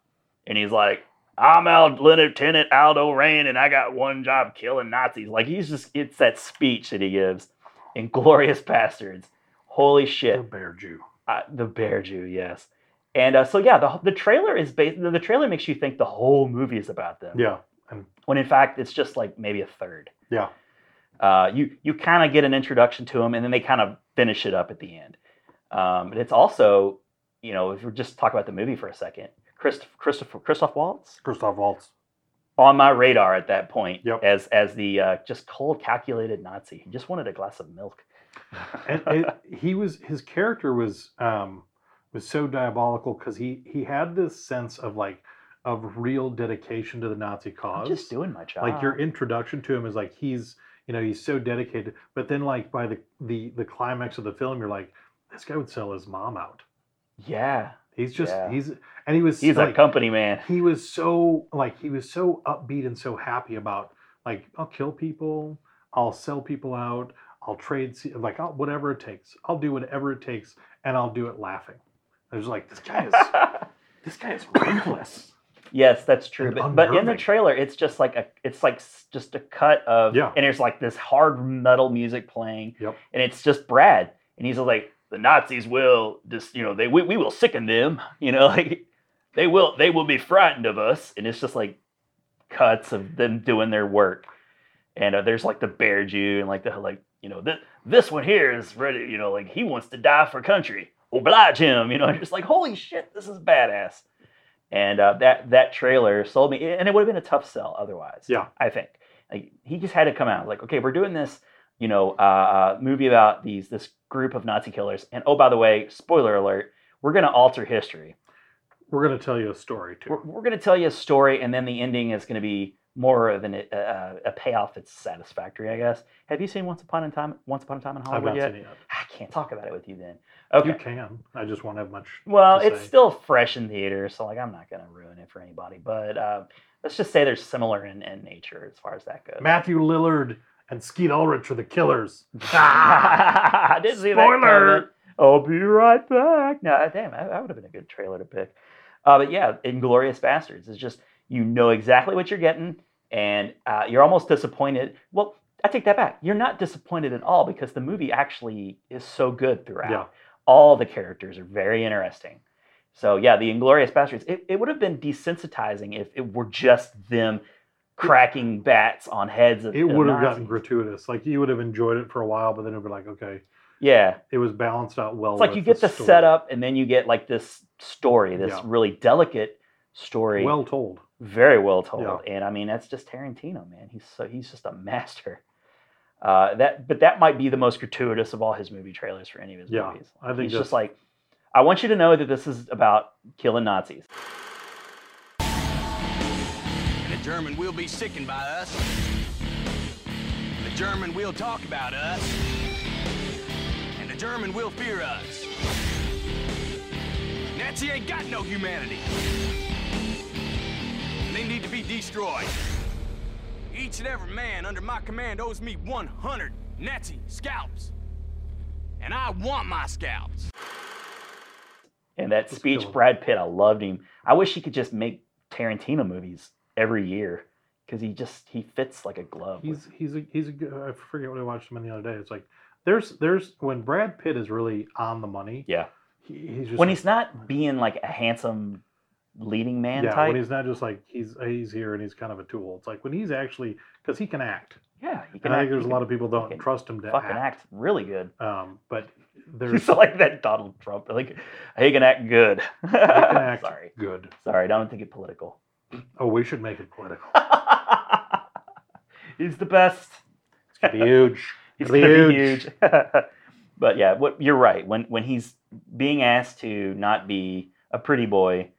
Speaker 2: and he's like, "I'm Al Lieutenant Aldo Rain, and I got one job: killing Nazis." Like he's just it's that speech that he gives in Glorious Bastards. Holy shit!
Speaker 1: The Bear Jew.
Speaker 2: Uh, the Bear Jew, yes. And uh, so yeah, the the trailer is based. The trailer makes you think the whole movie is about them
Speaker 1: Yeah.
Speaker 2: when in fact it's just like maybe a third.
Speaker 1: Yeah.
Speaker 2: Uh, you you kind of get an introduction to them, and then they kind of finish it up at the end. Um, and it's also, you know, if we just talk about the movie for a second, Christopher Christopher Christoph Waltz
Speaker 1: Christoph Waltz.
Speaker 2: on my radar at that point
Speaker 1: Yep.
Speaker 2: as as the uh, just cold, calculated Nazi. He just wanted a glass of milk.
Speaker 1: and it, he was his character was um was so diabolical because he he had this sense of like of real dedication to the nazi
Speaker 2: I'm
Speaker 1: cause
Speaker 2: just doing my job.
Speaker 1: like your introduction to him is like he's you know he's so dedicated but then like by the the the climax of the film you're like this guy would sell his mom out
Speaker 2: yeah,
Speaker 1: he's just
Speaker 2: Yeah.
Speaker 1: he's and he was
Speaker 2: he's a
Speaker 1: like,
Speaker 2: company man.
Speaker 1: he was so like he was so upbeat and so happy about like I'll kill people, I'll sell people out, I'll trade se- like I'll, whatever it takes. I'll do whatever it takes, and I'll do it laughing. I was like, this guy is this guy is reckless.
Speaker 2: Yes, that's true.
Speaker 1: And
Speaker 2: But, but in the
Speaker 1: unnerving.
Speaker 2: trailer, it's just like a it's like s- just a cut of
Speaker 1: Yeah.
Speaker 2: and there's like this hard metal music playing.
Speaker 1: Yep.
Speaker 2: And it's just Brad, and he's like, the Nazis will just you know they we, we will sicken them, you know like they will they will be frightened of us, and it's just like cuts of them doing their work. And uh, there's like the bear Jew and like the like you know this this one here is ready you know like he wants to die for country oblige him you know and just like holy shit this is badass and uh, that that trailer sold me, and it would have been a tough sell otherwise.
Speaker 1: Yeah.
Speaker 2: I think like, he just had to come out like, okay, we're doing this, you know, uh, uh, movie about these this group of Nazi killers, and oh by the way, spoiler alert, we're gonna alter history.
Speaker 1: We're gonna tell you a story too.
Speaker 2: We're, we're gonna tell you a story, and then the ending is gonna be more of an, a- a, a payoff that's satisfactory, I guess. Have you seen Once Upon a Time Once Upon a Time in
Speaker 1: I've
Speaker 2: Hollywood
Speaker 1: not
Speaker 2: yet?
Speaker 1: seen it yet.
Speaker 2: I can't talk about it with you then. Okay.
Speaker 1: You can. I just won't have much.
Speaker 2: Well,
Speaker 1: to
Speaker 2: it's
Speaker 1: say.
Speaker 2: still fresh in theater, so like I'm not gonna ruin it for anybody. But uh, let's just say they're similar in, in nature as far as that goes.
Speaker 1: Matthew Lillard and Skeet Ulrich are the killers.
Speaker 2: I didn't see that
Speaker 1: Spoiler!
Speaker 2: coming. I'll be right back. No, damn, that, that would have been a good trailer to pick. Uh, but yeah, Inglorious Bastards is just you know exactly what you're getting, and uh, you're almost disappointed. Well, I take that back. You're not disappointed at all because the movie actually is so good throughout
Speaker 1: Yeah.
Speaker 2: all the characters are very interesting. So yeah, the Inglorious Bastards. It, it would have been desensitizing if it were just them cracking bats on heads of
Speaker 1: It
Speaker 2: of
Speaker 1: would have
Speaker 2: Nazis.
Speaker 1: gotten gratuitous. Like you would have enjoyed it for a while, but then it would be like, okay,
Speaker 2: Yeah,
Speaker 1: it was balanced out well.
Speaker 2: it's like
Speaker 1: with
Speaker 2: you get the,
Speaker 1: story.
Speaker 2: setup, and then you get like this story, this
Speaker 1: Yeah.
Speaker 2: really delicate story,
Speaker 1: well told.
Speaker 2: very well told.
Speaker 1: Yeah.
Speaker 2: And I mean, that's just Tarantino, man. He's so he's just a master. Uh, that but that might be the most gratuitous of all his movie trailers for any of his
Speaker 1: Yeah,
Speaker 2: movies.
Speaker 1: I think
Speaker 2: He's just
Speaker 1: that's-
Speaker 2: like, I want you to know that this is about killing Nazis.
Speaker 3: And a German will be sickened by us. A German will talk about us. And a German will fear us. Nazi ain't got no humanity. They need to be destroyed. Each and every man under my command owes me 100 Nazi scalps. And I want my scalps.
Speaker 2: And that speech,
Speaker 1: killing.
Speaker 2: Brad Pitt, I loved him. I wish he could just make Tarantino movies every year because he just he fits like a glove. with-
Speaker 1: He's he's a he's a good. I forget what I watched him in the other day. It's like there's there's when Brad Pitt is really on the money.
Speaker 2: yeah.
Speaker 1: He, he's just
Speaker 2: When
Speaker 1: like-
Speaker 2: he's not being like a handsome leading man
Speaker 1: yeah
Speaker 2: type.
Speaker 1: when he's not just like he's he's here and he's kind of a tool. It's like when he's actually because he can act.
Speaker 2: yeah, he
Speaker 1: And I think there's a
Speaker 2: he
Speaker 1: lot of people don't
Speaker 2: can
Speaker 1: trust him to
Speaker 2: fucking
Speaker 1: act.
Speaker 2: act really good.
Speaker 1: Um, but there's
Speaker 2: He's like that Donald Trump. Like he can act good.
Speaker 1: they can act
Speaker 2: Sorry.
Speaker 1: good.
Speaker 2: Sorry, I don't think it political.
Speaker 1: Oh, we should make it political.
Speaker 2: he's the best.
Speaker 1: It's gonna be huge.
Speaker 2: He's
Speaker 1: It'll be
Speaker 2: gonna be
Speaker 1: huge.
Speaker 2: huge. but yeah, what you're right. When when he's being asked to not be a pretty boy,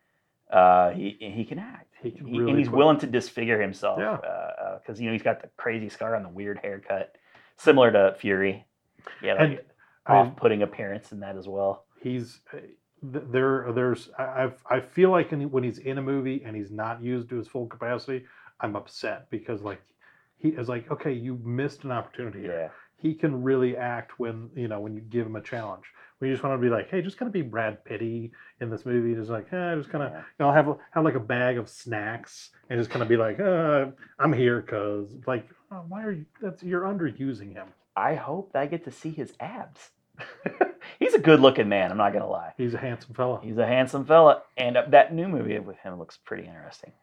Speaker 2: uh, he he can act.
Speaker 1: He can
Speaker 2: He-
Speaker 1: really
Speaker 2: and he's
Speaker 1: put-
Speaker 2: willing to disfigure himself.
Speaker 1: Yeah.
Speaker 2: Because you know he's got the crazy scar on the weird haircut, similar to Fury. Yeah, like Um,
Speaker 1: And I mean,
Speaker 2: off-putting appearance in that as well.
Speaker 1: he's uh, th- there. There's I I've- I feel like in, when he's in a movie and he's not used to his full capacity, I'm upset because like he is like okay, you missed an opportunity here.
Speaker 2: Yeah.
Speaker 1: He can really act when you know when you give him a challenge. We just want to be like, hey, just kind of be Brad Pitty in this movie. Just like, eh, just kind of,
Speaker 2: Yeah.
Speaker 1: you know, have a- have like a bag of snacks and just kind of be like, uh, I'm here because like, oh, why are you? That's you're underusing him.
Speaker 2: I hope that I get to see his abs. he's a good-looking man. I'm not gonna lie.
Speaker 1: He's a handsome fella.
Speaker 2: He's a handsome fella, and uh, that new movie with him looks pretty interesting,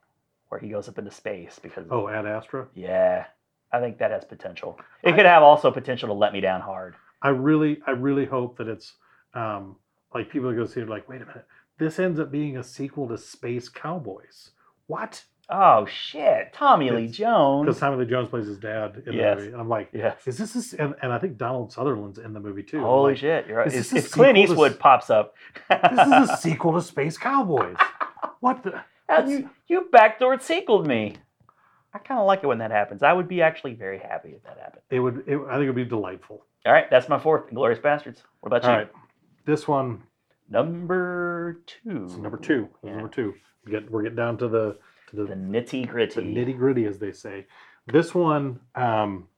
Speaker 2: where he goes up into space because
Speaker 1: Oh, Ad Astra.
Speaker 2: yeah, I think that has potential. It could have also potential to let me down hard.
Speaker 1: I really, I really hope that it's um, like people go see it like, wait a minute, this ends up being a sequel to Space Cowboys. What?
Speaker 2: Oh shit, Tommy Lee
Speaker 1: It's-
Speaker 2: Jones.
Speaker 1: Because Tommy Lee Jones plays his dad in
Speaker 2: Yes.
Speaker 1: the movie, and I'm like,
Speaker 2: Yes.
Speaker 1: is this? This? And, and I think Donald Sutherland's in the movie too. I'm
Speaker 2: Holy
Speaker 1: like,
Speaker 2: shit, you're right.
Speaker 1: is
Speaker 2: If,
Speaker 1: this a
Speaker 2: if Clint
Speaker 1: sequel to
Speaker 2: Eastwood
Speaker 1: s-
Speaker 2: pops up,
Speaker 1: This is a sequel to Space Cowboys. What the?
Speaker 2: How'd you you backdoored sequeled me. I kind of like it when that happens. I would be actually very happy if that happened.
Speaker 1: It would. It, I think it would be delightful.
Speaker 2: All right, that's my fourth. Glorious Bastards. What about
Speaker 1: All
Speaker 2: you?
Speaker 1: right, this one
Speaker 2: Number two.
Speaker 1: is number two. This is
Speaker 2: Yeah.
Speaker 1: Number two. We get we're getting down to the to
Speaker 2: The nitty gritty.
Speaker 1: the nitty gritty, as they say. This one, um,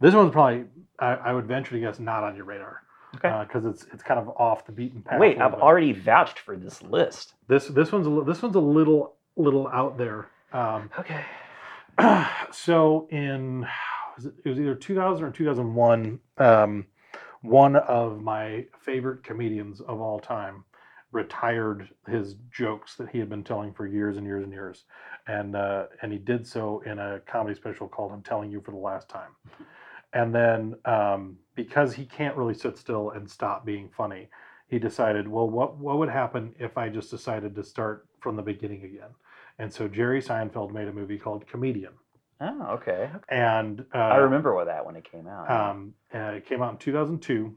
Speaker 1: this one's probably I, I would venture to guess not on your radar.
Speaker 2: Okay.
Speaker 1: Because it's it's kind of off the beaten path. a
Speaker 2: Wait,
Speaker 1: little
Speaker 2: I've
Speaker 1: bit.
Speaker 2: already vouched for this list.
Speaker 1: this this one's a, li- this one's a little little out there. Um,
Speaker 2: Okay.
Speaker 1: so in was it, it was either 2000 or 2001. Um, one of my favorite comedians of all time retired his jokes that he had been telling for years and years and years, and uh, and he did so in a comedy special called "I'm Telling You for the Last Time." And then um, because he can't really sit still and stop being funny, he decided, well, what what would happen if I just decided to start from the beginning again? And so Jerry Seinfeld made a movie called Comedian,
Speaker 2: Oh, okay. okay.
Speaker 1: and uh,
Speaker 2: I remember what that when it came out. I
Speaker 1: Um, uh, it came out in 2002.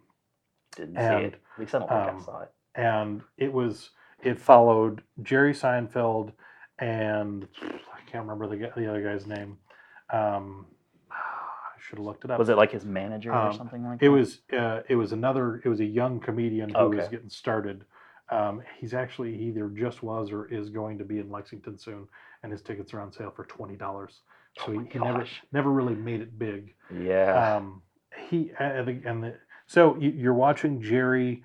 Speaker 2: didn't see
Speaker 1: and,
Speaker 2: it. At least I don't think
Speaker 1: um,
Speaker 2: I saw it.
Speaker 1: and it was it followed Jerry Seinfeld and I can't remember the guy- the other guy's name. Um, I should have looked it up.
Speaker 2: Was it like his manager or
Speaker 1: um,
Speaker 2: something like that?
Speaker 1: It was uh, it was another it was a young comedian who was
Speaker 2: Okay.
Speaker 1: getting started. Um, he's actually he either just was or is going to be in Lexington soon, and his tickets are on sale for twenty dollars. So
Speaker 2: Oh
Speaker 1: he,
Speaker 2: my
Speaker 1: he never
Speaker 2: gosh.
Speaker 1: never really made it big
Speaker 2: Yeah.
Speaker 1: um, he I I think, and the, so you- you're watching Jerry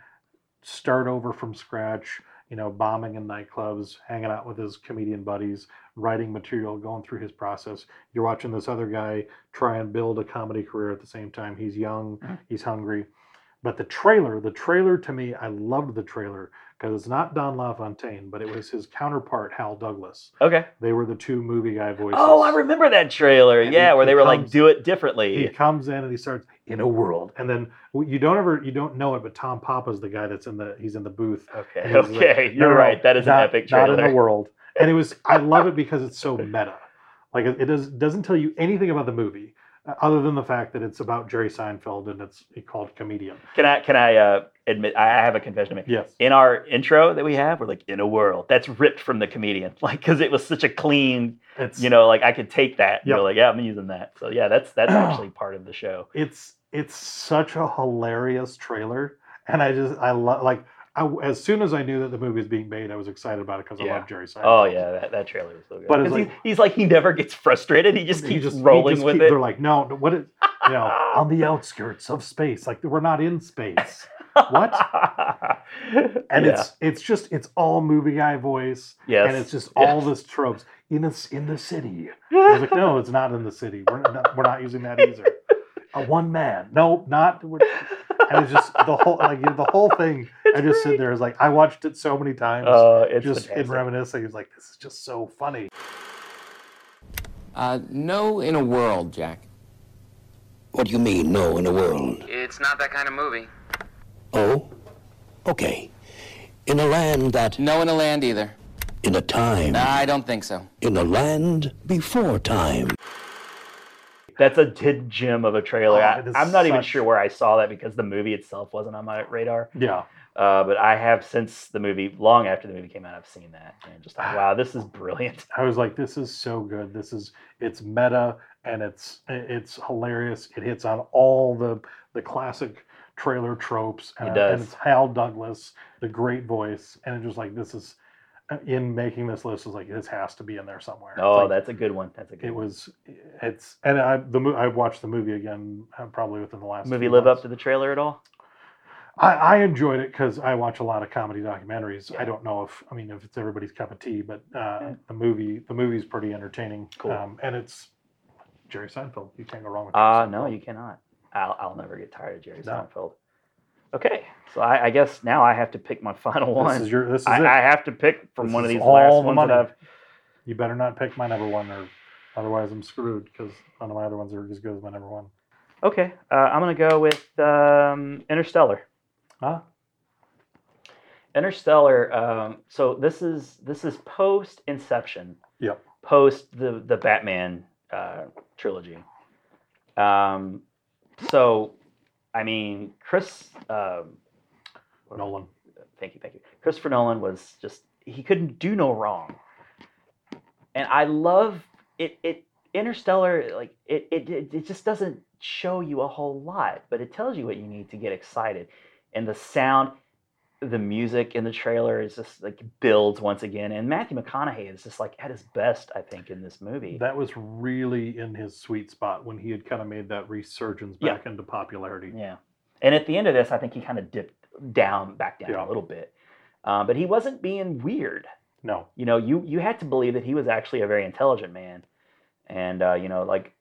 Speaker 1: start over from scratch. You know, bombing in nightclubs, hanging out with his comedian buddies, writing material, going through his process. You're watching this other guy try and build a comedy career at the same time. He's young,
Speaker 2: Mm-hmm.
Speaker 1: he's hungry. But the trailer, the trailer to me, I loved the trailer because it's not Don LaFontaine, but it was his counterpart, Hal Douglas.
Speaker 2: okay.
Speaker 1: They were the two movie guy voices.
Speaker 2: Oh, I remember that trailer.
Speaker 1: And
Speaker 2: yeah,
Speaker 1: he-
Speaker 2: where
Speaker 1: he
Speaker 2: they were like,
Speaker 1: comes-
Speaker 2: "Do it
Speaker 1: he
Speaker 2: differently."
Speaker 1: comes in and he starts in a world and then well, you don't ever you don't know it but tom papa's the guy that's in the he's in the booth
Speaker 2: Okay.
Speaker 1: And he's like,
Speaker 2: Okay.
Speaker 1: "No,
Speaker 2: You're
Speaker 1: no,
Speaker 2: right. That is
Speaker 1: not-
Speaker 2: an epic
Speaker 1: not in
Speaker 2: trailer.
Speaker 1: the world and it was i love it because it's so meta like it, it does, doesn't tell you anything about the movie uh, other than the fact that it's about jerry seinfeld and it's called comedian
Speaker 2: Can I? Can I uh, admit? I I have a confession to make.
Speaker 1: yes
Speaker 2: in our intro that we have, we're like in a world that's ripped from the comedian, like because it was such a clean,
Speaker 1: it's
Speaker 2: you know, like I could take that. You know,
Speaker 1: Yep.
Speaker 2: like yeah, I'm using that. So yeah, that's that's actually part of the show.
Speaker 1: it's it's such a hilarious trailer and i just i love like I, as soon as I knew that the movie was being made, I was excited about it because I
Speaker 2: Yeah.
Speaker 1: love Jerry Seinfeld.
Speaker 2: Oh yeah, that, that trailer was so good.
Speaker 1: But it's
Speaker 2: 'Cause
Speaker 1: like-
Speaker 2: he's, he's like he never gets frustrated. He just
Speaker 1: He
Speaker 2: keeps
Speaker 1: just- he
Speaker 2: rolling
Speaker 1: just
Speaker 2: with
Speaker 1: keep-
Speaker 2: it.
Speaker 1: They're like, no, no, what is, you know, on the outskirts of space. Like we're not in space. What? And
Speaker 2: Yeah.
Speaker 1: it's it's just it's all movie guy voice,
Speaker 2: yes.
Speaker 1: and it's just
Speaker 2: yes.
Speaker 1: all this tropes in this in the city. I was like, no, it's not in the city. We're not, we're not using that either. A one man, no, not. we're- And it's just the whole like you know, the whole thing. I
Speaker 2: It's
Speaker 1: just sit
Speaker 2: great.
Speaker 1: there. It's like I watched it so many times.
Speaker 2: Uh, it's
Speaker 1: just in
Speaker 2: fantastic.
Speaker 1: reminiscing, it's like this is just so funny.
Speaker 8: Uh, no, in a world, Jack.
Speaker 4: What do you mean, no, in a world?
Speaker 9: It's not that kind of movie.
Speaker 4: Oh? Okay. In a land that,
Speaker 8: No, in a land either.
Speaker 4: in a time,
Speaker 8: Nah, I don't think so.
Speaker 4: in a land before time.
Speaker 2: That's a hidden gem of a trailer.
Speaker 1: Oh,
Speaker 2: I,
Speaker 1: it is
Speaker 2: I'm not even
Speaker 1: such-
Speaker 2: sure where I saw that because the movie itself wasn't on my radar.
Speaker 1: Yeah,
Speaker 2: Uh, but I have since the movie, long after the movie came out, I've seen that and just
Speaker 1: Ah.
Speaker 2: like, wow, this is brilliant.
Speaker 1: I was like, this is so good. This is it's meta and it's it's hilarious. It hits on all the the classic trailer tropes. And,
Speaker 2: It does.
Speaker 1: and it's Hal Douglas, the great voice, and it's just like this is uh, in making this list is like this has to be in there somewhere. It's
Speaker 2: Oh,
Speaker 1: like,
Speaker 2: that's a good one. That's a good
Speaker 1: it
Speaker 2: one.
Speaker 1: was it's and I the mo- I watched the movie again uh, probably within the last
Speaker 2: Movie
Speaker 1: few
Speaker 2: live
Speaker 1: months.
Speaker 2: up to the trailer at all?
Speaker 1: I, I enjoyed it because I watch a lot of comedy documentaries. I don't know if I mean if it's everybody's cup of tea, but uh, the movie the movie's pretty entertaining.
Speaker 2: Cool.
Speaker 1: Um, and it's Jerry Seinfeld. You can't go wrong with. Jerry
Speaker 2: Uh,
Speaker 1: Seinfeld.
Speaker 2: no, you cannot. I'll, I'll never get tired of Jerry
Speaker 1: No.
Speaker 2: Seinfeld. Okay, so I, I guess now I have to pick my final one.
Speaker 1: This is your. This is
Speaker 2: I,
Speaker 1: it.
Speaker 2: I have to pick from
Speaker 1: This
Speaker 2: one of
Speaker 1: is
Speaker 2: these
Speaker 1: all
Speaker 2: last
Speaker 1: the
Speaker 2: ones
Speaker 1: money.
Speaker 2: that I've.
Speaker 1: you better not pick my number one, or otherwise I'm screwed because none of my other ones are as good as my number one.
Speaker 2: Okay, uh, I'm gonna go with um, Interstellar.
Speaker 1: Huh?
Speaker 2: Interstellar. Um, so this is this is post Inception.
Speaker 1: Yep.
Speaker 2: Post the the Batman uh, trilogy. Um, so, I mean, Chris. Um,
Speaker 1: Nolan.
Speaker 2: thank you, thank you. Christopher Nolan was just he couldn't do no wrong. And I love it it Interstellar like it it it, it just doesn't show you a whole lot, but it tells you what you need to get excited. And the sound the music in the trailer is just like builds once again, and Matthew McConaughey is just like at his best, I think, in this movie.
Speaker 1: That was really in his sweet spot when he had kind of made that resurgence
Speaker 2: Yeah.
Speaker 1: back into popularity.
Speaker 2: Yeah. And at the end of this, I think he kind of dipped down, back down
Speaker 1: Yeah.
Speaker 2: a little bit. Uh, but he wasn't being weird.
Speaker 1: No,
Speaker 2: you know you you had to believe that he was actually a very intelligent man and uh, you know like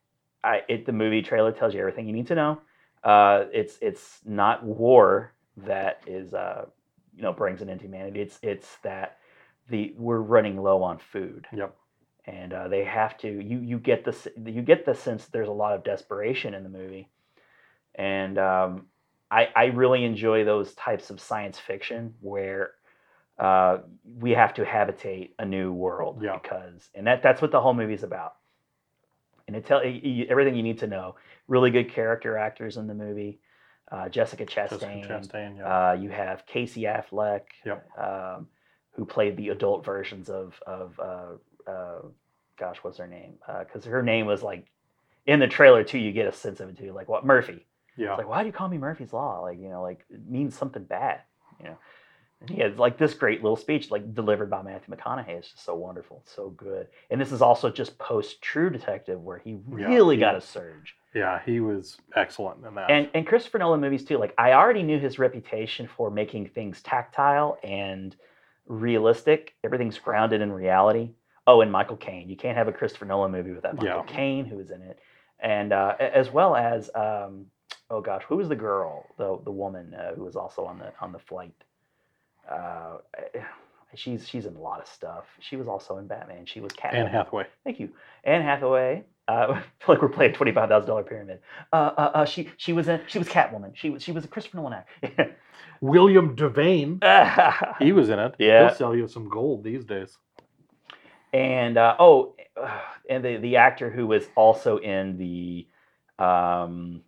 Speaker 2: I, it the movie trailer tells you everything you need to know uh, it's it's not war that is uh, you know brings an end to humanity it's it's that the we're running low on food
Speaker 1: Yep.
Speaker 2: and uh, they have to you you get the s- you get the sense that there's a lot of desperation in the movie and um, I, I really enjoy those types of science fiction where uh, we have to habitate a new world
Speaker 1: Yeah.
Speaker 2: because and that that's what the whole movie is about and it tell y- y- everything you need to know really good character actors in the movie uh, jessica chastain,
Speaker 1: Jessica Chastain. Yeah.
Speaker 2: Uh, you have casey affleck
Speaker 1: Yep.
Speaker 2: um, who played the adult versions of of uh, uh, gosh what's her name because her name was like in the trailer too you get a sense of it too like what murphy
Speaker 1: yeah.
Speaker 2: it's like, why do you call me Murphy's Law? Like, you know, like it means something bad, you know. And he had like this great little speech, like delivered by Matthew McConaughey. It's just so wonderful, it's so good. And this is also just post True Detective, where he really
Speaker 1: he-
Speaker 2: got a surge.
Speaker 1: yeah. He was excellent in that.
Speaker 2: And and Christopher Nolan movies too. Like, I already knew his reputation for making things tactile and realistic. Everything's grounded in reality. Oh, and Michael Caine. You can't have a Christopher Nolan movie without Michael
Speaker 1: Yeah.
Speaker 2: Caine, who is in it, and uh, a- as well as um, oh gosh, who was the girl, the the woman uh, who was also on the on the flight? Uh, she's she's in a lot of stuff. She was also in Batman. She was Catwoman.
Speaker 1: Anne Hathaway.
Speaker 2: Thank you, Anne Hathaway. Uh, I feel like we're playing twenty five thousand dollar pyramid. Uh, uh, uh, she she was in she was Catwoman. She was she was a Christopher Nolan
Speaker 1: William Devane.
Speaker 2: actor.
Speaker 1: He was in it.
Speaker 2: Yeah.
Speaker 1: He'll sell you some gold these days.
Speaker 2: and uh, oh, and the the actor who was also in the, um,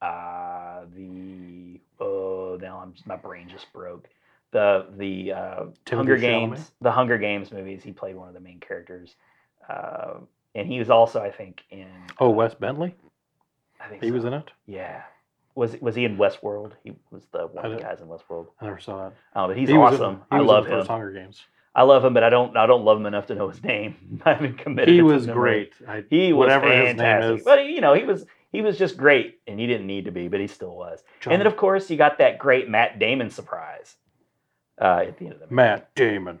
Speaker 2: uh, the oh now I'm my brain just broke. The the uh,
Speaker 1: Timothée
Speaker 2: Hunger
Speaker 1: Chalamet?
Speaker 2: Games the Hunger Games movies. He played one of the main characters, uh, and he was also I think in uh,
Speaker 1: Oh, Wes Bentley?
Speaker 2: I think
Speaker 1: He was
Speaker 2: so.
Speaker 1: in it?
Speaker 2: Yeah. was was he in Westworld? He was the one of the
Speaker 1: don't-
Speaker 2: guys in Westworld.
Speaker 1: I never saw that.
Speaker 2: Oh, but he's
Speaker 1: He was in-
Speaker 2: awesome.
Speaker 1: he
Speaker 2: I
Speaker 1: was in
Speaker 2: love
Speaker 1: the
Speaker 2: him.
Speaker 1: first Hunger Games.
Speaker 2: I love him, but I don't I don't love him enough to know his name. I haven't committed.
Speaker 1: He
Speaker 2: to
Speaker 1: was
Speaker 2: memory.
Speaker 1: great. I,
Speaker 2: He was
Speaker 1: whatever
Speaker 2: fantastic.
Speaker 1: his name is.
Speaker 2: But you know, he was he was just great, and he didn't need to be, but he still was. And then of course you got that great Matt Damon surprise uh, at the end of the movie.
Speaker 1: Matt Damon.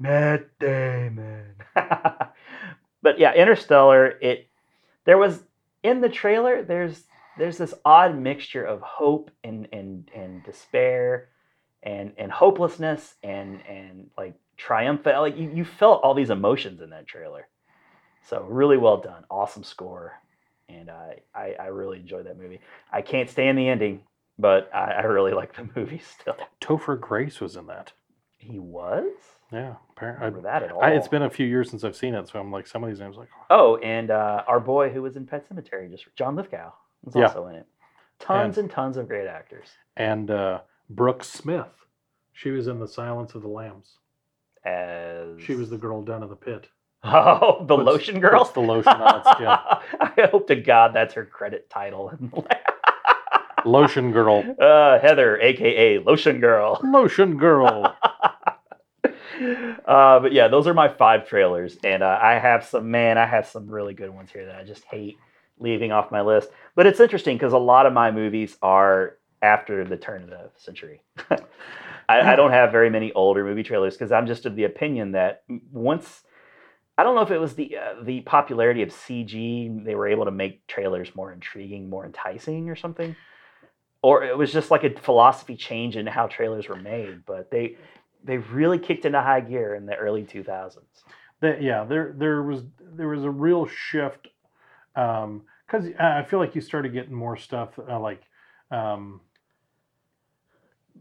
Speaker 2: Matt Damon. but yeah, Interstellar. It there was in the trailer. There's there's this odd mixture of hope and and and despair, and and hopelessness and and like triumphant. Like you, you felt all these emotions in that trailer. So really well done. Awesome score, and I I, I really enjoyed that movie. I can't stand the ending, but I, I really like the movie still.
Speaker 1: Topher Grace was in that.
Speaker 2: He was.
Speaker 1: Yeah, apparently.
Speaker 2: Remember that at all?
Speaker 1: I, it's been a few years since I've seen it, so I'm like, some of these names, like,
Speaker 2: Oh, and uh, our boy who was in Pet Cemetery, just John Lithgow, was
Speaker 1: Yeah.
Speaker 2: also in it. Tons and, tons of great actors.
Speaker 1: and uh, Brooke Smith. She was in The Silence of the Lambs.
Speaker 2: As
Speaker 1: She was the girl down in the pit.
Speaker 2: oh the
Speaker 1: puts-
Speaker 2: lotion girl.
Speaker 1: puts the lotion on its skin.
Speaker 2: I hope to God that's her credit title.
Speaker 1: Lotion girl.
Speaker 2: uh, Heather, aka Lotion Girl.
Speaker 1: Lotion girl.
Speaker 2: uh, but yeah, those are my five trailers, and uh, I have some man, I have some really good ones here that I just hate leaving off my list. But it's interesting because a lot of my movies are after the turn of the century. I, I don't have very many older movie trailers because I'm just of the opinion that m- once. I don't know if it was the uh, the popularity of CG they were able to make trailers more intriguing, more enticing, or something, or it was just like a philosophy change in how trailers were made. But they they really kicked into high gear in the early 2000s.
Speaker 1: That- yeah, there there was there was a real shift because I feel like you started getting more stuff uh, like um,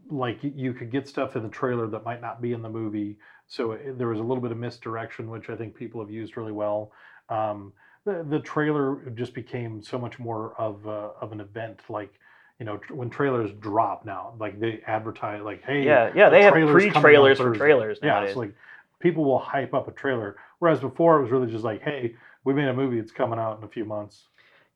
Speaker 1: like y- you could get stuff in the trailer that might not be in the movie. So it, there was a little bit of misdirection, which I think people have used really well. Um, the, the trailer just became so much more of uh, of an event, like. You know, tr- when trailers drop now, like they advertise, like, "Hey,
Speaker 2: yeah, yeah,
Speaker 1: the
Speaker 2: they have
Speaker 1: trailer's coming on
Speaker 2: pre-trailers for
Speaker 1: Thursday.
Speaker 2: trailers
Speaker 1: Yeah,
Speaker 2: nowadays.
Speaker 1: it's like people will hype up a trailer, whereas before it was really just like, "Hey, we made a movie; it's coming out in a few months."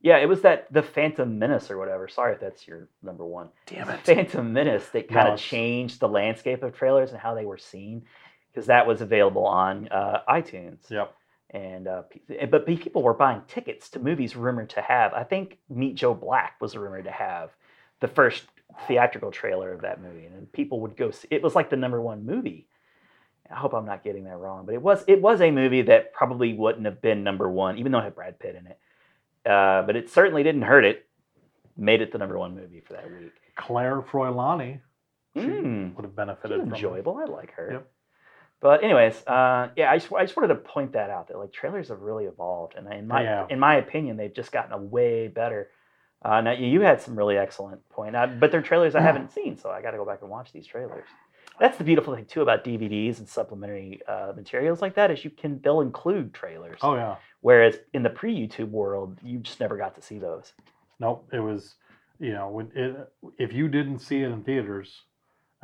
Speaker 2: yeah, it was that the Phantom Menace or whatever. Sorry if that's your number one. Damn it, Phantom Menace that kind of
Speaker 1: it's-
Speaker 2: changed the landscape of trailers and how they were seen because that was available on uh, iTunes.
Speaker 1: Yep.
Speaker 2: And uh, pe- but pe- people were buying tickets to movies rumored to have. I think Meet Joe Black was rumored to have the first theatrical trailer of that movie, and people would go. See, it was like the number one movie. I hope I'm not getting that wrong, but it was it was a movie that probably wouldn't have been number one, even though it had Brad Pitt in it. Uh, but it certainly didn't hurt it. Made it the number one movie for that week.
Speaker 1: Claire Froilani
Speaker 2: Mm.
Speaker 1: would have benefited
Speaker 2: She's
Speaker 1: from it.
Speaker 2: enjoyable. I like her.
Speaker 1: Yep.
Speaker 2: But anyways, uh, yeah, I just, I just wanted to point that out that like trailers have really evolved, and in my
Speaker 1: Yeah.
Speaker 2: in my opinion, they've just gotten a way better. Uh, now you had some really excellent point, uh, but they're trailers I haven't seen, so I got to go back and watch these trailers. That's the beautiful thing too about DVDs and supplementary uh, materials like that is you can they'll include trailers,
Speaker 1: Oh yeah,
Speaker 2: whereas in the pre YouTube world you just never got to see those.
Speaker 1: nope. It was, you know, when it, if you didn't see it in theaters,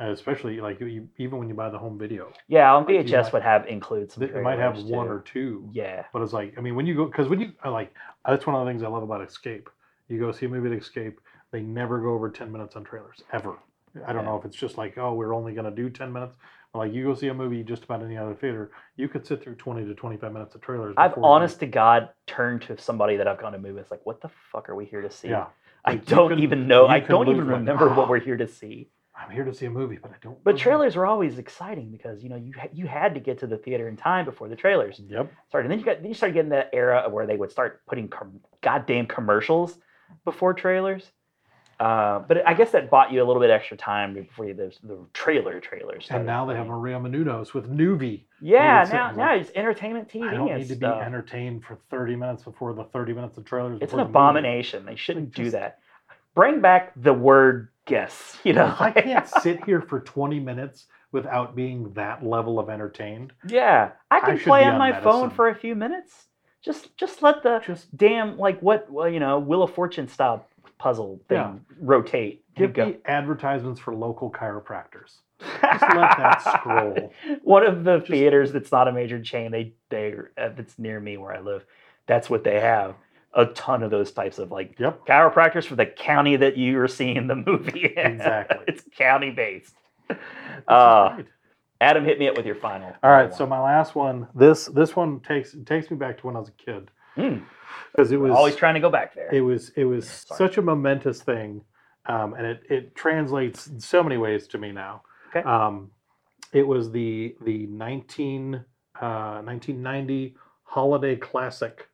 Speaker 1: uh, especially like you, even when you buy the home video,
Speaker 2: Yeah, on
Speaker 1: Like, you
Speaker 2: VHS
Speaker 1: might-
Speaker 2: would have include some.
Speaker 1: th- it might have
Speaker 2: trailers,
Speaker 1: one
Speaker 2: too.
Speaker 1: or two.
Speaker 2: Yeah,
Speaker 1: But it's like, I mean, when you go, because when you I like, that's one of the things I love about Escape. You go see a movie at Escape, they never go over 10 minutes on trailers, ever. I don't know if it's just like, oh, we're only going to do 10 minutes. But like, you go see a movie just about any other theater, you could sit through 20 to 25 minutes of trailers.
Speaker 2: I've
Speaker 1: before you-
Speaker 2: honest to God turned to somebody that I've gone to movies like, what the fuck are we here to see?
Speaker 1: Yeah.
Speaker 2: I
Speaker 1: Like, you
Speaker 2: don't
Speaker 1: can-
Speaker 2: even know.
Speaker 1: you
Speaker 2: I
Speaker 1: can
Speaker 2: don't even
Speaker 1: lose, like,
Speaker 2: remember
Speaker 1: "Ah."
Speaker 2: what we're here to see.
Speaker 1: I'm here to see a movie, but I don't.
Speaker 2: But
Speaker 1: really-
Speaker 2: trailers are always exciting because you know you ha- you had to get to the theater in time before the trailers
Speaker 1: Yep.
Speaker 2: started. And then you got then you started getting that era where they would start putting com- goddamn commercials before trailers. Uh, but I guess that bought you a little bit extra time before you, the, the trailer trailers.
Speaker 1: And
Speaker 2: started
Speaker 1: now they have
Speaker 2: playing.
Speaker 1: Maria Menounos with Nuvi.
Speaker 2: yeah.
Speaker 1: it's
Speaker 2: Now
Speaker 1: like-
Speaker 2: now it's entertainment TV.
Speaker 1: I don't
Speaker 2: and
Speaker 1: need to be
Speaker 2: stuff.
Speaker 1: entertained for 30 minutes before the 30 minutes of trailers.
Speaker 2: It's an
Speaker 1: before the movie.
Speaker 2: abomination. They shouldn't do
Speaker 1: just-
Speaker 2: that. Bring back the word guess. You know,
Speaker 1: If I can't sit here for 20 minutes without being that level of entertained,
Speaker 2: yeah, I can
Speaker 1: should
Speaker 2: play
Speaker 1: be
Speaker 2: on
Speaker 1: on
Speaker 2: my phone
Speaker 1: medicine.
Speaker 2: for a few minutes. Just, just let the
Speaker 1: Just-
Speaker 2: damn like what well you know Wheel of Fortune style puzzle thing
Speaker 1: Yeah.
Speaker 2: rotate. and
Speaker 1: Give
Speaker 2: go.
Speaker 1: me advertisements for local chiropractors. Just let that scroll.
Speaker 2: One of the theaters that's not a major chain, they they uh, that's near me where I live. That's what they have. a ton of those types of like
Speaker 1: Yep.
Speaker 2: chiropractors for the county that you were seeing the movie. in.
Speaker 1: Exactly.
Speaker 2: it's county based.
Speaker 1: This is
Speaker 2: Uh,
Speaker 1: great.
Speaker 2: Adam, hit me up with your final.
Speaker 1: All right,
Speaker 2: one.
Speaker 1: so my last one. This this one takes takes me back to when I was a kid
Speaker 2: Mm,
Speaker 1: because it was
Speaker 2: always trying to go back there.
Speaker 1: it was it was
Speaker 2: Sorry.
Speaker 1: such a momentous thing, um, and it it translates in so many ways to me now.
Speaker 2: Okay.
Speaker 1: Um, it was the the 19, uh, 1990 holiday classic,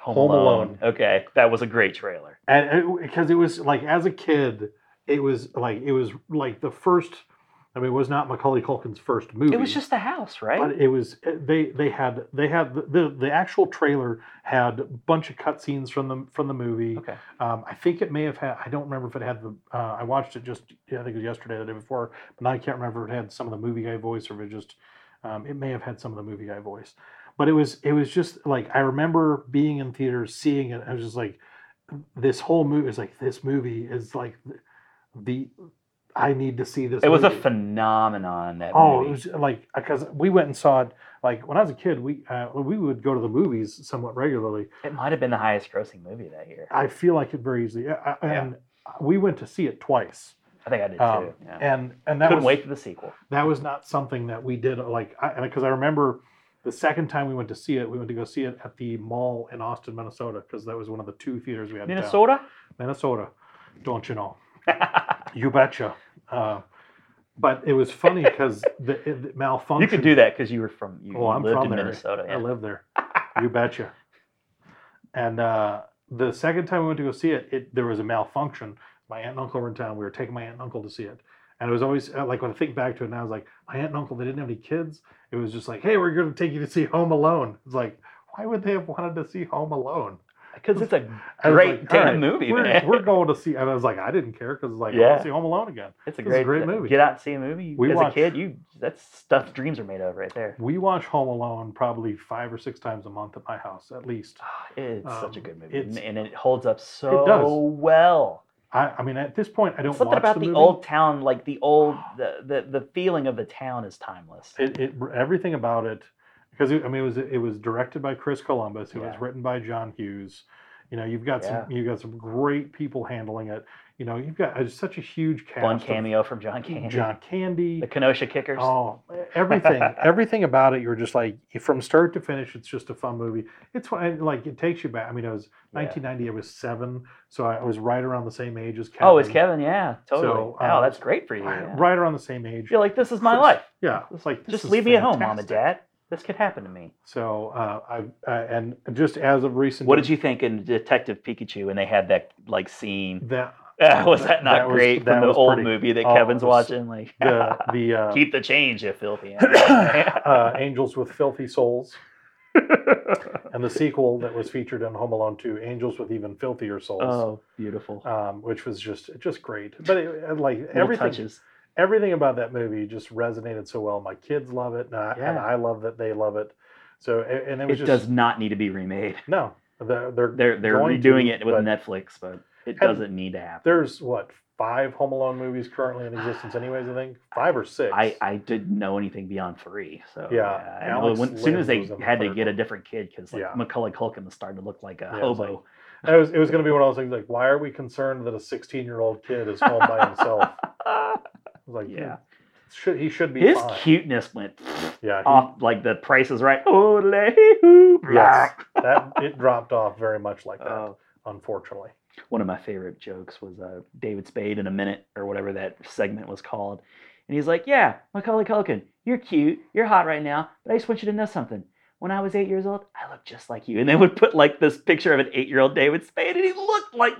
Speaker 1: Home Alone.
Speaker 2: Okay, that was a great trailer.
Speaker 1: and because it, was like as a kid, it was like it was like the first. I mean, it was not Macaulay Culkin's first movie.
Speaker 2: It was just the house,
Speaker 1: But
Speaker 2: right?
Speaker 1: it was eh, they they had they had the the, the actual trailer had a bunch of cutscenes from the from the movie.
Speaker 2: Okay.
Speaker 1: Um, I think it may have had I don't remember if it had the uh, I watched it just I think it was yesterday the day before, but now I can't remember if it had some of the movie guy voice or if it just um, it may have had some of the movie guy voice. But it was it was just like I remember being in theaters seeing it. I was just like this whole movie is like this movie is like the I need to see this.
Speaker 2: It was a
Speaker 1: movie.
Speaker 2: phenomenon. That
Speaker 1: Oh, it
Speaker 2: movie.
Speaker 1: was like because we went and saw it. Like when I was a kid, we uh, we would go to the movies somewhat regularly.
Speaker 2: It might have been the highest grossing movie that year.
Speaker 1: I feel like it very easily, I, I-
Speaker 2: Yeah.
Speaker 1: and we went to see it twice.
Speaker 2: I think I did too.
Speaker 1: Um,
Speaker 2: yeah.
Speaker 1: And and that
Speaker 2: Couldn't
Speaker 1: was
Speaker 2: wait for the sequel.
Speaker 1: that was not something that we did like because I, remember the second time we went to see it, we went to go see it at the mall in Austin, Minnesota, because that was one of the two theaters we had. in town.
Speaker 2: Minnesota.
Speaker 1: Minnesota, don't you know? you betcha. Uh, but it was funny because the, it malfunction.
Speaker 2: You could do that because you were from. You
Speaker 1: Well, Oh, I'm
Speaker 2: lived
Speaker 1: from
Speaker 2: in
Speaker 1: there.
Speaker 2: Minnesota.
Speaker 1: I
Speaker 2: yeah.
Speaker 1: live there. you betcha. And uh, the second time we went to go see it, it there was a malfunction. My aunt and uncle were in town. We were taking my aunt and uncle to see it, and it was always uh, like when I think back to it now, I was like, my aunt and uncle they didn't have any kids. It was just like, hey, we're going to take you to see Home Alone. It's like, why would they have wanted to see Home Alone?
Speaker 2: Because it's a
Speaker 1: I was
Speaker 2: great
Speaker 1: like, "All
Speaker 2: damn
Speaker 1: right,
Speaker 2: movie,
Speaker 1: We're,
Speaker 2: man.
Speaker 1: we're going to see, and I was like, I didn't care because like, I want
Speaker 2: Yeah.
Speaker 1: to see Home Alone again.
Speaker 2: it's a
Speaker 1: this is a
Speaker 2: great,
Speaker 1: great movie.
Speaker 2: Get out and see a movie.
Speaker 1: We
Speaker 2: As
Speaker 1: watched-
Speaker 2: a kid, you that's stuff dreams are made of right there.
Speaker 1: We watch Home Alone probably five or six times a month at my house, at least.
Speaker 2: It's such a
Speaker 1: Um,
Speaker 2: good movie,
Speaker 1: it's-
Speaker 2: and, and it holds up so
Speaker 1: does.
Speaker 2: well.
Speaker 1: I, I mean, at this point, I don't
Speaker 2: Something
Speaker 1: watch
Speaker 2: about
Speaker 1: the,
Speaker 2: the,
Speaker 1: movie.
Speaker 2: old town, like the old the, the the feeling of the town is timeless.
Speaker 1: it, it everything about it because it, I mean it was it was directed by Chris Columbus. It was
Speaker 2: Yeah.
Speaker 1: written by John Hughes. You know, you've got
Speaker 2: Yeah.
Speaker 1: some you've got some great people handling it. You know, you've got uh, such a huge cast.
Speaker 2: One
Speaker 1: of
Speaker 2: cameo from John Candy,
Speaker 1: John Candy.
Speaker 2: the Kenosha Kickers.
Speaker 1: Oh, everything, everything about it. You're just like from start to finish. It's just a fun movie. It's one- and, like it takes you back. I mean, I was
Speaker 2: Yeah.
Speaker 1: 1990. I was seven, so I was right around the same age as Kevin.
Speaker 2: oh, it's Kevin. Yeah, totally.
Speaker 1: So,
Speaker 2: wow,
Speaker 1: um,
Speaker 2: that's great for you. yeah.
Speaker 1: Right around the same age.
Speaker 2: You're like, this is my
Speaker 1: Chris-
Speaker 2: life.
Speaker 1: Yeah, it's like this
Speaker 2: Just
Speaker 1: is
Speaker 2: leave me at home, mom and
Speaker 1: fantastic.
Speaker 2: dad. This could happen to me.
Speaker 1: So uh, I uh, and just as of recent,
Speaker 2: What did you think in Detective Pikachu when they had that like scene?
Speaker 1: that
Speaker 2: was that not
Speaker 1: that was-
Speaker 2: great
Speaker 1: that
Speaker 2: from the
Speaker 1: was
Speaker 2: old
Speaker 1: pretty-
Speaker 2: movie that
Speaker 1: oh,
Speaker 2: Kevin's
Speaker 1: it was-
Speaker 2: watching? Like,
Speaker 1: the the uh,
Speaker 2: keep the change, you filthy.
Speaker 1: uh, angels with filthy souls, and the sequel that was featured in Home Alone Two, Angels with Even Filthier Souls,
Speaker 2: oh, beautiful.
Speaker 1: um, which was just just great. But it, and, like
Speaker 2: Little
Speaker 1: everything,
Speaker 2: touches.
Speaker 1: everything about that movie just resonated so well. My kids love it, and I, and
Speaker 2: Yeah.
Speaker 1: I love that they love it. So a- and it
Speaker 2: It
Speaker 1: was just
Speaker 2: does not need to be remade.
Speaker 1: no, they're they're,
Speaker 2: They're they're
Speaker 1: going
Speaker 2: redoing
Speaker 1: to,
Speaker 2: it with
Speaker 1: but
Speaker 2: Netflix, but it
Speaker 1: And
Speaker 2: doesn't need to happen.
Speaker 1: There's what five Home Alone movies currently in existence, anyways. I think five or six.
Speaker 2: I, I didn't know anything beyond three, so
Speaker 1: Yeah,
Speaker 2: I know.
Speaker 1: Alex
Speaker 2: When- as soon as they
Speaker 1: Lind was in the
Speaker 2: had to
Speaker 1: third
Speaker 2: get a
Speaker 1: one.
Speaker 2: different kid, because like
Speaker 1: Yeah.
Speaker 2: Macaulay Culkin was starting to look like a
Speaker 1: Yeah, it was
Speaker 2: hobo.
Speaker 1: It was, it was going to be one of those things like, why are we concerned that a 16 year old kid is home by himself? I was like,
Speaker 2: Yeah.
Speaker 1: yeah, should he should be
Speaker 2: His
Speaker 1: fine.
Speaker 2: cuteness went
Speaker 1: yeah, he-
Speaker 2: off like the price is right. Ole, hoo,
Speaker 1: yes,
Speaker 2: blah.
Speaker 1: that it dropped off very much like that,
Speaker 2: Oh,
Speaker 1: unfortunately.
Speaker 2: one of my favorite jokes was uh, David Spade in a minute or whatever that segment was called, and he's like, "Yeah, Macaulay Culkin, you're cute, you're hot right now, but I just want you to know something. When I was eight years old, I looked just like you." And they would put like this picture of an eight-year-old David Spade, and he looked like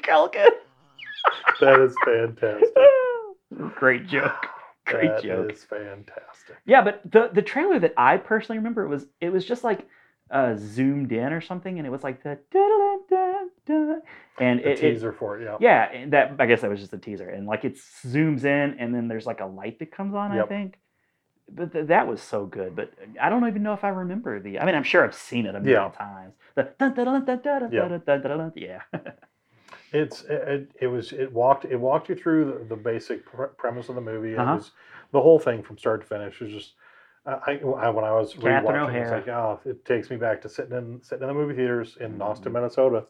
Speaker 2: Culkin.
Speaker 1: That is fantastic.
Speaker 2: Great joke. Great
Speaker 1: That
Speaker 2: joke.
Speaker 1: is fantastic.
Speaker 2: Yeah, but the the trailer that I personally remember it was it was just like uh, zoomed in or something, and it was like the da-da-da-da-da, and
Speaker 1: The
Speaker 2: it, it-
Speaker 1: teaser for it, yeah.
Speaker 2: yeah, and that I guess that was just a teaser, and like it zooms in, and then there's like a light that comes on, I
Speaker 1: Yep.
Speaker 2: think. But th- that was so good. But uh, I don't even know if I remember the. I mean, I'm sure I've seen it a
Speaker 1: Yeah.
Speaker 2: million times. The dun- dun- dun- dun- dun- dun-
Speaker 1: Yeah.
Speaker 2: dun- dun- dun- dun- yeah.
Speaker 1: It's it, it, it was it walked it walked you through the, the basic pre- premise of the movie. and
Speaker 2: Uh-huh.
Speaker 1: It was the whole thing from start to finish was just Uh, I, I- when I was
Speaker 2: Catherine
Speaker 1: rewatching, it's
Speaker 2: O'Hara.
Speaker 1: like, oh, it takes me back to sitting in sitting in the movie theaters in Austin, Minnesota.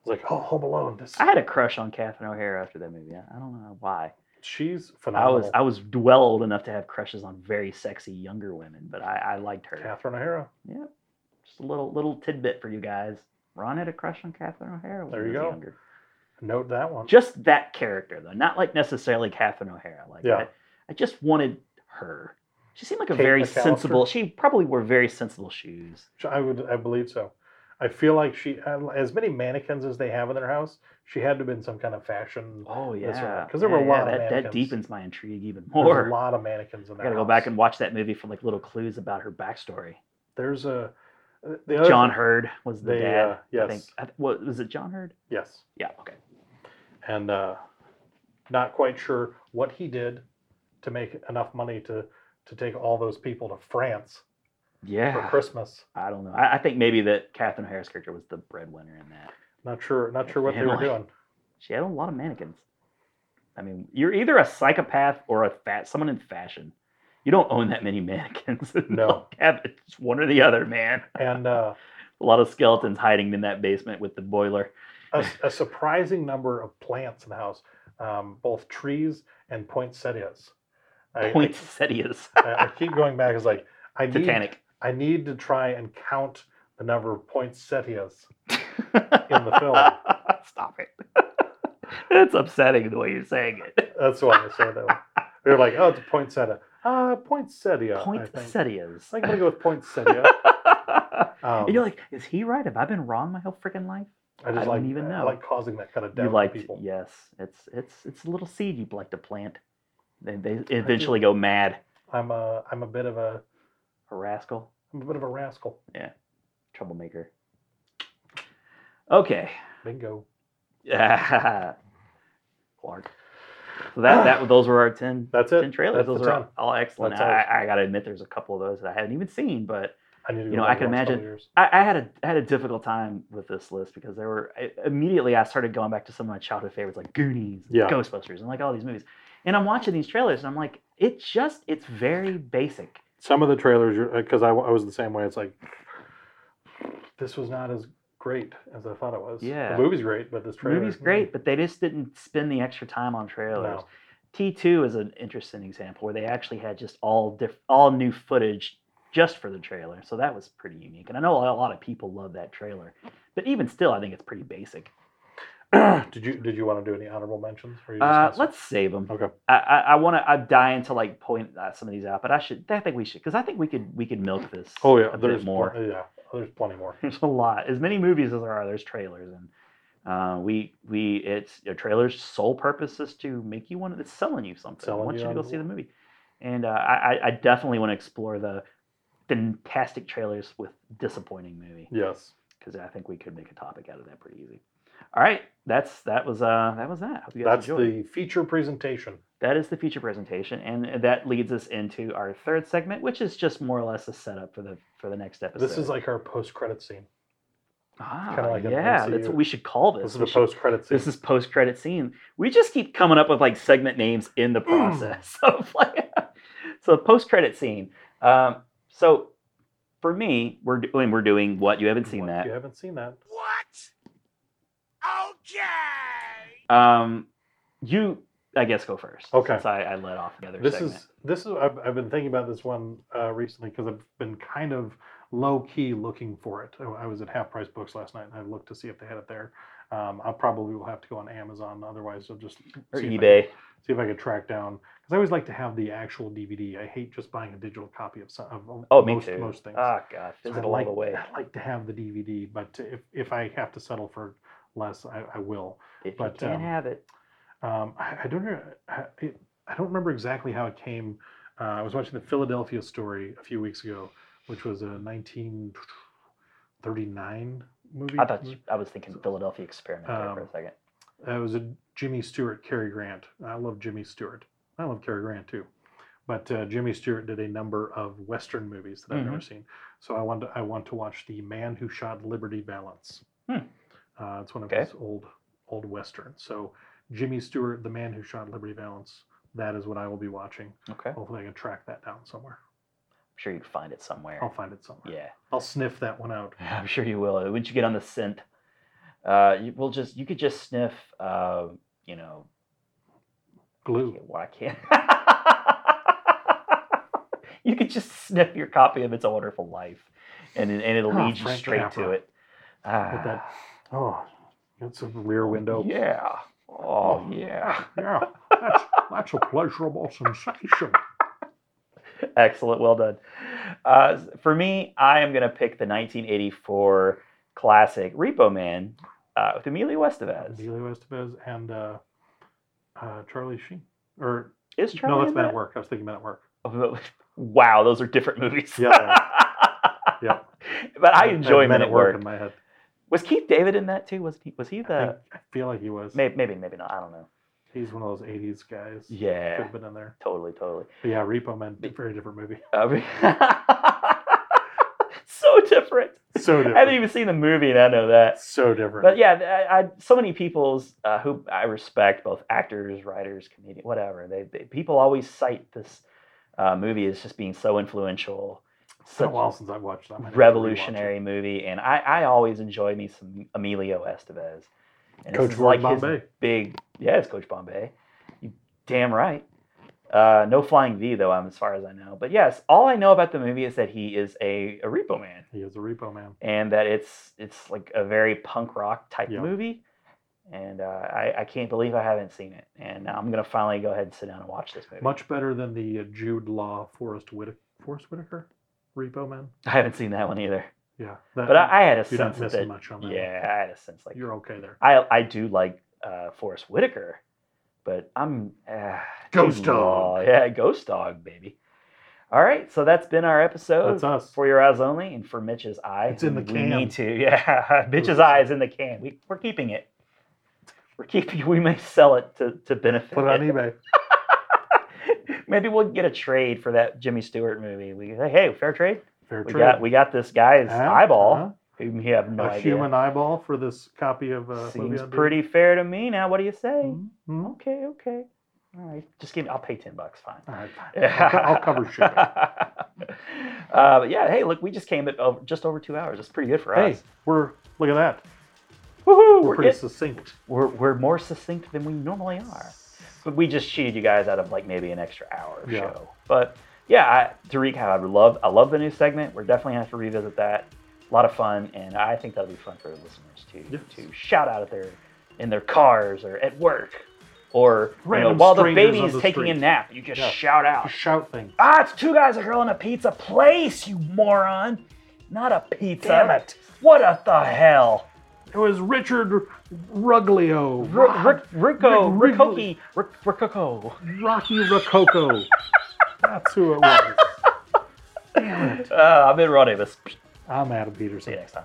Speaker 1: It's like, oh, Home Alone. This
Speaker 2: Mm-hmm. I had a crush on Catherine O'Hara after that movie. I I don't know why.
Speaker 1: she's
Speaker 2: I was
Speaker 1: phenomenal.
Speaker 2: I was well old enough to have crushes on very sexy younger women, but I, I liked her.
Speaker 1: Catherine O'Hara.
Speaker 2: Yeah, just a little little tidbit for you guys. Ron had a crush on Catherine O'Hara. When
Speaker 1: There
Speaker 2: he
Speaker 1: you
Speaker 2: was
Speaker 1: go.
Speaker 2: Younger.
Speaker 1: Note that one.
Speaker 2: Just that character though, not like necessarily Catherine O'Hara. Like
Speaker 1: Yeah.
Speaker 2: I, I just wanted her. She seemed like a
Speaker 1: Kate
Speaker 2: very
Speaker 1: McAllister?
Speaker 2: sensible. She probably wore very sensible shoes.
Speaker 1: I would, I believe so. I feel like she, uh, as many mannequins as they have in their house, she had to have been some kind of fashion.
Speaker 2: Oh yeah,
Speaker 1: That's right, 'cause there were a
Speaker 2: Yeah,
Speaker 1: lot of
Speaker 2: that, that
Speaker 1: mannequins.
Speaker 2: deepens my intrigue even
Speaker 1: There's
Speaker 2: more.
Speaker 1: a lot of mannequins in
Speaker 2: I
Speaker 1: there.
Speaker 2: gotta go back and watch that movie for like little clues about her backstory.
Speaker 1: There's a uh, the other
Speaker 2: John
Speaker 1: thing-
Speaker 2: Hurd was the
Speaker 1: They,
Speaker 2: dad.
Speaker 1: uh,
Speaker 2: I think.
Speaker 1: yes.
Speaker 2: I, th- what, was it John Hurd?
Speaker 1: Yes,
Speaker 2: Yeah. Okay.
Speaker 1: and uh, not quite sure what he did to make enough money to to take all those people to France for
Speaker 2: Yeah.
Speaker 1: Christmas.
Speaker 2: I don't know. I, I think maybe that Catherine Harris character was the breadwinner in that.
Speaker 1: Not sure, not sure what they were
Speaker 2: Family.
Speaker 1: doing.
Speaker 2: She had a lot of mannequins. I mean, you're either a psychopath or a fat someone in fashion. You don't own that many mannequins.
Speaker 1: No.
Speaker 2: Have it. It's one or the other, man.
Speaker 1: And uh,
Speaker 2: A lot of skeletons hiding in that basement with the boiler.
Speaker 1: a, a surprising number of plants in the house, um, both trees and poinsettias. I,
Speaker 2: Poinsettias.
Speaker 1: I, I keep going back. It's like I need,
Speaker 2: Titanic.
Speaker 1: I need to try and count the number of poinsettias in the film.
Speaker 2: Stop it. That's upsetting the way you're saying it.
Speaker 1: That's why I say that. They're like, oh, it's a poinsettia. Uh, poinsettia. I think.
Speaker 2: Poinsettias.
Speaker 1: I'm gonna go with poinsettia. Um,
Speaker 2: and you're like, is he right? Have I been wrong my whole freaking life?
Speaker 1: I just
Speaker 2: don't
Speaker 1: like,
Speaker 2: even
Speaker 1: I
Speaker 2: know.
Speaker 1: like causing that kind of doubt
Speaker 2: you liked,
Speaker 1: to people.
Speaker 2: yes. It's it's it's a little seed you'd like to plant. They, they eventually go mad.
Speaker 1: I'm a, I'm a bit of a,
Speaker 2: A rascal,
Speaker 1: I'm a bit of a rascal.
Speaker 2: troublemaker. Okay,
Speaker 1: Bingo.
Speaker 2: Clark. So that that those were our ten.
Speaker 1: That's it.
Speaker 2: 10 trailers.
Speaker 1: That's the
Speaker 2: those are
Speaker 1: 10.
Speaker 2: all excellent.
Speaker 1: That's ours.
Speaker 2: I, I gotta admit, there's a couple of those that I haven't even seen, but
Speaker 1: I need to go
Speaker 2: You know,
Speaker 1: back
Speaker 2: I
Speaker 1: and
Speaker 2: can
Speaker 1: watch some
Speaker 2: imagine-
Speaker 1: of yours.
Speaker 2: I, I had a I had a difficult time with this list because there were I, immediately I started going back to some of my childhood favorites like Goonies,
Speaker 1: Yeah.
Speaker 2: Ghostbusters, and like all these movies. And I'm watching these trailers and I'm like, it's just it's very basic.
Speaker 1: some of the trailers because I, I was the same way it's like this was not as great as i thought it was
Speaker 2: Yeah.
Speaker 1: the movie's great but this
Speaker 2: The
Speaker 1: trailer
Speaker 2: movie's great, but they just didn't spend the extra time on trailers.
Speaker 1: No.
Speaker 2: T2 is an interesting example where they actually had just all diff- all new footage just for the trailer, so that was pretty unique. And I know a lot of people love that trailer, but even still, I think it's pretty basic.
Speaker 1: did you did you want to do any honorable mentions or you just
Speaker 2: Uh,
Speaker 1: gonna-
Speaker 2: let's save them.
Speaker 1: okay
Speaker 2: I, I, I want to. I die into like point uh, some of these out, but I should. I think we should because I think we could. We could milk this.
Speaker 1: oh yeah
Speaker 2: a
Speaker 1: there's
Speaker 2: bit more.
Speaker 1: pl- yeah there's plenty more
Speaker 2: There's a lot. As many movies as there are, there's trailers, and uh, we we it's a trailer's sole purpose is to make you want to. It's selling you something. I
Speaker 1: Selling
Speaker 2: want
Speaker 1: you
Speaker 2: you to go
Speaker 1: on-
Speaker 2: see the movie, and uh, I I I definitely want to explore the fantastic trailers with disappointing movie
Speaker 1: yes
Speaker 2: because I think we could make a topic out of that pretty easy. All right, that's that was uh that was that. Hope you guys
Speaker 1: that's
Speaker 2: enjoyed.
Speaker 1: the feature presentation
Speaker 2: That is the feature presentation, and that leads us into our third segment, which is just more or less a setup for the for the next episode.
Speaker 1: this is like our post-credit scene
Speaker 2: ah,
Speaker 1: kinda like an
Speaker 2: yeah, that's what
Speaker 1: MCU.
Speaker 2: we should call this.
Speaker 1: this is
Speaker 2: We
Speaker 1: the
Speaker 2: should-
Speaker 1: post-credit scene
Speaker 2: This is post credit scene. We just keep coming up with like segment names in
Speaker 1: Mm.
Speaker 2: the process of like, so post credit scene. Um, so for me, we're doing we're doing what you haven't seen
Speaker 1: What,
Speaker 2: that.
Speaker 1: you haven't seen that
Speaker 3: What? Okay.
Speaker 2: Um, you, I guess, go first.
Speaker 1: Okay.
Speaker 2: since I, I led off the other
Speaker 1: this
Speaker 2: segment.
Speaker 1: is this is I've, I've been thinking about this one uh, recently because I've been kind of low key looking for it. I, I was at Half Price Books last night and I looked to see if they had it there. Um, I probably will have to go on Amazon, otherwise I'll just
Speaker 2: or
Speaker 1: see if I
Speaker 2: eBay.
Speaker 1: could- see if I could track down because I always like to have the actual DVD. I hate just buying a digital copy of some of
Speaker 2: Oh, me
Speaker 1: most,
Speaker 2: too.
Speaker 1: most things.
Speaker 2: Ah, god,
Speaker 1: So I
Speaker 2: physical
Speaker 1: like,
Speaker 2: all the way.
Speaker 1: I like to have the DVD, but if if I have to settle for less, I, I will.
Speaker 2: If
Speaker 1: But,
Speaker 2: you can't
Speaker 1: um,
Speaker 2: have it,
Speaker 1: Um, I, I don't know. I, it, I don't remember exactly how it came. Uh, I was watching the Philadelphia Story a few weeks ago, which was a 1939 movie.
Speaker 2: I thought you, I was thinking Philadelphia Experiment there
Speaker 1: Um,
Speaker 2: for a second.
Speaker 1: Uh, it was a Jimmy Stewart, Cary Grant. I love Jimmy Stewart. I love Cary Grant too. But uh, Jimmy Stewart did a number of Western movies that I've never
Speaker 2: Mm-hmm.
Speaker 1: seen. So I want to, I want to watch The Man Who Shot Liberty Balance.
Speaker 2: Hmm.
Speaker 1: Uh, it's one of
Speaker 2: Okay.
Speaker 1: his old old westerns. So Jimmy Stewart, The Man Who Shot Liberty Balance. That is what I will be watching.
Speaker 2: Okay.
Speaker 1: Hopefully, I can track that down somewhere.
Speaker 2: sure you'd find it somewhere.
Speaker 1: I'll find it somewhere.
Speaker 2: Yeah.
Speaker 1: I'll sniff that one out.
Speaker 2: I'm sure you will. Once you get on the synth, uh, you will just you could just sniff, uh, you know,
Speaker 1: Glue.
Speaker 2: what I can't. you could just sniff your copy of "It's a Wonderful Life," and it- and it'll
Speaker 1: Oh,
Speaker 2: lead you
Speaker 1: Frank
Speaker 2: straight to
Speaker 1: Capra.
Speaker 2: it. Ah,
Speaker 1: With that. Oh, it's a rear window.
Speaker 2: Yeah. Oh yeah.
Speaker 1: Yeah, that's, that's a pleasurable sensation.
Speaker 2: Excellent. Well done. Uh, for me, I am gonna pick the 1984 classic "Repo Man" uh, with Emilio Estevez.
Speaker 1: Emilio Estevez and uh, uh, Charlie Sheen. Or
Speaker 2: Is Charlie
Speaker 1: no, that's
Speaker 2: in
Speaker 1: Men
Speaker 2: that? Oh,
Speaker 1: at Work. I was thinking Men at Work.
Speaker 2: wow, those are different movies.
Speaker 1: Yeah, Yeah.
Speaker 2: But I
Speaker 1: had
Speaker 2: enjoy Men at Work.
Speaker 1: in my head.
Speaker 2: Was Keith David in that too? Was he? Was he
Speaker 1: I,
Speaker 2: the?
Speaker 1: think- I feel like he was.
Speaker 2: Maybe, maybe, maybe not. I don't know.
Speaker 1: He's one of those '80s guys. could
Speaker 2: Yeah,
Speaker 1: have been in there.
Speaker 2: totally, totally.
Speaker 1: But yeah, Repo Man, very different movie.
Speaker 2: I mean, so different.
Speaker 1: So
Speaker 2: I haven't
Speaker 1: different.
Speaker 2: even seen the movie, and I know that.
Speaker 1: So different.
Speaker 2: But yeah, I, I, so many people's uh, who I respect, both actors, writers, comedians, whatever. They, they people always cite this uh, movie as just being so influential.
Speaker 1: it's been a
Speaker 2: such-
Speaker 1: while since I've watched that. Oh, I might have to rewatch it.
Speaker 2: revolutionary movie, and I, I always enjoy me some Emilio Estevez. And
Speaker 1: Coach
Speaker 2: this is
Speaker 1: Roy
Speaker 2: like his
Speaker 1: Bombay.
Speaker 2: big, yeah, it's Coach Bombay. You damn right. Uh, no flying V though, um, as far as I know. But yes, all I know about the movie is that he is a, a repo man,
Speaker 1: He is a Repo Man.
Speaker 2: and that it's it's like a very punk rock type
Speaker 1: Yeah.
Speaker 2: movie. And uh, I, I can't believe I haven't seen it. And now I'm gonna finally go ahead and sit down and watch this movie.
Speaker 1: Much better than the uh, Jude Law, Forrest Whitaker, Forrest Whitaker, Repo Man.
Speaker 2: I haven't seen that one either.
Speaker 1: Yeah, that,
Speaker 2: But I, I had a
Speaker 1: you're not
Speaker 2: sense
Speaker 1: missing
Speaker 2: that
Speaker 1: much on that. one.
Speaker 2: yeah, I had a sense like
Speaker 1: you're okay there.
Speaker 2: I I do like uh, Forrest Whitaker, but I'm uh, oh,
Speaker 1: Ghost Dog.
Speaker 2: Yeah, Ghost Dog, baby. All right, so that's been our episode.
Speaker 1: That's us.
Speaker 2: For your eyes only, and for Mitch's eye.
Speaker 1: It's in the
Speaker 2: We
Speaker 1: can.
Speaker 2: need to, yeah. Mitch's eye is in the can. We we're keeping it. We're keeping. We may sell it to to benefit.
Speaker 1: Put it on eBay.
Speaker 2: Maybe we'll get a trade for that Jimmy Stewart movie. We hey, fair trade.
Speaker 1: Fair
Speaker 2: We
Speaker 1: trade.
Speaker 2: got we got this guy's
Speaker 1: Huh?
Speaker 2: eyeball.
Speaker 1: Huh?
Speaker 2: Whom you have
Speaker 1: a
Speaker 2: no idea.
Speaker 1: human uh, eyeball for this copy of uh,
Speaker 2: Seems
Speaker 1: movie on DVD.
Speaker 2: pretty fair to me. Now, what do you say?
Speaker 1: Mhm. All
Speaker 2: Okay, okay. All right. Just give me, I'll pay 10 bucks, fine.
Speaker 1: right, fine. I'll co- I'll cover shipping.
Speaker 2: uh, but yeah, hey, look, we just came at over, just over two hours. It's pretty good for
Speaker 1: Hey,
Speaker 2: us.
Speaker 1: we're look at that.
Speaker 2: Woohoo!
Speaker 1: We're
Speaker 2: We're,
Speaker 1: pretty
Speaker 2: it-
Speaker 1: succinct.
Speaker 2: we're, we're more succinct than we normally are. But we just cheated you guys out of like maybe an extra hour of
Speaker 1: Yeah.
Speaker 2: show. But yeah, I, to recap, I love I love the new segment. We're definitely gonna have to revisit that. A lot of fun, and I think that'll be fun for the listeners to
Speaker 1: Yes.
Speaker 2: to shout out at their in their cars or at work or you know,
Speaker 1: Random
Speaker 2: while the
Speaker 1: strangers
Speaker 2: baby
Speaker 1: on
Speaker 2: is
Speaker 1: the
Speaker 2: taking a
Speaker 1: street.
Speaker 2: nap. You just
Speaker 1: Yeah.
Speaker 2: shout out.
Speaker 1: Shout thing.
Speaker 2: Ah, it's two guys, a girl, and a pizza place, you moron. Not a pizza.
Speaker 1: Damn it.
Speaker 2: What a the hell?
Speaker 1: It was Richard Ruglio.
Speaker 2: Ru- ru- Rico,
Speaker 1: Rick-
Speaker 2: Ricoki, Ric- Ricoco.
Speaker 1: Rocky Rococo. That's who it was.
Speaker 2: Uh, I've been Ron Davis.
Speaker 1: I'm Adam
Speaker 2: See
Speaker 1: Peterson.
Speaker 2: you next time.